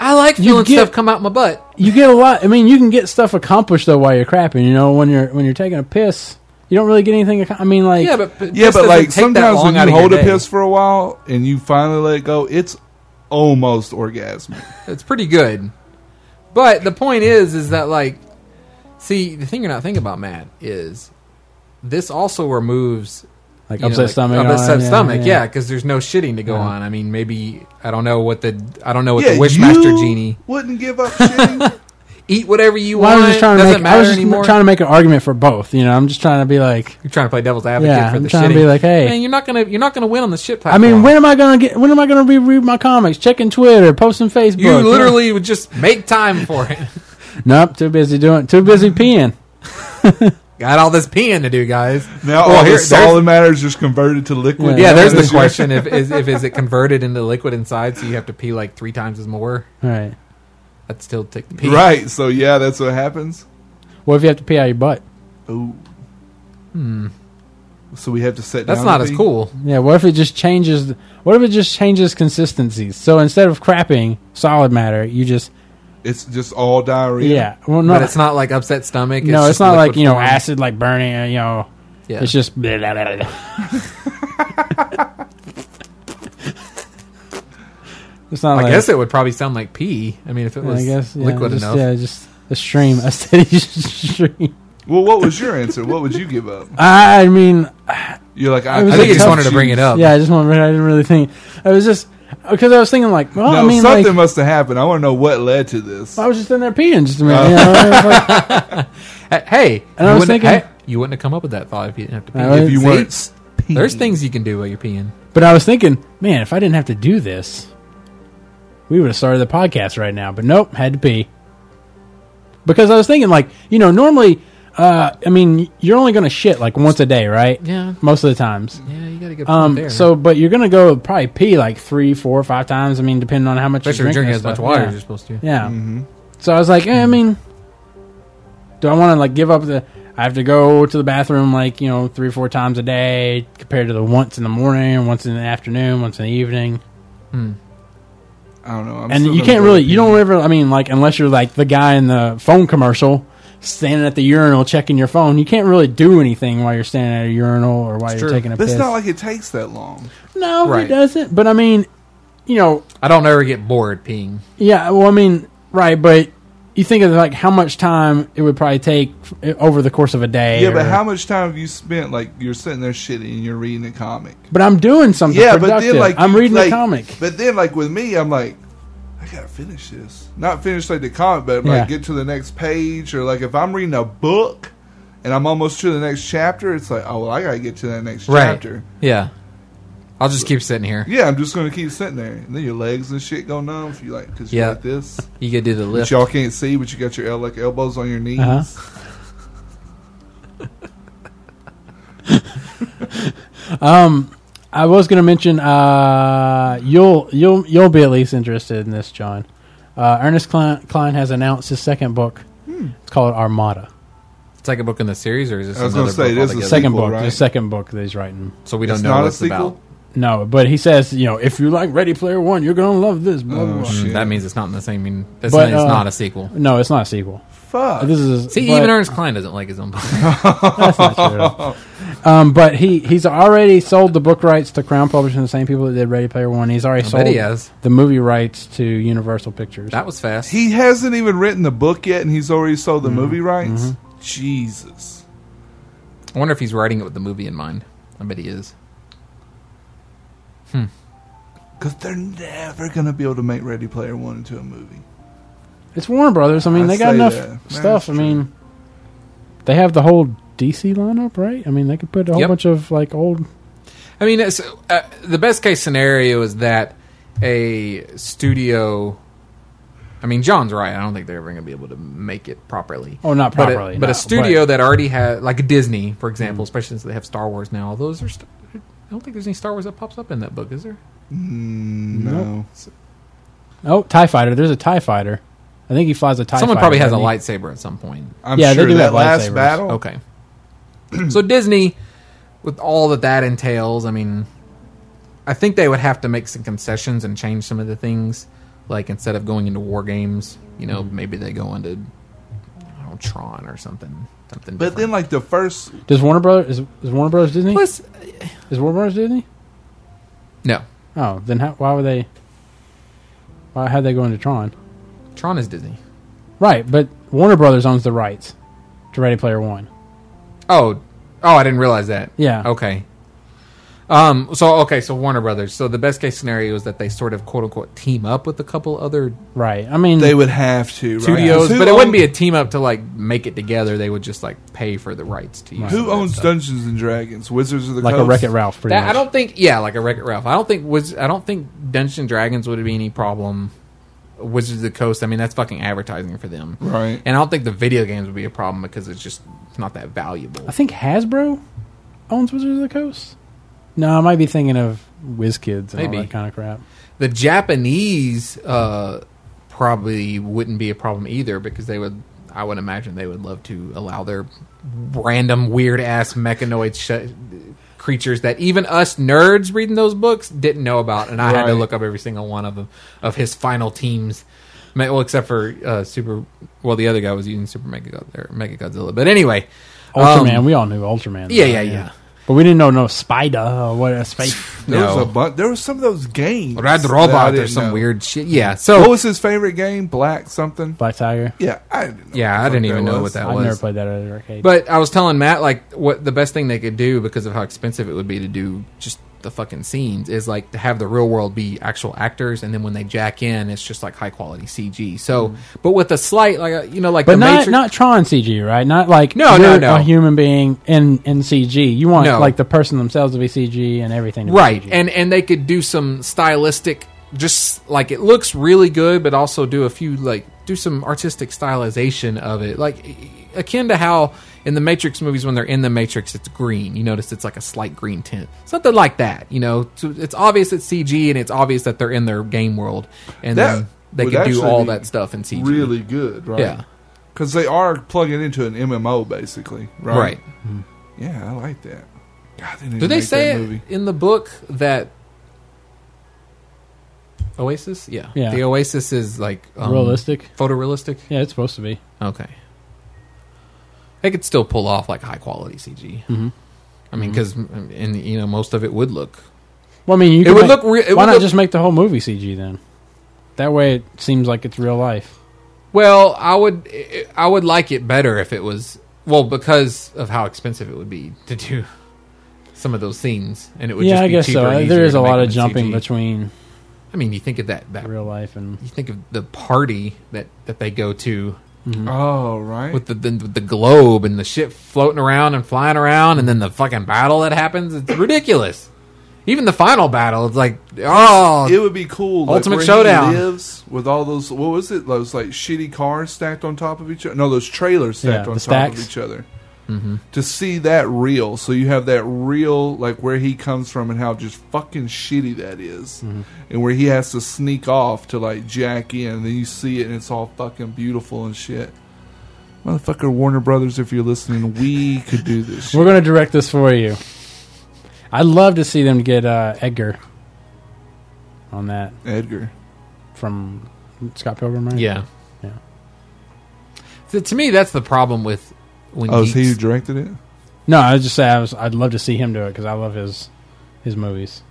I like
You
feeling
get-
stuff come out my butt.
you get a lot. I mean, you can get stuff accomplished though while you're crapping. You know, when you're when you're taking a piss, you don't really get anything. Ac- I mean, like,
Yeah, but p-
Yeah,
piss
but
doesn't
like
take that
sometimes
long
when
out of
you
your
hold a
day.
piss for a while and you finally let it go, it's almost orgasmic.
It's pretty good. But the point is, is that like, see, the thing you're not thinking about, Matt, is this also removes
like
you know,
upset
like,
stomach, and all
upset
that,
stomach, yeah, because there's no shitting to go
Yeah.
on. I mean, maybe I don't know what the I don't know what
yeah,
the
you
wishmaster genie
wouldn't give up. shitting.
eat whatever you
Well, I
want.
was just trying to
doesn't
make.
matter
I was just
anymore.
trying to make an argument for both. You know, I'm just trying to be like,
you're trying to play devil's advocate
yeah,
for
I'm
the
trying to
shitting.
be like, hey,
Man, you're not gonna you're not gonna win on the shit
I
platform.
mean, when am I gonna get? When am I gonna re- read my comics? Checking Twitter, posting Facebook.
you literally would just make time for it.
nope. Too busy doing. Too busy peeing.
Got all this peeing to do, guys.
now
Well, here-
all the
there's-
solid matter is just converted to liquid.
Yeah, there's the
That's your-
question: if is if is it converted into liquid inside, so you have to pee like three times as more.
All right.
I'd still take the pee.
Right. So yeah, that's what happens.
What if you have to pee out your butt?
Ooh. So we have to set.
Hmm. That's
down
not
to
as
pee?
cool.
Yeah. What if it just changes? What if it just changes consistencies? So instead of crapping solid matter, you just
It's just all diarrhea.
yeah. Well,
But
no,
it's not like upset stomach.
no, it's,
just
not
liquid
like you know
form.
acid like burning. uh, You know,
Yeah.
it's just. blah, blah, blah, blah. It's not
I
like,
guess it would probably sound like pee. I mean, if it was
I guess yeah,
liquid
just,
enough.
Yeah, just a stream, a steady stream.
Well, what was your answer? What would you give up?
I mean,
You're like, I,
It was
I
a
think he just
tough
wanted to bring it up.
yeah, I just want. I didn't really think. I was just because I was thinking like, well,
No,
Oh,
I mean,
something
like,
must have happened. I want to know what led to this.
I was just in there peeing just a
Oh.
minute. you know, I was like-
Hey, Hey,
And I
you
was
wouldn't-
thinking-
hey, you wouldn't have come up with that thought if you didn't have to pee.
I
if
was-
you
See?
weren't, peeing.
There's things you can do while you're peeing.
but I was thinking, man, if I didn't have to do this, we would have started the podcast right now. But nope, had to pee because I was thinking like, you know, normally, uh, I mean, you're only going to shit like once a day, right?
Yeah,
Most of the times.
yeah, you got to get
Um.
there.
So, but you're gonna go probably pee like three, four, five times. I mean, depending on how much
especially
you're
if you're
drinking.
drinking
and
as
stuff.
much water
Yeah.
as you're supposed to.
Yeah.
hmm
So I was like, eh, I mean, do I want to like give up the? I have to go to the bathroom like you know three or four times a day compared to the once in the morning, once in the afternoon, once in the evening,
Hmm.
I don't know. I'm
and
still
you
gonna
can't
go
really,
with
you don't ever. I mean, like unless you're like the guy in the phone commercial standing at the urinal checking your phone, you can't really do anything while you're standing at a urinal or while
It's
you're
true.
taking a
But it's
piss.
not like it takes that long.
no, it
Right.
doesn't. But I mean, you know,
I don't ever get bored peeing.
Yeah, well, I mean, right, but you think of like how much time it would probably take f- over the course of a day.
Yeah, but
or-
how much time have you spent? Like you're sitting there shitting and you're reading a comic.
But I'm doing something.
Yeah, but
productive.
then like
I'm
you-
reading
like-
a comic.
But then like with me, I'm like, I gotta finish this. Not finish like the comic, but
Yeah.
like get to the next page, or like if I'm reading a book and I'm almost to the next chapter, it's like, oh well, I gotta get to that next
Right.
chapter.
Yeah, I'll just keep sitting here.
Yeah, I'm just gonna keep sitting there, and then your legs and shit go numb. If you like, because you
Yeah.
like this,
You could do the
but
lift.
y'all can't see, but you got your el- like elbows on your knees.
Uh-huh. Um, I was going to mention. Uh, you'll you'll you'll be at least interested in this, John.
Hmm.
Uh, Ernest Klein, Klein has announced his second book. It's called Armada.
second book in the series, or is this
I was
another
gonna say,
book
it is a
altogether?
Second
sequel,
book, the
right?
second book that he's writing.
So we
It's
don't know
not
what
a
it's
sequel?
about.
No, but he says, you know, if you like Ready Player One, you're gonna love this. Blah,
Oh,
blah, blah.
shit.
Mm, That means it's not in the same. Mean it's,
But,
it's
uh,
not a sequel.
No, it's not a sequel.
Fuck.
This is
See,
but-
even Ernest Klein doesn't like his own book.
That's not true. at all. um, but he he's already sold the book rights to Crown Publishing, the same people that did Ready Player One. He's already
I
sold
bet he has.
the movie rights to Universal Pictures.
That was fast.
He hasn't even written the book yet, and he's already sold
Mm-hmm.
the movie rights. Jesus.
I wonder if he's writing it with the movie in mind. I bet he is.
Because they're never going to be able to make Ready Player One into a movie.
it's Warner Brothers. I mean,
I'd
they got
say
enough
that. That's
stuff. I
true.
mean, they have the whole DC lineup, right? I mean, they could put a whole
Yep.
bunch of like old.
I mean, it's, uh, the best case scenario is that a studio. I mean, John's right. I don't think they're ever going to be able to make it properly.
Oh, not
But a-
properly,
But a,
no,
studio
but- Mm.
that already has, like Disney, for example, especially since they have Star Wars now. Those are. St- I don't think there's any Star Wars that pops up in that book, is there?
Mm,
Nope.
no.
Oh, Tie Fighter. There's a Tie Fighter. I think he flies a Tie.
Someone
fighter,
probably has a
doesn't he?
lightsaber at some point.
I'm
Yeah, they
sure
do have
that last
lightsabers.
battle.
Okay. so Disney, with all that that entails, I mean, I think they would have to make some concessions and change some of the things. Like instead of going into war games, you
Mm.
know, maybe they go into I don't know, Tron or something. Something.
But then,
different.
like, the first.
Does Warner Brothers is, is Warner Brothers Disney?
plus,
Is Warner Brothers Disney?
no,
Oh, then how, why were they? Why had they go into Tron?
Tron is Disney.
Right, but Warner Brothers owns the rights to Ready Player One.
Oh, oh, I didn't realize that.
Yeah.
Okay. Um. So okay. So Warner Brothers. So the best case scenario is that they sort of quote unquote team up with a couple other
Right. I mean,
They would have to. Right?
studios,
'Cause who
but it wouldn't
own-
be a team up to like make it together. They would just like pay for the rights to use.
Who
that
owns
stuff.
Dungeons and Dragons? Wizards of the
like a
Coast?
Wreck It Ralph. Pretty
That,
much.
I don't think. Yeah, like a Wreck It Ralph. I don't think was. I don't think Dungeons and Dragons would be any problem. Wizards of the Coast. I mean, that's fucking advertising for them,
Right.
And I don't think the video games would be a problem because it's just it's not that valuable.
I think Hasbro owns Wizards of the Coast. No, I might be thinking of WizKids and all
Maybe.
that kind of crap.
The Japanese uh, probably wouldn't be a problem either because they would. I would imagine they would love to allow their random weird ass mechanoid sh- creatures that even us nerds reading those books didn't know about, and I had to
Right.
look up every single one of them of his final teams. Ma- Well, except for uh, Super. Well, the other guy was using Super Mega God- or Mega Godzilla, but anyway,
Ultraman.
um,
we all knew Ultraman.
yeah,
though,
yeah, yeah.
But we didn't know no Spider or what a space.
There
No.
was a bunch. There was some of those games.
Red
that I
Robot or
didn't
some
know.
weird Oh. shit. Yeah.
What
So
was his favorite game? Black something.
Black Tiger.
Yeah, I didn't. Know
yeah, I
what the
didn't
fuck
even know what that
I've
was.
never played that at an arcade.
But I was telling Matt like what the best thing they could do because of how expensive it would be to do just the fucking scenes is like to have the real world be actual actors and then when they jack in it's just like high quality CG. So but with a slight like a, you know like
Mm-hmm. But
the
not
Matrix
not Tron CG, right? Not like
No, no,
you're
no.
a human being in in CG. You want
No.
like the person themselves to be CG and everything, to be
right
CG.
and and they could do some stylistic just like it looks really good but also do a few like do some artistic stylization of it like e, akin to how in the matrix movies when they're in the matrix it's green you notice it's like a slight green tint something like that you know so it's obvious it's cg and it's obvious that they're in their game world and
That
then they
would
could do
actually
all
be
that stuff in cg
Really good, right?
yeah
because they are plugging into an MMO basically, right?
right,
Yeah, I like that. God, they need
do
to
they
make
say
that
it
movie.
in the book that oasis yeah,
Yeah.
the oasis is like um,
realistic.
photorealistic.
Yeah, it's supposed to be.
Okay, they could still pull off like high quality CG.
Mhm.
I mean, because and you know most of it would look.
Well, I mean, you
It
can
would
make-
look re- it
why
would
not
look-
just make the whole movie CG then? That way, it seems like it's real life.
Well, I would I would like it better if it was well because of how expensive it would be to do some of those scenes, and it would
yeah,
just
I
be
guess
cheaper
so.
and
Uh,
easier
There is
to
a
make
lot
them
of
in
jumping
CG.
between
I mean, you think of that that
real life and
you think of the party that that they go to
mm-hmm.
Oh, right.
with the, the with the globe and the shit floating around and flying around, and then the fucking battle that happens. It's ridiculous. Even the final battle, it's like, oh,
it would be cool. like,
Ultimate
where he
Showdown.
lives with all those. What was it? Those like shitty cars stacked on top of each other. No, those
Yeah,
trailers stacked
the
on top
stacks.
of each other.
mm-hmm.
To see that real, so you have that real, like where he comes from and how just fucking shitty that is.
Mm-hmm.
and where he has to sneak off to like jack in. And then you see it, and it's all fucking beautiful and shit. Motherfucker, Warner Brothers, if you're listening, we could do this. shit.
We're going to direct this for you. I'd love to see them get uh, Edgar on that
Edgar.
from Scott Pilgrim, right?
Yeah.
Yeah.
So to me, that's the problem with when
Oh, is
geeks,
he who directed it?
No, I was just saying I was, I'd love to see him do it because I love his his movies.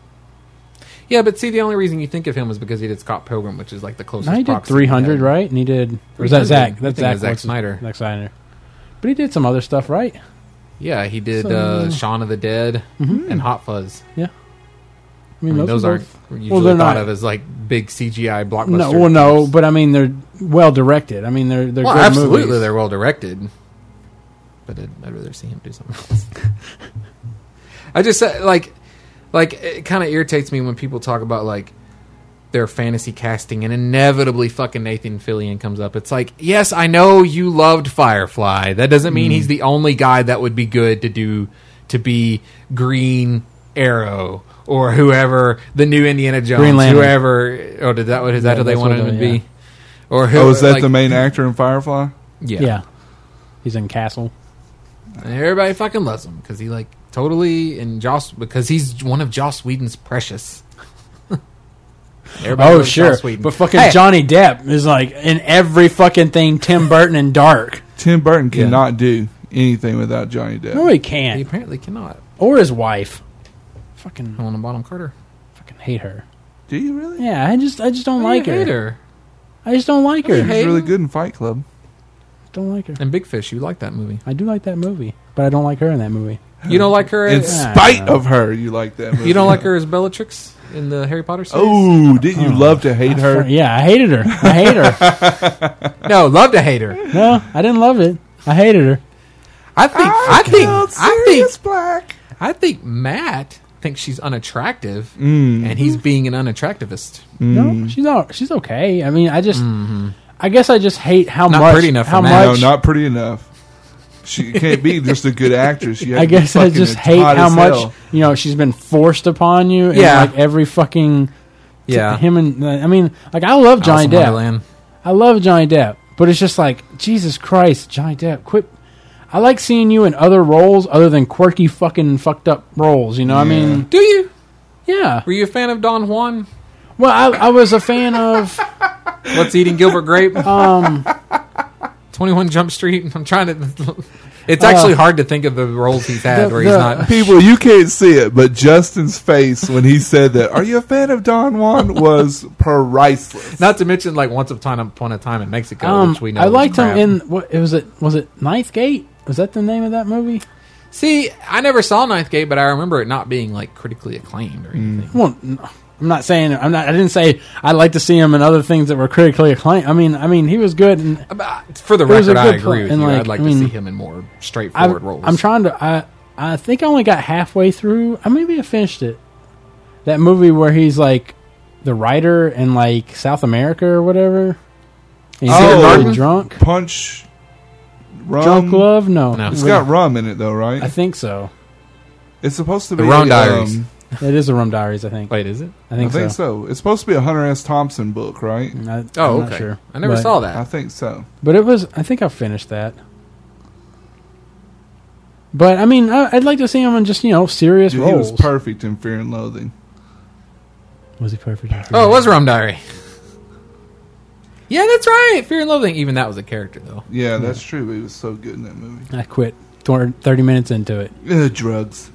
yeah, but see, the only reason you think of him is because he did Scott Pilgrim, which is like the closest.
Now he did
proxy
three hundred,
we have.
right? And he did. Or is that
300?
Zach?
I
That's
think it
Zach.
was Zack
what's his-
Snyder.
Zack Snyder. But he did some other stuff, right?
Yeah, he did
So-
uh, Shaun of the Dead
Mhm.
and Hot Fuzz.
I
I
mean,
mean,
those,
those
are
aren't
both-
usually
they're
thought
not-
of as like big CGI blockbuster.
no, well, no,
films.
but I mean they're well directed. I mean they're they're
well,
good
absolutely,
movies.
they're well directed. But I'd, I'd rather see him do something else. I just uh, like, like it kind of irritates me when people talk about like their fantasy casting, and inevitably fucking Nathan Fillion comes up. It's like, yes, I know you loved Firefly. That doesn't mean
Mm.
he's the only guy that would be good to do to be Green Arrow or whoever the new Indiana Jones,
Green Lantern.
whoever. Oh, did that? Is that
Yeah,
who they
that's
wanted
what
him to
they- yeah.
be? Or who?
Oh, is that
like-
the main actor in Firefly?
Yeah.
yeah. He's in Castle.
And everybody fucking loves him because he like totally and Joss because he's one of Joss Whedon's precious. everybody
Oh
loves
sure,
Joss Whedon.
but fucking
Hey,
Johnny Depp is like in every fucking thing Tim Burton and Dark.
Tim Burton
Yeah.
cannot do anything without Johnny Depp.
No, he
He
can't.
apparently cannot.
Or his wife. Fucking,
I want to bottom Carter.
fucking hate her.
do you really?
Yeah, I just, I just don't
I
like her.
hate her.
I just don't like
I
her.
hate-
He's
Hey.
really good in Fight Club.
Don't like her.
And Big Fish, you like that movie.
I do like that movie, but I don't like her in that movie.
You don't like her.
In
As,
It's-
spite of her, you like that movie.
you don't like her as Bellatrix in the Harry Potter series.
Oh, didn't you
Oh.
love to hate her?
Yeah, I hated her. I hate her.
no, love to hate her.
no, I didn't love it. I hated her.
I think. I, think. I think.
black.
I think Matt thinks she's unattractive,
Mm.
and he's being an unattractivist. Mm.
No, she's not. She's okay. I mean, I just, I guess I just hate how
Mm-hmm. Not
much.
pretty enough for
how
Matt.
No,
much?
not pretty enough. She can't be just a good actress. You have
I
to be
guess I
fucking
just
as
hate
hot
how
as
much
hell.
you know she's been forced upon you. in,
Yeah.
like every fucking. t-
Yeah.
him and uh, I mean, like I love Johnny
Alice in
Depp.
Wonderland.
I love Johnny Depp, but it's just like Jesus Christ, Johnny Depp, quit. I like seeing you in other roles other than quirky fucking fucked up roles. You know, I mean,
Do you?
yeah.
Were you a fan of Don Juan?
Well, I, I was a fan of.
What's eating Gilbert Grape?
Um,
21 Jump Street. I'm trying to. It's actually
Uh,
hard to think of the roles he's had
the-
where he's
the-
not.
People, you can't see it, but Justin's face when he said that, "Are you a fan of Don Juan?" was priceless.
Not to mention, like once upon upon a time in Mexico,
um,
which we know.
I
is
liked
crap.
him in what it was it was it Ninth Gate? Was that the name of that movie?
See, I never saw Ninth Gate, but I remember it not being like critically acclaimed or anything.
Well, n- I'm not saying I'm not. I didn't say I'd like to see him in other things that were critically acclaimed. I mean, I mean he was good. And
But, uh, For the
It was a
record, I
good
agree
point,
with
and,
you.
like,
I'd like
I
to see
mean,
him in more
I,
straightforward roles.
I'm trying to. I I think I only got halfway through. I maybe I finished it. That movie where he's like the writer in like South America or whatever. And he's
Oh.
getting really drunk.
Punch, rum.
drunk love? No,
No.
It's got rum in it though, right?
I think so.
it's supposed to
The
be
Rum
um,
Diaries.
It is the Rum Diaries. I think.
Wait, is it?
I think,
I think
so.
so. It's supposed to be a Hunter S. Thompson book, right?
I, am
Oh, okay.
Not sure.
I never
But-
saw
I
that.
think so.
But it was. I think I finished that. But I mean, I, I'd like to see him in just you know serious
Dude, he
roles.
was perfect in Fear and Loathing.
Was he perfect?
Oh, it was Rum Diary. Yeah, that's right. Fear and Loathing. Even that was a character, though.
Yeah, that's true. But he was so good in that movie.
I quit tw- thirty minutes into it.
Ugh, drugs.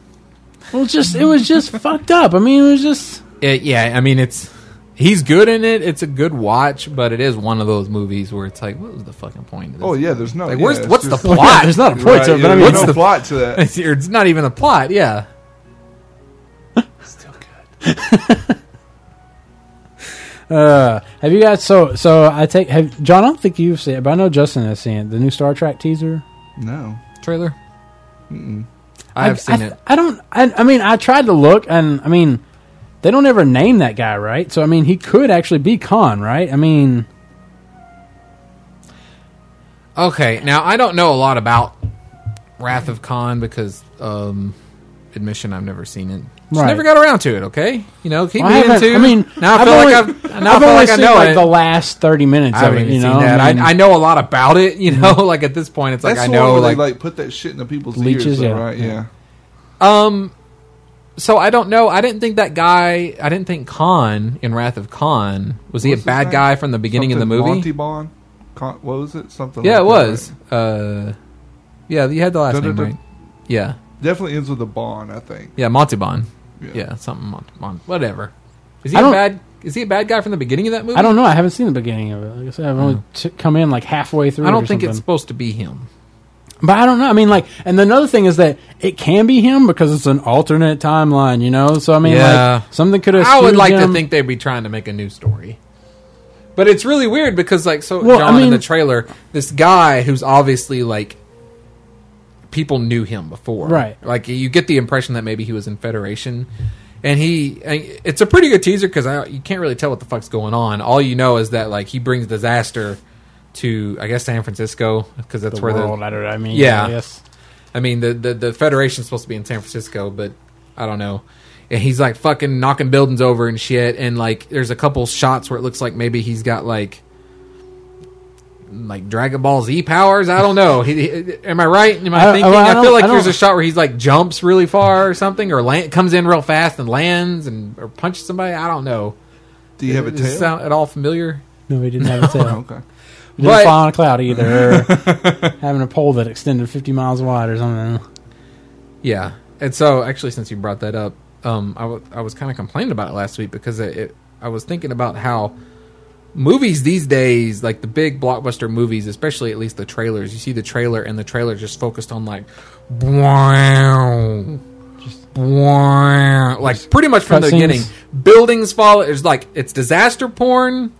Well, just it was just fucked up. I mean, it was just
It, yeah, I mean it's he's good in it. It's a good watch, but it is one of those movies where it's like, what was the fucking point? Of this?
Oh yeah, there's no.
like
yeah,
where's
it's
what's
just-
the plot?
there's not a point
Right,
to it, but I
yeah,
mean,
there's
what's
no
the-
plot to that?
it's, or it's not even a plot. Yeah,
uh, have you guys? So, so I take have John. I don't think you've seen it, but I know Justin has seen it. The new Star Trek teaser.
No.
trailer. I have seen
th-
it.
I don't. I, I mean, I tried to look, and I mean, they don't ever name that guy, right? So, I mean, he could actually be Khan, right? I mean,
Okay, now I don't know a lot about Wrath of Khan because um, admission I've never seen it. Just never got around to it. Okay, you know, keep
Well,
me
haven't-
into.
I mean,
now I
I've
feel
only,
like I've now I
I've
feel
only
like I
seen
know
like
it.
the last thirty minutes
I
of
haven't
it.
even
You know,
seen that. I,
mean,
I know a lot about it. You know, like at this point, it's like
That's
I
the one
know
where
like,
they like put that shit into people's
Leeches,
ears, though,
yeah.
right? Yeah.
um. So I don't know. I didn't think that guy. I didn't think Khan in Wrath of Khan was he
What's
a
his
bad
name?
guy from the beginning of the
Something
movie?
Monty Bond. Con- what was it? Something.
yeah, it
like that,
was.
right?
Uh, yeah, you had the last name
Da-da-da.
right. Yeah,
Definitely ends with a Bond, I think.
yeah, Montebon.
Yeah.
Yeah, something Montebon. Whatever. Is he
I
a
don't-
bad? Is he a bad guy from the beginning of that movie?
I don't know. I haven't seen the beginning of it. Like I said, I've only t- come in like halfway through.
Oh. I don't
or
think it's
something.
supposed to be him.
But I don't know. I mean, like, and another thing is that it can be him because it's an alternate timeline. You know, so I mean,
Yeah.
like, something could have.
I would
skewed
like
him.
to think they'd be trying to make a new story. But it's really weird because, like, so
Well, I
John in the
mean-
trailer, this guy who's obviously like people knew him before,
Right.
Like, you get the impression that maybe he was in Federation, and he. and It's a pretty good teaser because you can't really tell what the fuck's going on. All you know is that like he brings disaster to, I guess, San Francisco because that's
the
where
world.
the.
I, don't, I mean,
Yeah.
I guess.
I mean, the, the the Federation's supposed to be in San Francisco, but I don't know. And he's like fucking knocking buildings over and shit. And like, there's a couple shots where it looks like maybe he's got like like Dragon Ball Z powers. I don't know. He, he- am I right? Am I,
I- I-
thinking?
I
I,
don't-
feel like
I don't-
there's a shot where he's like jumps really far or something, or land, comes in real fast and lands and or punches somebody. I don't know.
Do you have a
Does it
tail?
sound at all familiar?
No, he didn't have a tail.
okay.
He didn't
But-
fly on a cloud either. or having a pole that extended fifty miles wide or something.
Yeah, and so actually, since you brought that up, um, I, w- I was kind of complaining about it last week because it, it, I was thinking about how movies these days, like the big blockbuster movies, especially at least the trailers, you see the trailer and the trailer just focused on like, wow, wow, like pretty much from the
cutscenes.
beginning, buildings fall. It's like it's disaster porn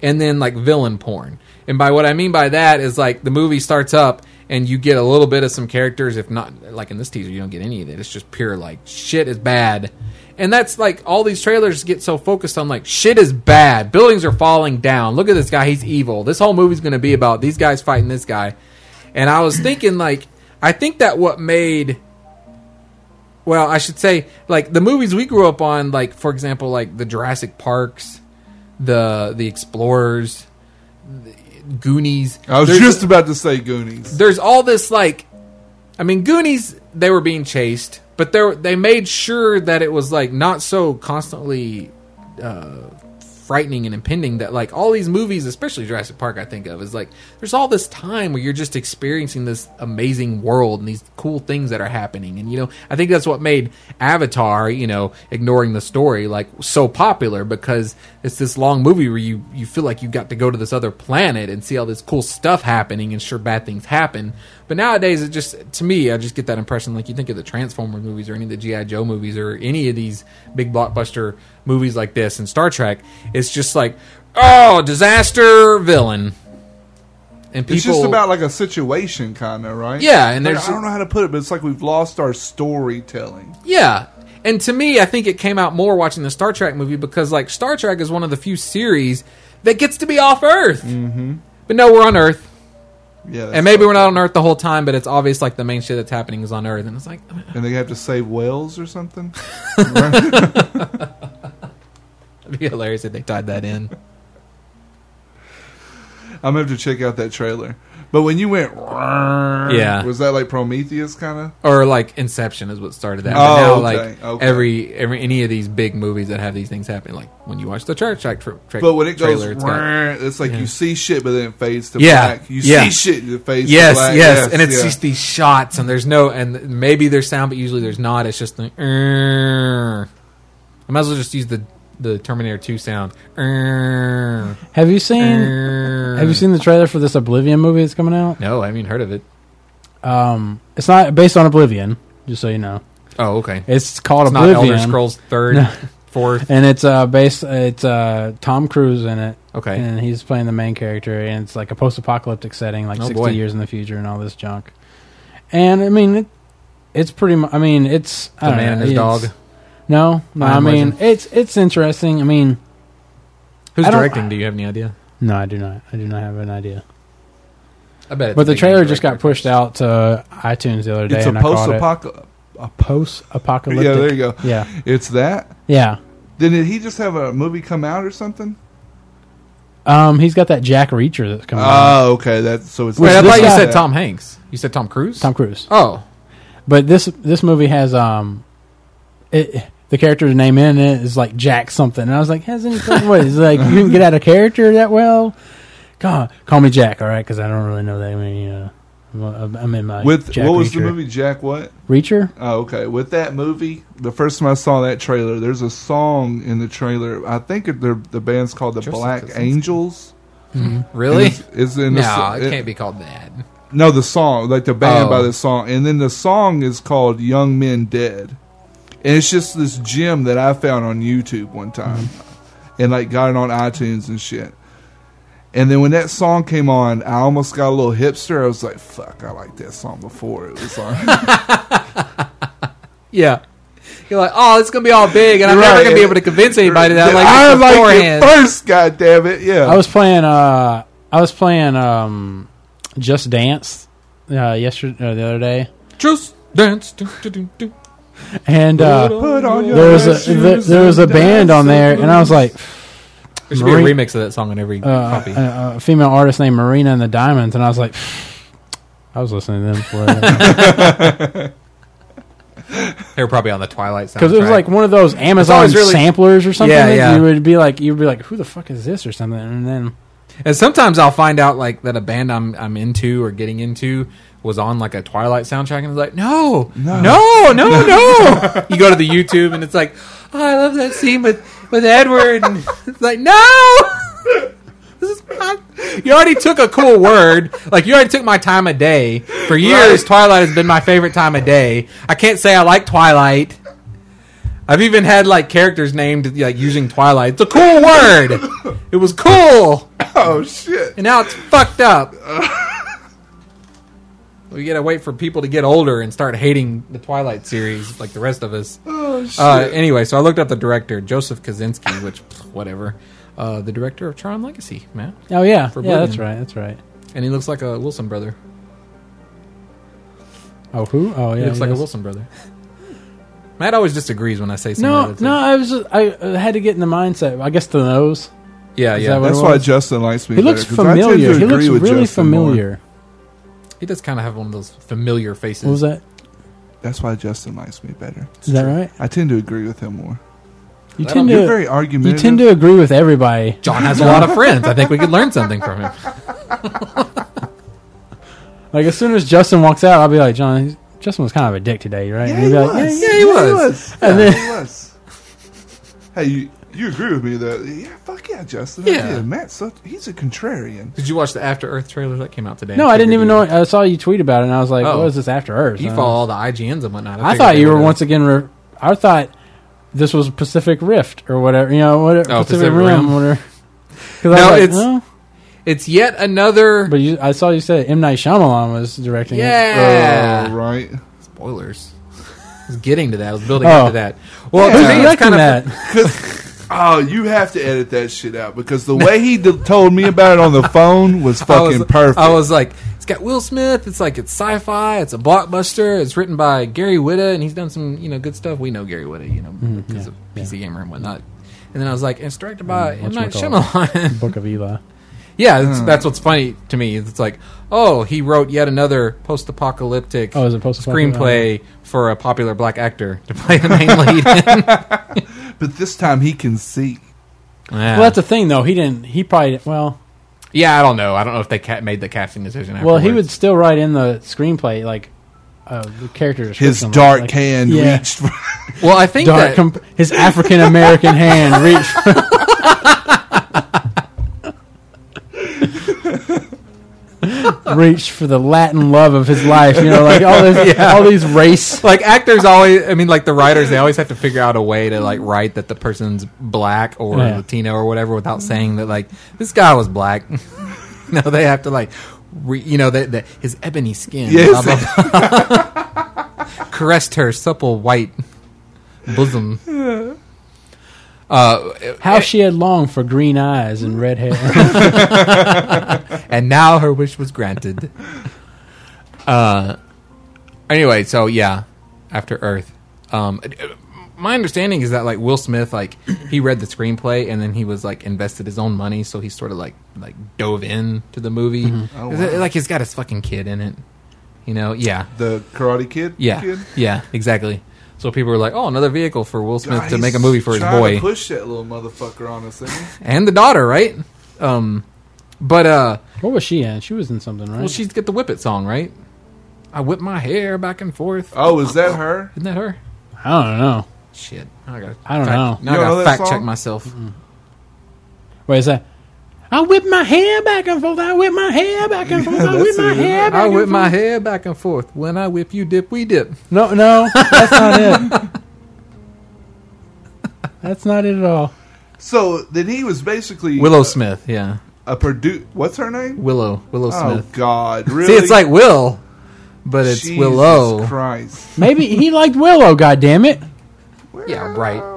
and then like villain porn. And by what I mean by that is like the movie starts up and you get a little bit of some characters, if not like in this teaser, you don't get any of it. It's just pure like shit is bad. And that's like all these trailers get so focused on like shit is bad. Buildings are falling down. Look at this guy, he's evil. This whole movie's gonna be about these guys fighting this guy. And I was thinking like I think that what made well, I should say like the movies we grew up on, like for example, like the Jurassic Parks, the the Explorers, the Goonies.
I was
there's,
just about to say Goonies.
there's all this like, I mean, Goonies they were being chased, but they were- they made sure that it was like not so constantly uh, frightening and impending that like all these movies, especially Jurassic Park, I think of is like there's all this time where you're just experiencing this amazing world and these cool things that are happening. And you know, I think that's what made Avatar, you know, ignoring the story, like so popular because it's this long movie where you you feel like you got to go to this other planet and see all this cool stuff happening and sure bad things happen. But nowadays it just to me I just get that impression like you think of the Transformer movies or any of the G.I. Joe movies or any of these big blockbuster movies like this and Star Trek, it's just like, oh, disaster villain. And people,
It's just about like a situation, kind of, right?
Yeah, and
Like,
there's-
I don't know how to put it, but it's like we've lost our storytelling.
yeah. And to me, I think it came out more watching the Star Trek movie because like Star Trek is one of the few series that gets to be off Earth. Mm-hmm. But no, we're on Earth.
Yeah, that's
And maybe
right.
we're not on Earth the whole time, but it's obvious like the main shit that's happening is on Earth, and it's like
And they have to save whales or something.
it'd be hilarious if they tied that in.
I'm gonna have to check out that trailer. But when you went,
Yeah.
was that like Prometheus kind of?
or like Inception is what started that.
Oh,
but now,
okay,
like
okay.
every every any of these big movies that have these things happen, like when you watch the Star Trek, tra- tra-
But when it goes,
trailer, it's got,
it's like
Yeah.
you see shit, but then it fades to
Yeah,
black. You
yeah.
see shit, it fades
yes,
to black.
yes, and it's
yeah.
just these shots, and there's no, and maybe there's sound, but usually there's not. It's just the. "Err." I might as well just use the the Terminator Two sound. "Err,
Have you
Er.
seen?
err."
Have you seen the trailer for this Oblivion movie that's coming out?
No, I haven't even heard of it.
Um, it's not based on Oblivion, just so you know.
Oh, okay.
It's called
It's not
Oblivion,
Elder Scrolls Third,
No.
Fourth.
and it's uh based. It's uh Tom Cruise in it,
Okay.
and he's playing the main character, and it's like a post-apocalyptic setting, like
Oh,
sixty
boy.
years in the future, and all this junk. And I mean, it, it's pretty. Mu- I mean, it's I
The
don't
man
know,
and his
it's-
dog.
No, no. I
I'm
mean,
Legend.
it's it's interesting. I mean,
Who's
I don't-
directing? Do you have any idea?
no, I do not. I do not have an idea.
I bet. it's
But the
big name
trailer just
director.
got pushed out to iTunes the other day.
It's a
and I caught it.
post-apocalypse.
a post apocalyptic.
Yeah, there you go.
Yeah,
It's that.
yeah.
Then did he just have a movie come out or something?
Um, he's got that Jack Reacher that's coming. out.
Oh, okay. That's so it's.
Wait, I
this
thought you
guy-
said Tom Hanks. You said Tom Cruise.
Tom Cruise.
Oh,
But this this movie has um, it the character's name in it is like Jack something, and I was like, has any fucking way? It's like you didn't get out of character that well. God, call me Jack, all right? Because I don't really know that many. Uh, I'm- I'm in my
with
Jack
what was the
Reacher.
movie? Jack what?
Reacher?
Oh, okay. With that movie, the first time I saw that trailer, there's a song in the trailer. I think it- they're, the band's called the
Joseph
Black
Kaczynski.
Angels. Mm-hmm.
Mm-hmm.
really?
And It's, it's in the,
No,
it-
it can't be called that.
No, the song, like the band
Oh.
by the song, and then the song is called "Young Men Dead," and it's just this gem that I found on YouTube one time,
Mm-hmm.
and like got it on iTunes and shit. And then when that song came on, I almost got a little hipster. I was like, "Fuck, I liked that song before it was on."
Yeah. You're like, oh, it's gonna be all big, and I'm
Right.
never gonna be able to convince anybody that I
I
like it
liked
beforehand.
it first. God damn it! Yeah,
I was playing. Uh, I was playing um, Just Dance uh, yesterday, uh, the other day,
Just dance. Do, do, do, do.
and uh,
put on your
there was
red
a there,
shoes
there was a
and
band
dance
on there, and I was like,
There should be a
Marie-
remix of that song in every
uh,
copy.
a, a female artist named Marina and the Diamonds, and I was like, I was listening to them for
They were probably on the Twilight soundtrack.
because it was like one of those Amazon
always really-
samplers or something.
Yeah,
that
yeah.
You would be like, you'd be like, who the fuck is this or something, and then
and sometimes I'll find out like that a band I'm I'm into or getting into was on like a Twilight soundtrack, and it's like, no, no, no, no, no. you go to the YouTube, and it's like, oh, I love that scene with with Edward, and it's like, no. This is not- You already took a cool word. Like you already took my time of day. For years, Twilight has been my favorite time of day. I can't say I like Twilight. I've even had like characters named like using Twilight. It's a cool word. It was cool,
Oh shit!
and now it's fucked up. We gotta wait for people to get older and start hating the Twilight series like the rest of us.
Oh shit!
Uh, anyway, so I looked up the director, Joseph Kaczynski, which pff, whatever, uh, the director of Tron Legacy, man,
oh yeah,
For
yeah, that's
Oblivion.
right, that's right.
and he looks like a Wilson brother.
Oh who? Oh yeah,
he looks like
yes.
a Wilson brother. Matt always disagrees when I say something.
No,
that's
no,
like-
I was just, I uh, had to get in the mindset. I guess the nose.
yeah,
Is
yeah.
that what-
That's why Justin likes me.
He looks
better, 'cause I tend to
familiar. He
agree
looks
with
really
Justin more.
familiar.
he does kind of have one of those familiar faces.
What was that?
That's why Justin likes me better.
Is that right?
I tend to agree with him more.
You
I
tend
You're
to
very
you
argumentative.
tend to agree with everybody.
John has a lot of friends. I think we could learn something from him.
Like as soon as Justin walks out, I'll be like, John, he's- Justin was kind of a dick today, right?
Yeah,
And he'll
he
be
was.
like,
yeah, he was.
And
Yeah,
then-
he was. Hey, you, you agree with me that? Yeah, fuck yeah, Justin.
Yeah.
Yeah, Matt's such, he's a contrarian.
Did you watch the After Earth trailer that came out today?
No, I didn't even know.
figured
I saw you tweet about it, and I was like,
Oh.
"What is this after Earth?"
You
And I
you
was-
follow all the IGNs and whatnot.
I
figured
thought
they
you were
would've-
once again. Re- I thought this was Pacific Rift or whatever. You know, whatever
Oh,
Pacific,
Pacific
Rim,
Rim.
whatever. 'Cause
No,
I was like,
it's-
"Oh."
It's yet another.
But you, I saw you said M Night Shyamalan was directing it.
yeah.
Oh, right.
Spoilers. I was getting to that. I was building
Oh.
up to that. Well,
Who's
to me, it's
directing
kind of
that?
Oh, you have to edit that shit out because the way he d- told me about it on the phone was fucking
I was,
perfect.
I was like, it's got Will Smith. It's like it's sci-fi. It's a blockbuster. It's written by Gary Whitta, and he's done some you know good stuff. We know Gary Whitta, you know,
Mm,
because of PC Gamer and whatnot. And then I was like, and it's directed by M Night
whatchamacallit.
Shyamalan.
Book of Eli.
yeah, it's, that's what's funny to me. It's like, oh, he wrote yet another post-apocalyptic.
Oh, is it Uh-huh. post
screenplay for a popular black actor to play the main lead.
but this time he can see.
yeah.
Well, that's the thing, though. He didn't. He probably didn't- well.
yeah, I don't know. I don't know if they ca- made the casting decision. Afterwards.
Well, he would still write in the screenplay like uh, the character
His
description. like-
dark
like,
hand
Yeah.
reached. For,
Well, I think
dark
that
comp- his African American hand reached. for- reached for the Latin love of his life. You know, like all this, all these race.
like actors always. I mean, like the writers, they always have to figure out a way to like write that the person's black or
Yeah.
Latino or whatever without saying that like this guy was black. no, they have to like. Re, you know that that his ebony skin
Yes.
blah, blah, blah, caressed her supple white bosom. Uh,
How she had longed for green eyes and red hair.
and now her wish was granted. uh, anyway, so yeah, After Earth. Um, it- it- my understanding is that like Will Smith, like he read the screenplay and then he was like invested his own money, so he sort of like like dove in to the movie.
Oh,
Is it-
wow.
Like he's got his fucking kid in it. You know? Yeah.
The Karate Kid.
Yeah.
Kid?
Yeah. Exactly. So people were like, "Oh, another vehicle for Will Smith
God,
to
he's
make a movie for his
trying
boy."
To push that little motherfucker on us. Ain't he?
and the daughter, right? Um, but uh,
What was she in? She was in something, right?
well, she's got the whip it song, right? I whip my hair back and forth.
Oh, is that her?
Isn't that her?
I don't know.
Shit, I got.
I don't know. Mm-hmm.
Now
You
I
know
gotta
that
fact
song?
check myself.
Wait, is that? I whip my hair back and forth. I whip my hair back and forth. I whip
That's
my
it.
hair back
I
and
whip
forth.
my hair back and forth. When I whip you, dip we dip.
No, no, that's not it. that's not it at all.
So then he was basically
Willow Smith, yeah,
a Purdue. What's her name?
Willow, Willow
Oh
Smith.
God, really?
See, it's like Will, but it's
Jesus
Willow.
Christ.
Maybe he liked Willow. God damn it!
Yeah, right.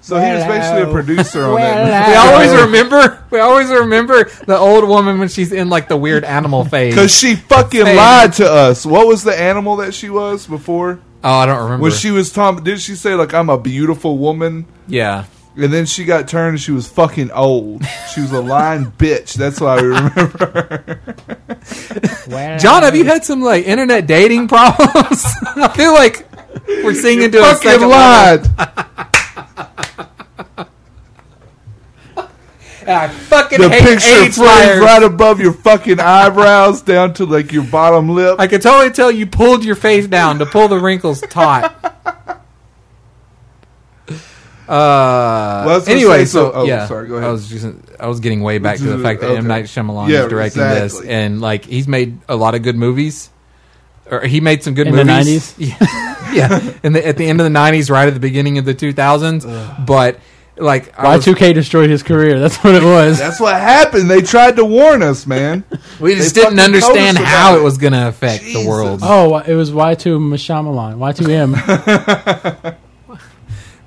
So he was basically a
Willow.
producer on that.
We
Willow.
always remember. We always remember the old woman when she's in like the weird animal phase.
Because she fucking
Same.
lied to us. What was the animal that she was before?
oh, I don't remember.
When she was Tom, did she say like I'm a beautiful woman?
Yeah.
And then she got turned and she was fucking old. She was a lying bitch. That's what I remember.
John, have you had some like internet dating problems? I feel like we're seeing into a
fucking
second
lied.
I fucking
The
hate
picture
AIDS
frames
liars.
right above your fucking eyebrows down to like your bottom lip.
I could totally tell you pulled your face down to pull the wrinkles taut. Uh,
Well, I was gonna
anyway,
say,
so,
so- oh,
yeah,
sorry, go ahead.
I was just, I was getting way back to the fact that M
Okay.
Night Shyamalan
Yeah,
is directing this,
exactly.
and like he's made a lot of good movies, or he made some good
In the
movies the 90s. yeah, yeah. In the, at the end of the nineties, right at the beginning of the two thousands, but like I
Y
was-
two K destroyed his career. That's what it was.
That's what happened. They tried to warn us, man.
we just
they
didn't
fucking told
understand
us
how
about
it
it.
was going to affect the world.
Jesus.
oh, it was Y two Mashamalan. Y two M.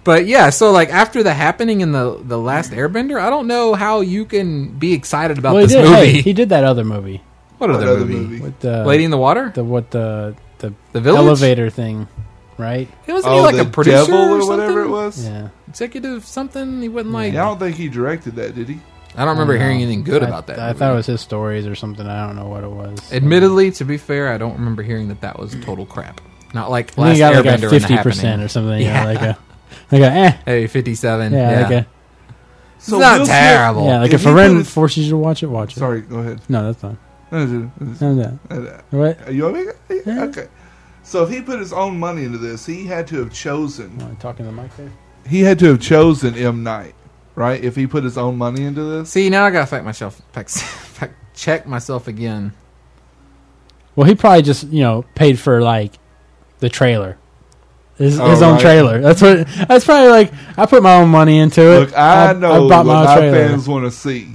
But yeah, so like after the happening in the the last Airbender, I don't know how you can be excited about
Well, he
this
did.
movie.
Hey, he did that other movie
what other,
Another
movie?
movie.
with the
Lady in the Water,
the what the the
the village.
elevator thing, right?
It was
Oh,
like
the
a producer
devil or,
something?
whatever it was.
Yeah.
executive something. He wasn't like.
Yeah, I don't think he directed that, did he?
I don't remember
I don't
hearing
know.
anything good
I-
about that.
I
movie.
thought it was his stories or something. I don't know what it was.
Admittedly, to be fair, I don't remember hearing that that was total crap. Not like
I think
last
he got
Airbender
like
and
a
the
fifty percent
Happening.
or something. Yeah,
Yeah.
like a like a eh.
Hey, fifty-seven.
Yeah,
Yeah,
like a
it's not
Will Smith-
terrible.
yeah, like
if
if
you
a
put
friend
it-
forces you to watch it, watch it.
Sorry, go ahead.
No, that's fine.
No, no, no, no,
No, no.
no, no.
What?
Are you want me to-
Yeah.
Okay. So if he put his own money into this, he had to have chosen.
Am I talking to the mic there?
He had to have chosen M Night, right? If he put his own money into this,
See, now I gotta fact myself, fact, fact check myself again.
Well, he probably just you know paid for like the trailer. His,
Oh,
his own
right.
trailer. That's what. That's probably like I put my own money into
Uh,
it.
look, I, know
bought
what
my
my
own trailer.
fans want to see.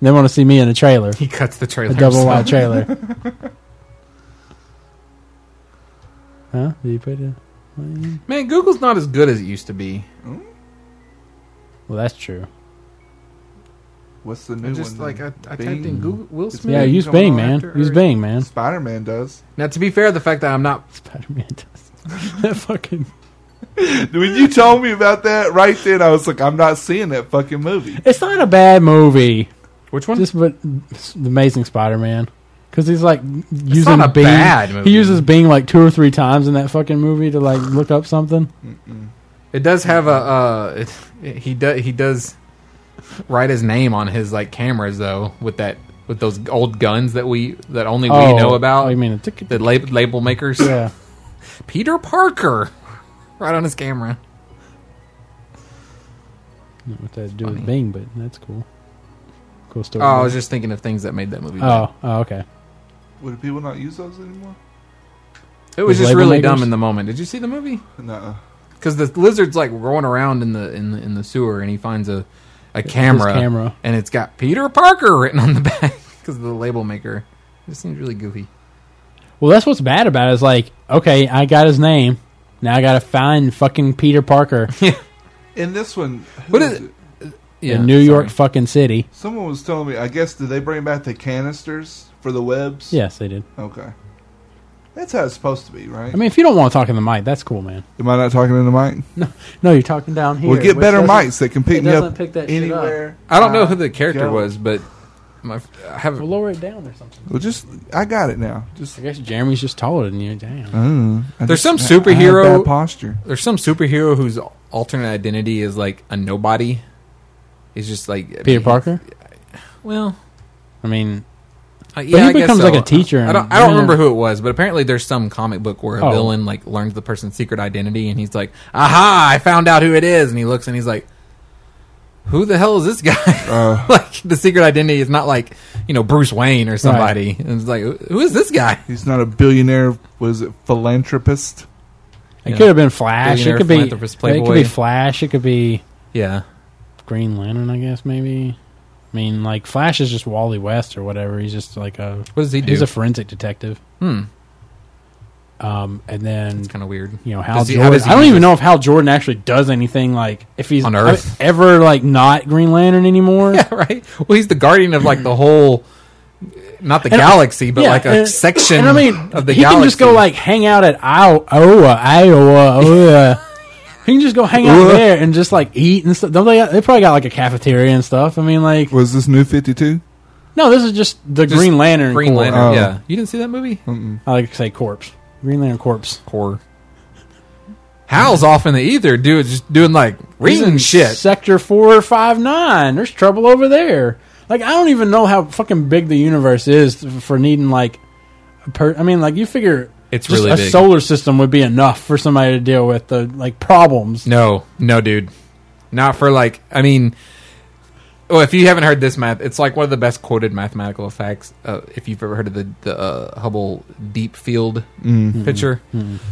They want to see me in a trailer,
He cuts the trailer.
a double
himself.
wide trailer. huh? Did you put it?
Man, Google's not as good as it used to be.
Well, that's true.
What's the
I
new
just
one?
like I, I typed
Bing.
in Google Will
It's
Smith.
yeah,
Bing
use
coming
Bing,
on
man.
after
Use
Earth.
Bing, man.
Spider Man does.
Now, to be fair, the fact that I'm not
Spider Man does. that fucking.
When you told me about that right then, I was like, I'm not seeing that fucking movie.
It's not a bad movie.
which one?
Just but the Amazing Spider Man. Because he's like using
not a
Bing.
bad movie.
He uses Bing like two or three times in that fucking movie to like look up something.
it does have a. Uh, it, it- he does. He does write his name on his like cameras though with that with those old guns that we that only we know about.
Oh, you mean a ticket?
the lab, label makers.
Yeah.
Peter Parker, right on his camera.
Not what that had to do with
Funny.
Bing, but that's cool. Cool story.
Oh, I was just thinking of things that made that movie. bad.
oh, oh, okay.
Would people not use those anymore?
it was
the
just
label
really
makers?
dumb in the moment. Did you see the movie?
Nuh-uh.
because the lizard's like going around in the in the, in the sewer, and he finds a a
His
camera,
camera.
and it's got Peter Parker written on the back because of the label maker. It just seems really goofy.
Well, that's what's bad about it. Is like, okay, I got his name. Now I gotta find fucking Peter Parker
In this one, who
What
is
is-
it?
Yeah,
in New York
sorry.
fucking city.
Someone was telling me. I guess did they bring back the canisters for the webs?
Yes, they did.
Okay. That's how it's supposed to be, right?
I mean, if you don't want to talk in the mic, that's cool, man.
Am I not talking in the mic?
No, you're talking down here.
Well, get
which
better
doesn't-
mics that can
It
pick me
doesn't
up
pick that shit up.
anywhere.
I don't know
Uh,
who the character
go.
was, but my, I
Well,
haven't.
lower it down or something.
Well, just I got it now. Just
I guess Jeremy's just taller than you. Damn.
I don't know. I
There's
just-
some
I- I have
superhero-
bad posture.
There's some superhero whose alternate identity is like a nobody. He's just like I
Peter
mean,
Parker.
Well,
I mean,
uh, yeah,
he
I guess
becomes
so.
like a teacher
I
and-
don't, I don't
yeah.
remember who it was, but apparently there's some comic book where a
Oh.
villain like learns the person's secret identity, and he's like, "Aha! I found out who it is." And he looks and he's like, "Who the hell is this guy?"
Uh,
like the secret identity is not like you know Bruce Wayne or somebody. And it's like, "Who- who is this guy?
he's not a billionaire. Was it philanthropist?
it
Yeah.
could have been Flash. It
Billionaire
could be.
philanthropist
It could
playboy.
be Flash. It could be
Yeah,
Green Lantern. I guess maybe. I mean, like Flash is just Wally West or whatever. He's just like a
what does he do?
he's a forensic detective.
hmm,
Um, and then
it's kind of weird.
you know Hal
Does he- how
Jordan.
does he
I don't
use
even
his-
know if Hal Jordan actually does anything like if he's
On Earth?
ever like not Green Lantern anymore.
Yeah, right. Well, he's the guardian of like the whole, not the
And-
galaxy, but
yeah,
like a
and-
section.
And I mean,
of the
he
galaxy.
can just go like hang out at Iowa, Iowa, Iowa. he can just go hang out
Iowa.
there and just like eat and stuff. Don't they? They probably got like a cafeteria and stuff. I mean, like
Was this New Fifty Two?
no, this is just the
Just
Green Lantern.
Green
Corps.
Lantern.
Oh.
Yeah, you didn't see that movie?
I like to say corpse. Green Lantern corpse.
Core. Hal's off in the ether, dude, just doing like
He's
reading
in
shit.
Sector four five nine. There's trouble over there. Like I don't even know how fucking big the universe is for needing like. a Per- I mean, like you figure
It's
just
really
a
big.
solar system would be enough for somebody to deal with the like problems.
no, no, dude, not for like. I mean, well, if you haven't heard this math, it's like one of the best quoted mathematical effects. Uh, if you've ever heard of the the uh, Hubble Deep Field
Mm-hmm.
Hmm.
picture,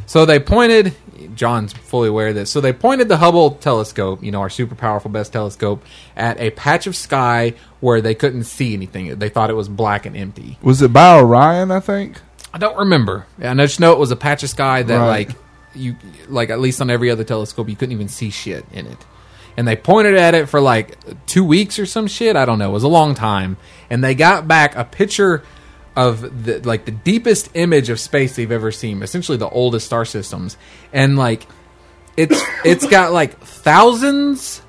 so they pointed. John's fully aware of this. So they pointed the Hubble telescope, you know, our super powerful, best telescope, at a patch of sky where they couldn't see anything. They thought it was black and empty.
Was it by Orion? I think.
I don't remember. And I just know it was a patch of sky that,
Right.
like, you like at least on every other telescope, you couldn't even see shit in it. And they pointed at it for like two weeks or some shit. I don't know. It was a long time. And they got back a picture of the like the deepest image of space they've ever seen. Essentially, the oldest star systems. And like, it's it's got like thousands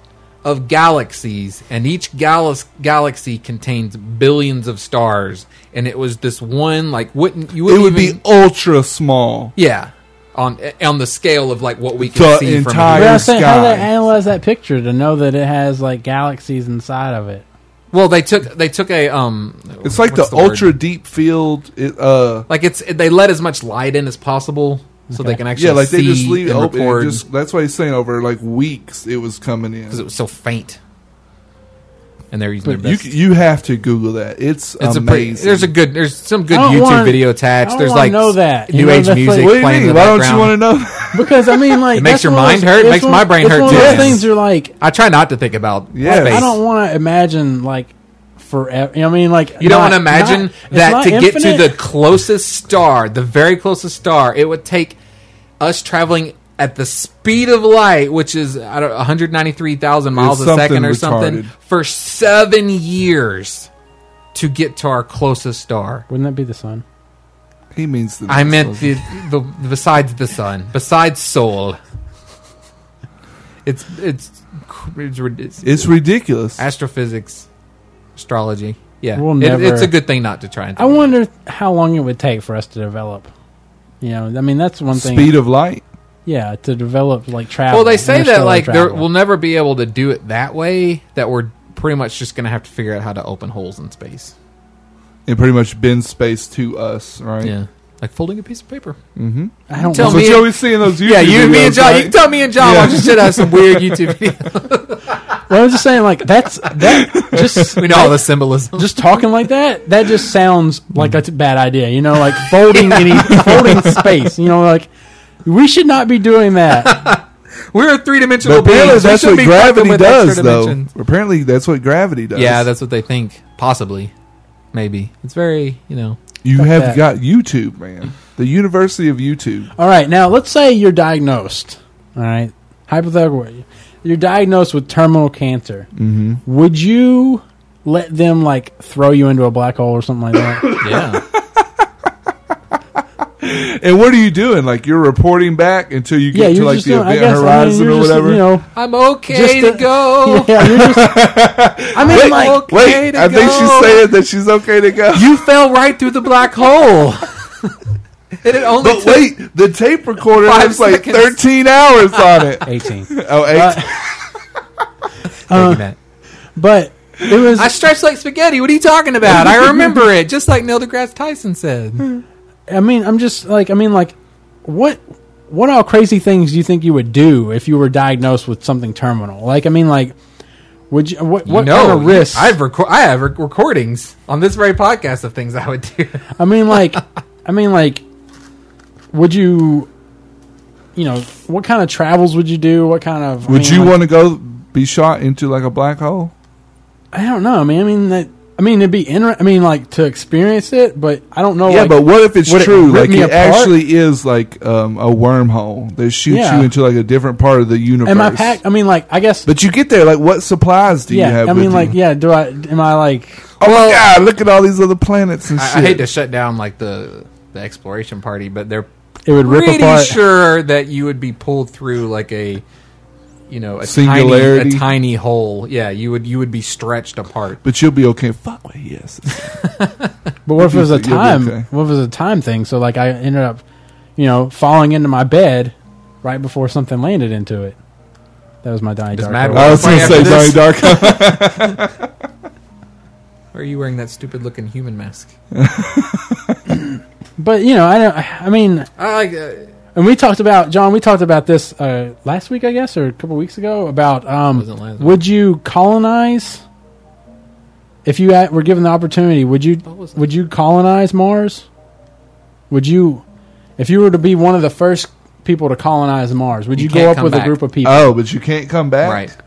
of galaxies and each gal- galaxy contains billions of stars and it was this one like wouldn't you
It
wouldn't
would
even,
be ultra small.
yeah on on the scale of like what we can
The
see
entire-
from here.
But I'm saying, how do they
skies.
analyze that picture to know that it has like galaxies inside of it?
well they took they took a um
It's like
what's
the, ultra
word?
deep field. It, uh,
like it's they let as much light in as possible so they can actually
yeah, like they just
see
leave it
and
open. It
record
just, that's why he's saying over like weeks it was coming in.
'cause it was so faint and they're using their
You
best
you have to Google that. It's,
It's
amazing.
a pretty, there's a good there's some good
I don't
YouTube
wanna-
video
I
attached.
don't
there's
wanna
like
know that.
new
You know,
age
that's
music
like-
what do
playing.
you
in the
mean? Why don't you
background.
want to know? that?
Because I mean, like
It makes
that's
your
one of
mind
those-
hurt,
it's
makes
one-
my brain
it's
hurt
One of those
too.
things are like
I try not to think about
Yes.
space.
I don't want to imagine like forever. I mean, like
you don't
not-
want to imagine
not- it's
that
not
to get
infinite.
to the closest star, the very closest star, it would take us traveling at the speed of light, which is I don't 193,000 miles a
It's
second or
something
something,
retarded.
for seven years to get to our closest star.
Wouldn't that be the sun?
He means the.
I
next
meant
level.
the, the besides the sun, besides soul. It's it's it's, it's,
It's ridiculous.
astrophysics, astrology. Yeah,
We'll
It-
never-
it's a good thing not to try and.
I wonder how long it would take for us to develop. You know, I mean, that's one thing.
Speed of light.
Yeah, to develop like travel.
Well, they say that
interstellar
like there,
travel.
we'll never be able to do it that way. That we're pretty much just going to have to figure out how to open holes in space.
It pretty much bends space to us, right?
Yeah, like folding a piece of paper.
Mm-hmm.
I don't
tell
want-
That's
me-
what you always see in those YouTube
yeah, you,
videos,
me, and John.
right?
You tell me and John watch should have some weird YouTube. videos.
Well, I was just saying like that's that just
we know all the symbolism.
just talking like that, that just sounds like a t- bad idea. You know, like folding any folding space. You know, like we should not be doing that.
We're a three dimensional.
But apparently, that's what gravity does, though.
dimensions.
Apparently, that's what gravity does.
Yeah, that's what they think. Possibly, maybe it's very you know.
you
Fuck
have
that.
got YouTube, man. The University of YouTube.
All right, now let's say you're diagnosed. All right, hypothetical, you're diagnosed with terminal cancer.
Mm-hmm.
Would you let them like throw you into a black hole or something like that?
Yeah.
and what are you doing? Like you're reporting back until you get
yeah,
to
you're
like
just
the
doing,
event
I guess,
horizon
I mean,
or
you're just,
whatever.
You know,
I'm okay
Just
to
the-
go.
yeah, you're just. I mean,
Wait,
like
okay
Wait,
to
I think
go.
she's saying that she's okay to go.
You fell right through the black hole. and it only
But
took
wait, the tape recorder
Five
has like
seconds.
13 hours on it.
18.
Oh, eight.
Thank
Uh,
you, Matt.
Uh, But it was.
I stretch like spaghetti. What are you talking about? I remember it, just like Neil deGrasse Tyson
Hmm.
said.
I mean, I'm just like, I mean, like, what, what all crazy things do you think you would do if you were diagnosed with something terminal? Like, I mean, like, would you? What, what
no,
kind of risks?
I've reco- I have rec- recordings on this very podcast of things I would do.
Oh,
I mean, like, I mean, like, would you? You know, what kind of travels would you do? What kind of? I
Would
mean,
you
like-
want to go be shot into like a black hole?
I don't know. I mean, I mean that. I mean, it'd be inter- I mean, like to experience it, but I don't know.
yeah,
Oh, like,
but what if it's
would it
true?
rip
like
me
it
apart?
actually is like um, a wormhole that shoots
Yeah.
you into like a different part of the universe.
am I packed? I mean, like, I guess.
But you get there, like what supplies do you
yeah,
have?
I mean,
with
like,
you?
yeah. Do I? Am I like?
oh my god, look at all these other planets and
I, I
shit.
hate to shut down like the the exploration party, but they're
It would rip
pretty
apart.
sure that you would be pulled through like a you know a
Singularity.
tiny, a tiny hole. Yeah, you would you would be stretched apart.
But you'll be okay. Fuck what he is.
But what if it was a
You'll be
time?
okay.
What if it was a time thing? So like I ended up, you know, falling into my bed right before something landed into it. That was my dying
Does
dark.
Mad
hour.
World-
I was going to
Right
say
after
Donnie
this.
Darko.
Why are you wearing that stupid looking human mask?
But you know, I don't. I mean,
I like uh,
and we talked about John. We talked about this uh, last week, I guess, or a couple weeks ago about um,
Wasn't last
would you colonize if you had, were given the opportunity? Would you
What was that?
would you colonize Mars? Would you, if you were to be one of the first people to colonize Mars, would
You
you,
can't
go up
come
with
back.
a group of people?
oh, but you can't come back.
right.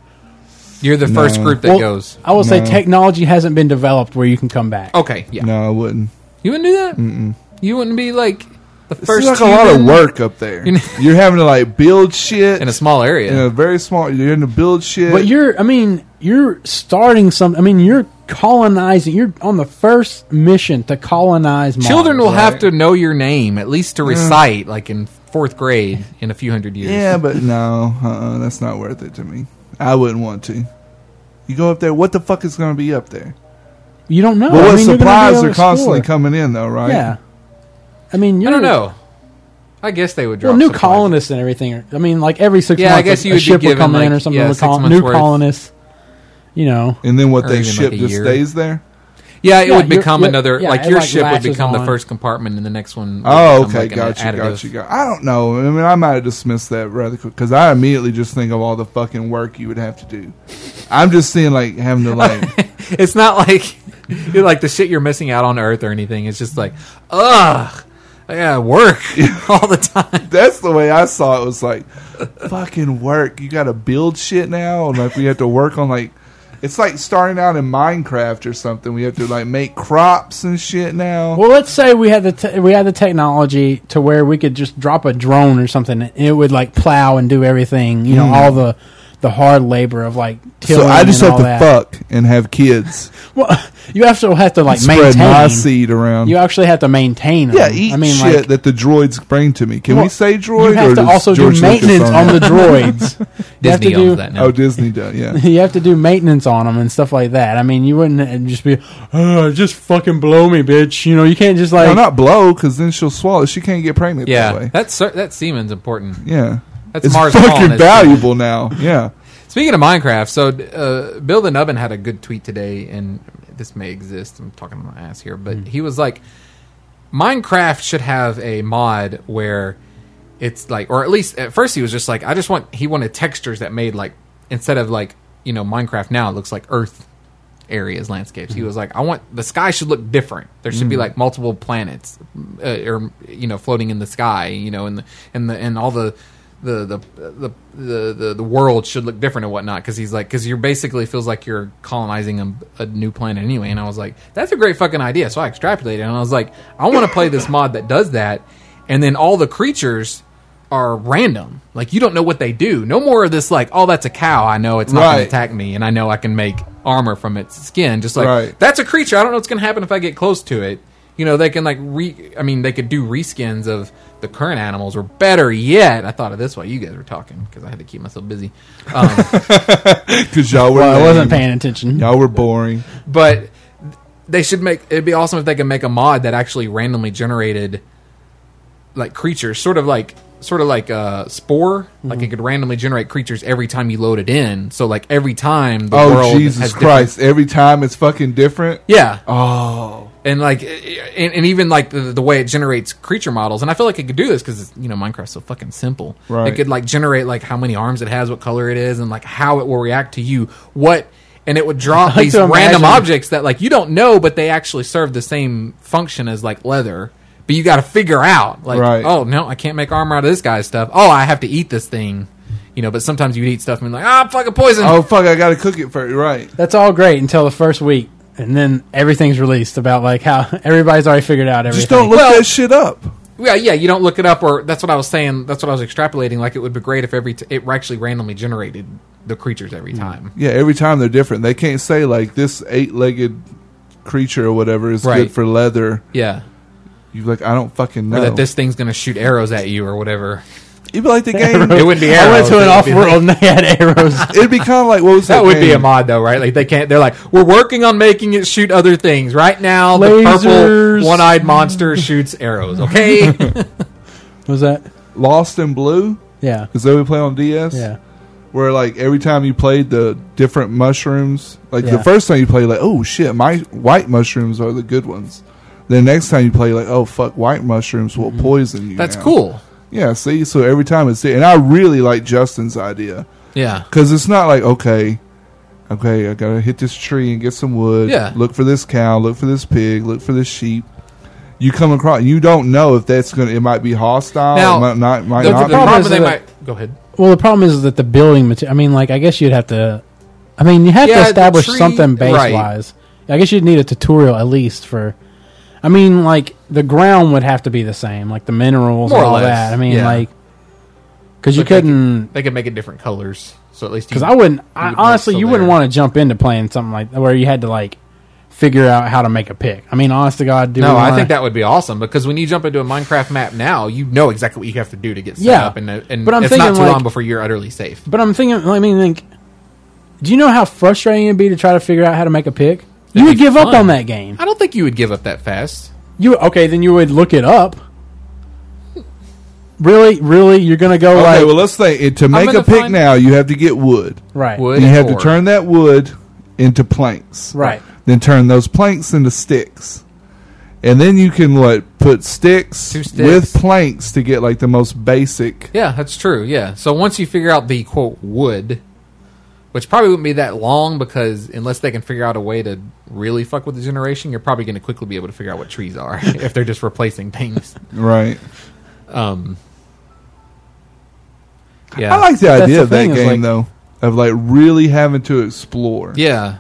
You're the first
No.
group that
Well,
goes.
I will say
No.
technology hasn't been developed where you can come back.
Oh,
Okay, yeah.
No, I wouldn't.
You wouldn't do that. Mm-mm. You wouldn't be like the
It's
first.
like a lot of
human
work up there.
You know-
You're having to like build shit
in a small area.
in a very small. You're having to build shit.
But you're, I mean, you're starting some. I mean, you're colonizing. You're on the first mission to colonize Mars.
Children will have
right? Mm.
to know your name at least to recite, like in fourth grade, in a few hundred years.
Yeah, but no, uh, that's not worth it to me. I wouldn't want to. You go up there. What the fuck is going to be up there?
You don't know.
Well,
I
what
mean, you're gonna be
supplies
able to
are constantly
explore.
coming in, though, right?
Yeah. I mean, you're,
I don't know. I guess they would drop
Well, new
supplies.
colonists and everything. Are, I mean, like every six
Yeah, I
months,
guess
a, a
you would be
ship will
given,
come
like,
in or something
yeah,
with
six
col-
months
new
worth.
colonists. You know,
And then what
Or
they
even
ship
like a
just
year.
stays there.
Yeah, it
Yeah,
would
you're-
become
you're-
another.
yeah,
like
it,
your
like,
ship would
latches
become the
on.
first compartment, and the next one. would
Oh,
become,
okay,
like, an
got you,
additive.
got you, got. I don't know. I mean, I might have dismissed that rather quick because I immediately just think of all the fucking work you would have to do. I'm just seeing like having to like.
It's not like you're like the shit you're missing out on Earth or anything. It's just like, ugh, I gotta work all the time.
that's the way I saw it. Was like fucking work. You got to build shit now, and like we have to work on like. It's like starting out in Minecraft or something. We have to like make crops and shit now.
Well, let's say we had the te- we had the technology to where we could just drop a drone or something, and it would like plow and do everything. You know, all the the hard labor of like tilling.
Mm-hmm. so I just
and
have
all
to
that.
fuck and have kids.
Well, you actually have to like
spread my
maintain.
seed around.
You actually have to maintain.
Yeah,
them.
eat
I mean,
shit
like,
that the droids bring to me. Can
Well,
we say droid?
you
or
have to
does
also
George
do
Lucas
maintenance
own
on
that?
the droids. You have
Disney
to do-
owns that now.
Oh, Disney done. Yeah.
you have to do maintenance on them and stuff like that. I mean, you wouldn't uh, just be, oh, just fucking blow me, bitch. You know, you can't just like.
no, not blow, because then she'll swallow. She can't get pregnant
yeah,
that way.
that's cer- that semen's important.
Yeah.
That's
it's
Mars
fucking
colonist.
valuable now. Yeah.
Speaking of Minecraft, so uh, Bill the Nubbin had a good tweet today, and this may exist. I'm talking my ass here, but he was like, Minecraft should have a mod where it's like, or at least at first he was just like, I just want, he wanted textures that made like, instead of like, you know, Minecraft now it looks like Earth areas, landscapes. He was like, I want, the sky should look different. There should be like multiple planets, uh, or, you know, floating in the sky, you know, and the, and the, and all the, the the the the the, the world should look different and whatnot because he's like because you're basically feels like you're colonizing a, a new planet anyway and I was like that's a great fucking idea so I extrapolated and I was like I want to play this mod that does that and then all the creatures are random like you don't know what they do no more of this like oh that's a cow I know it's not going
Right.
to attack me and I know I can make armor from its skin just like
Right.
that's a creature I don't know what's going to happen if I get close to it You know, they can like re. I mean, they could do reskins of the current animals, or better yet, I thought of this while you guys were talking because I had to keep myself busy. Um,
because y'all were.
Well, I wasn't
lame.
paying attention.
Y'all were boring.
but they should make it'd be awesome if they could make a mod that actually randomly generated like creatures sort of like sort of like uh spore like
Mm-hmm.
it could randomly generate creatures every time you load it in so like every time the
Oh
world
Jesus
has
Christ! Every time it's fucking different.
different, yeah
Oh,
and like and, and even like the, the way it generates creature models and i feel like it could do this because you know minecraft's so fucking simple
Right.
it could like generate like how many arms it has what color it is and like how it will react to you what and it would drop
like
these
to
random
imagine-
objects that like you don't know but they actually serve the same function as like leather but you got to figure out like
Right.
oh no i can't make armor out of this guy's stuff oh i have to eat this thing you know but sometimes you'd eat stuff and be like ah fucking poison
oh fuck! I gotta cook it first. Right.
That's all great until the first week, and then everything's released about like how everybody's already figured out everything.
Just don't look
Well-
that shit up.
Yeah, yeah, you don't look it up, or that's what I was saying. That's what I was extrapolating. Like it would be great if every t- it actually randomly generated the creatures every
Hmm.
time.
Yeah, every time they're different. They can't say like this eight-legged creature or whatever is
Right.
good for leather.
Yeah,
You like I don't fucking
or
know.
Oh.
that this thing's gonna shoot arrows at you or whatever.
It'd be like the
It
game.
wouldn't be
Oh. I
arrows.
went to
it
an
would
off
be-
world and they had arrows.
It'd be kind of like what was that?
That would be a
game?
mod though, right? Like they can't. They're like, we're working on making it shoot other things. Right now, the
Lasers.
purple one-eyed monster shoots arrows. Okay,
was that?
Lost in Blue.
Yeah,
Is that what we play on DS?
yeah.
Where like every time you played the different mushrooms, like the
Yeah.
first time you play, like oh shit, my white mushrooms are the good ones. Then next time you play, like oh fuck, white mushrooms will poison you.
Mm-hmm. that's
now.
cool.
Yeah, see, so every time it's there, and I really like Justin's idea
Yeah,
because it's not like okay, okay, I gotta hit this tree and get some wood.
Yeah.
look for this cow, look for this pig, look for this sheep. You come across, you don't know if that's gonna. It might be hostile.
Now,
it might not. Might
the, the
not. be.
problem
is
they
that-
might go ahead.
Well, the problem is that the building material. I mean, like I guess you'd have to. I mean, you have
Yeah,
to
the
establish
tree-
something base
right.
wise. I guess you'd need a tutorial at least for. I mean, like the ground would have to be the same, like the minerals
More or
and all
less,
that. I mean,
yeah.
like because you
But they could-
couldn't.
They could make it different colors, so at least you-
Because I wouldn't. I,
would make
honestly,
so
you wouldn't
there.
want to jump into playing something like where you had to like figure out how to make a pick. I mean, honest to God, do we
No, I
wanna-
think that would be awesome because when you jump into a Minecraft map now, you know exactly what you have to do to get set
Yeah.
up, and, uh, and
But I'm
it's not
thinking,
too
like-
long before you're utterly safe.
But I'm thinking. I mean, think. Do you know how frustrating it'd be to try to figure out how to make a pick? You
That'd
would
be
give up
fun.
on that game.
I don't think you would give up that fast.
You okay? Then you would look it up. Really, really, you're gonna go
Okay,
like
well, let's say it, to make
gonna
a pick
find-
now, you have to get wood.
right,
Would-
And you have to
Or-
turn that wood into planks.
right,
Then turn those planks into sticks. And then you can what put sticks,
Two sticks.
with planks to get like the most basic.
Yeah, that's true. Yeah. So once you figure out the quote wood, which probably wouldn't be that long because unless they can figure out a way to really fuck with the generation, you're probably going to quickly be able to figure out what trees are if they're just replacing things.
Right.
Um, yeah.
I like the
That's
idea
the
of that
thing, is,
game
like-
though, of like really having to explore
yeah.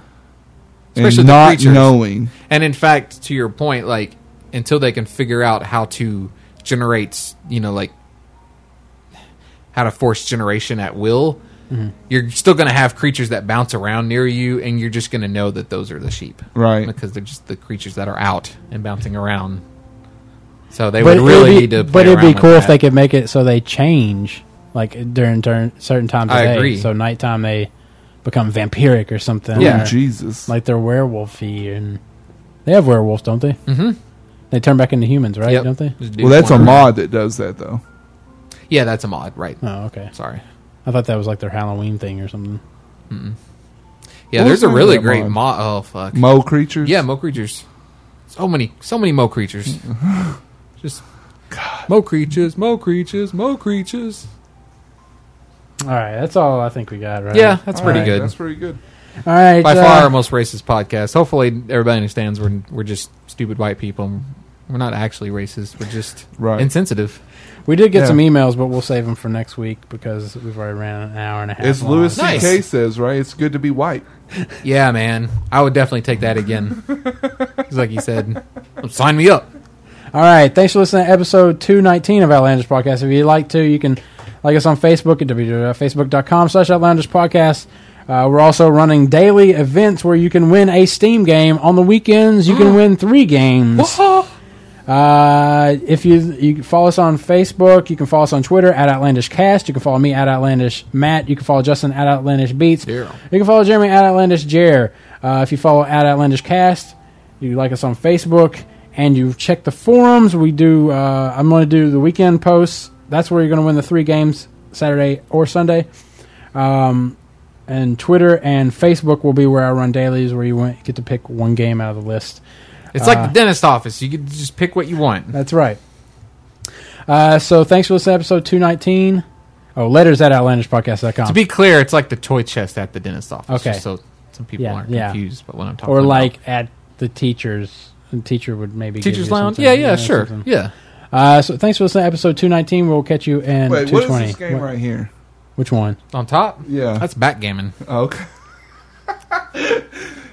especially
and
the
not
creatures.
knowing.
And in fact, to your point, like until they can figure out how to generate, you know, like how to force generation at will,
Mm-hmm.
you're still going to have creatures that bounce around near you, and you're just going to know that those are the sheep,
Right.
Because they're just the creatures that are out and bouncing around. So they
But
would really
it'd
need
be,
to.
but
play
it'd be
around with
cool if
that.
they could make it so they change like during turn, certain times. Of
I
day.
agree.
So nighttime they become vampiric or something.
Yeah.
Ooh,
or,
Oh, Jesus.
like they're werewolfy and they have werewolves, don't they?
Mhm.
They turn back into humans, right?
Yep.
Don't they?
Just do
well, that's a
one.
mod that does that though.
Yeah, that's a mod, right?
Oh, okay.
Sorry.
I thought that was like their Halloween thing or something.
Yeah,
What was
there's a
the name of
really
that
great
mod?
mod. Oh fuck.
Mole creatures.
Yeah, mo creatures. So many, so many mo creatures. Just mo creatures, mo creatures, mo creatures.
All right, that's all I think we got. Right?
Yeah, that's
All
pretty
right,
good.
That's pretty good.
All right.
By
uh,
far our most racist podcast. Hopefully, everybody understands we're we're just stupid white people. We're not actually racist. We're just
Right.
insensitive.
We did get
Yeah.
some emails, but we'll save them for next week because we've already ran an hour and a half.
As
long.
Lewis
Nice.
C.K. says, right? It's good to be white.
Yeah, man. I would definitely take that again. It's like you said, sign me up.
All right. Thanks for listening to episode 219 of Outlanders Podcast. If you'd like to, you can like us on Facebook at www.facebook.com slash Outlanders Podcast. Uh, we're also running daily events where you can win a Steam game. On the weekends, you can win three games. Uh, if you you can follow us on Facebook, you can follow us on Twitter at Outlandish Cast. You can follow me at Outlandish Matt. You can follow Justin at Outlandish Beats.
Dear.
You can follow Jeremy at Outlandish Jer. Uh, if you follow at Outlandish Cast, you like us on Facebook, and you check the forums. We do. Uh, I'm going to do the weekend posts. That's where you're going to win the three games Saturday or Sunday. Um, and Twitter and Facebook will be where I run dailies, where you win- get to pick one game out of the list.
It's like
Uh,
the dentist office. You can just pick what you want.
That's right. Uh, so thanks for listening to episode 219. Oh, letters at outlandishpodcast.com.
To be clear, it's like the toy chest at the dentist office.
Um, Okay.
just so some people
Yeah,
aren't
yeah.
confused about what I'm talking
or
about.
like at the teachers. The teacher would maybe give
teacher's
you
lounge.
something.
Yeah, yeah, sure,
something.
yeah.
Uh, so thanks for listening to episode 219. We'll catch you in
Wait, what is
220.
this game
What-
right here?
Which one?
On top,
Yeah.
that's backgammon.
Oh, okay.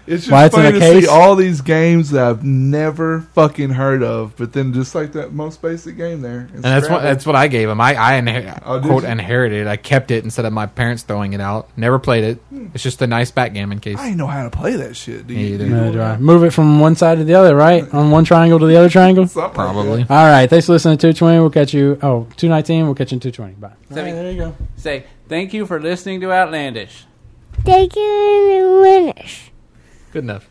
it's just
Why it's in
funny
a
to
case?
see all these games that I've never fucking heard of, but then just like that most basic game there.
And that's what that's what I gave him. I, I inher-
Oh, did
quote
you?
inherited. it. I kept it instead of my parents throwing it out. Never played it. It's just a nice backgammon case.
I didn't know how to play that shit. Do
Me
you,
either.
do you
Neither
know
Uh, do I.
that?
Move it from one side to the other, right? On one triangle to the other triangle?
Something like that.
Probably.
All right. Thanks for listening to 220. We'll catch you. Oh, 219. We'll catch you in 220. Bye.
All right, there
you go.
Say, thank you for listening to Outlandish.
Take it in the winners.
Good enough.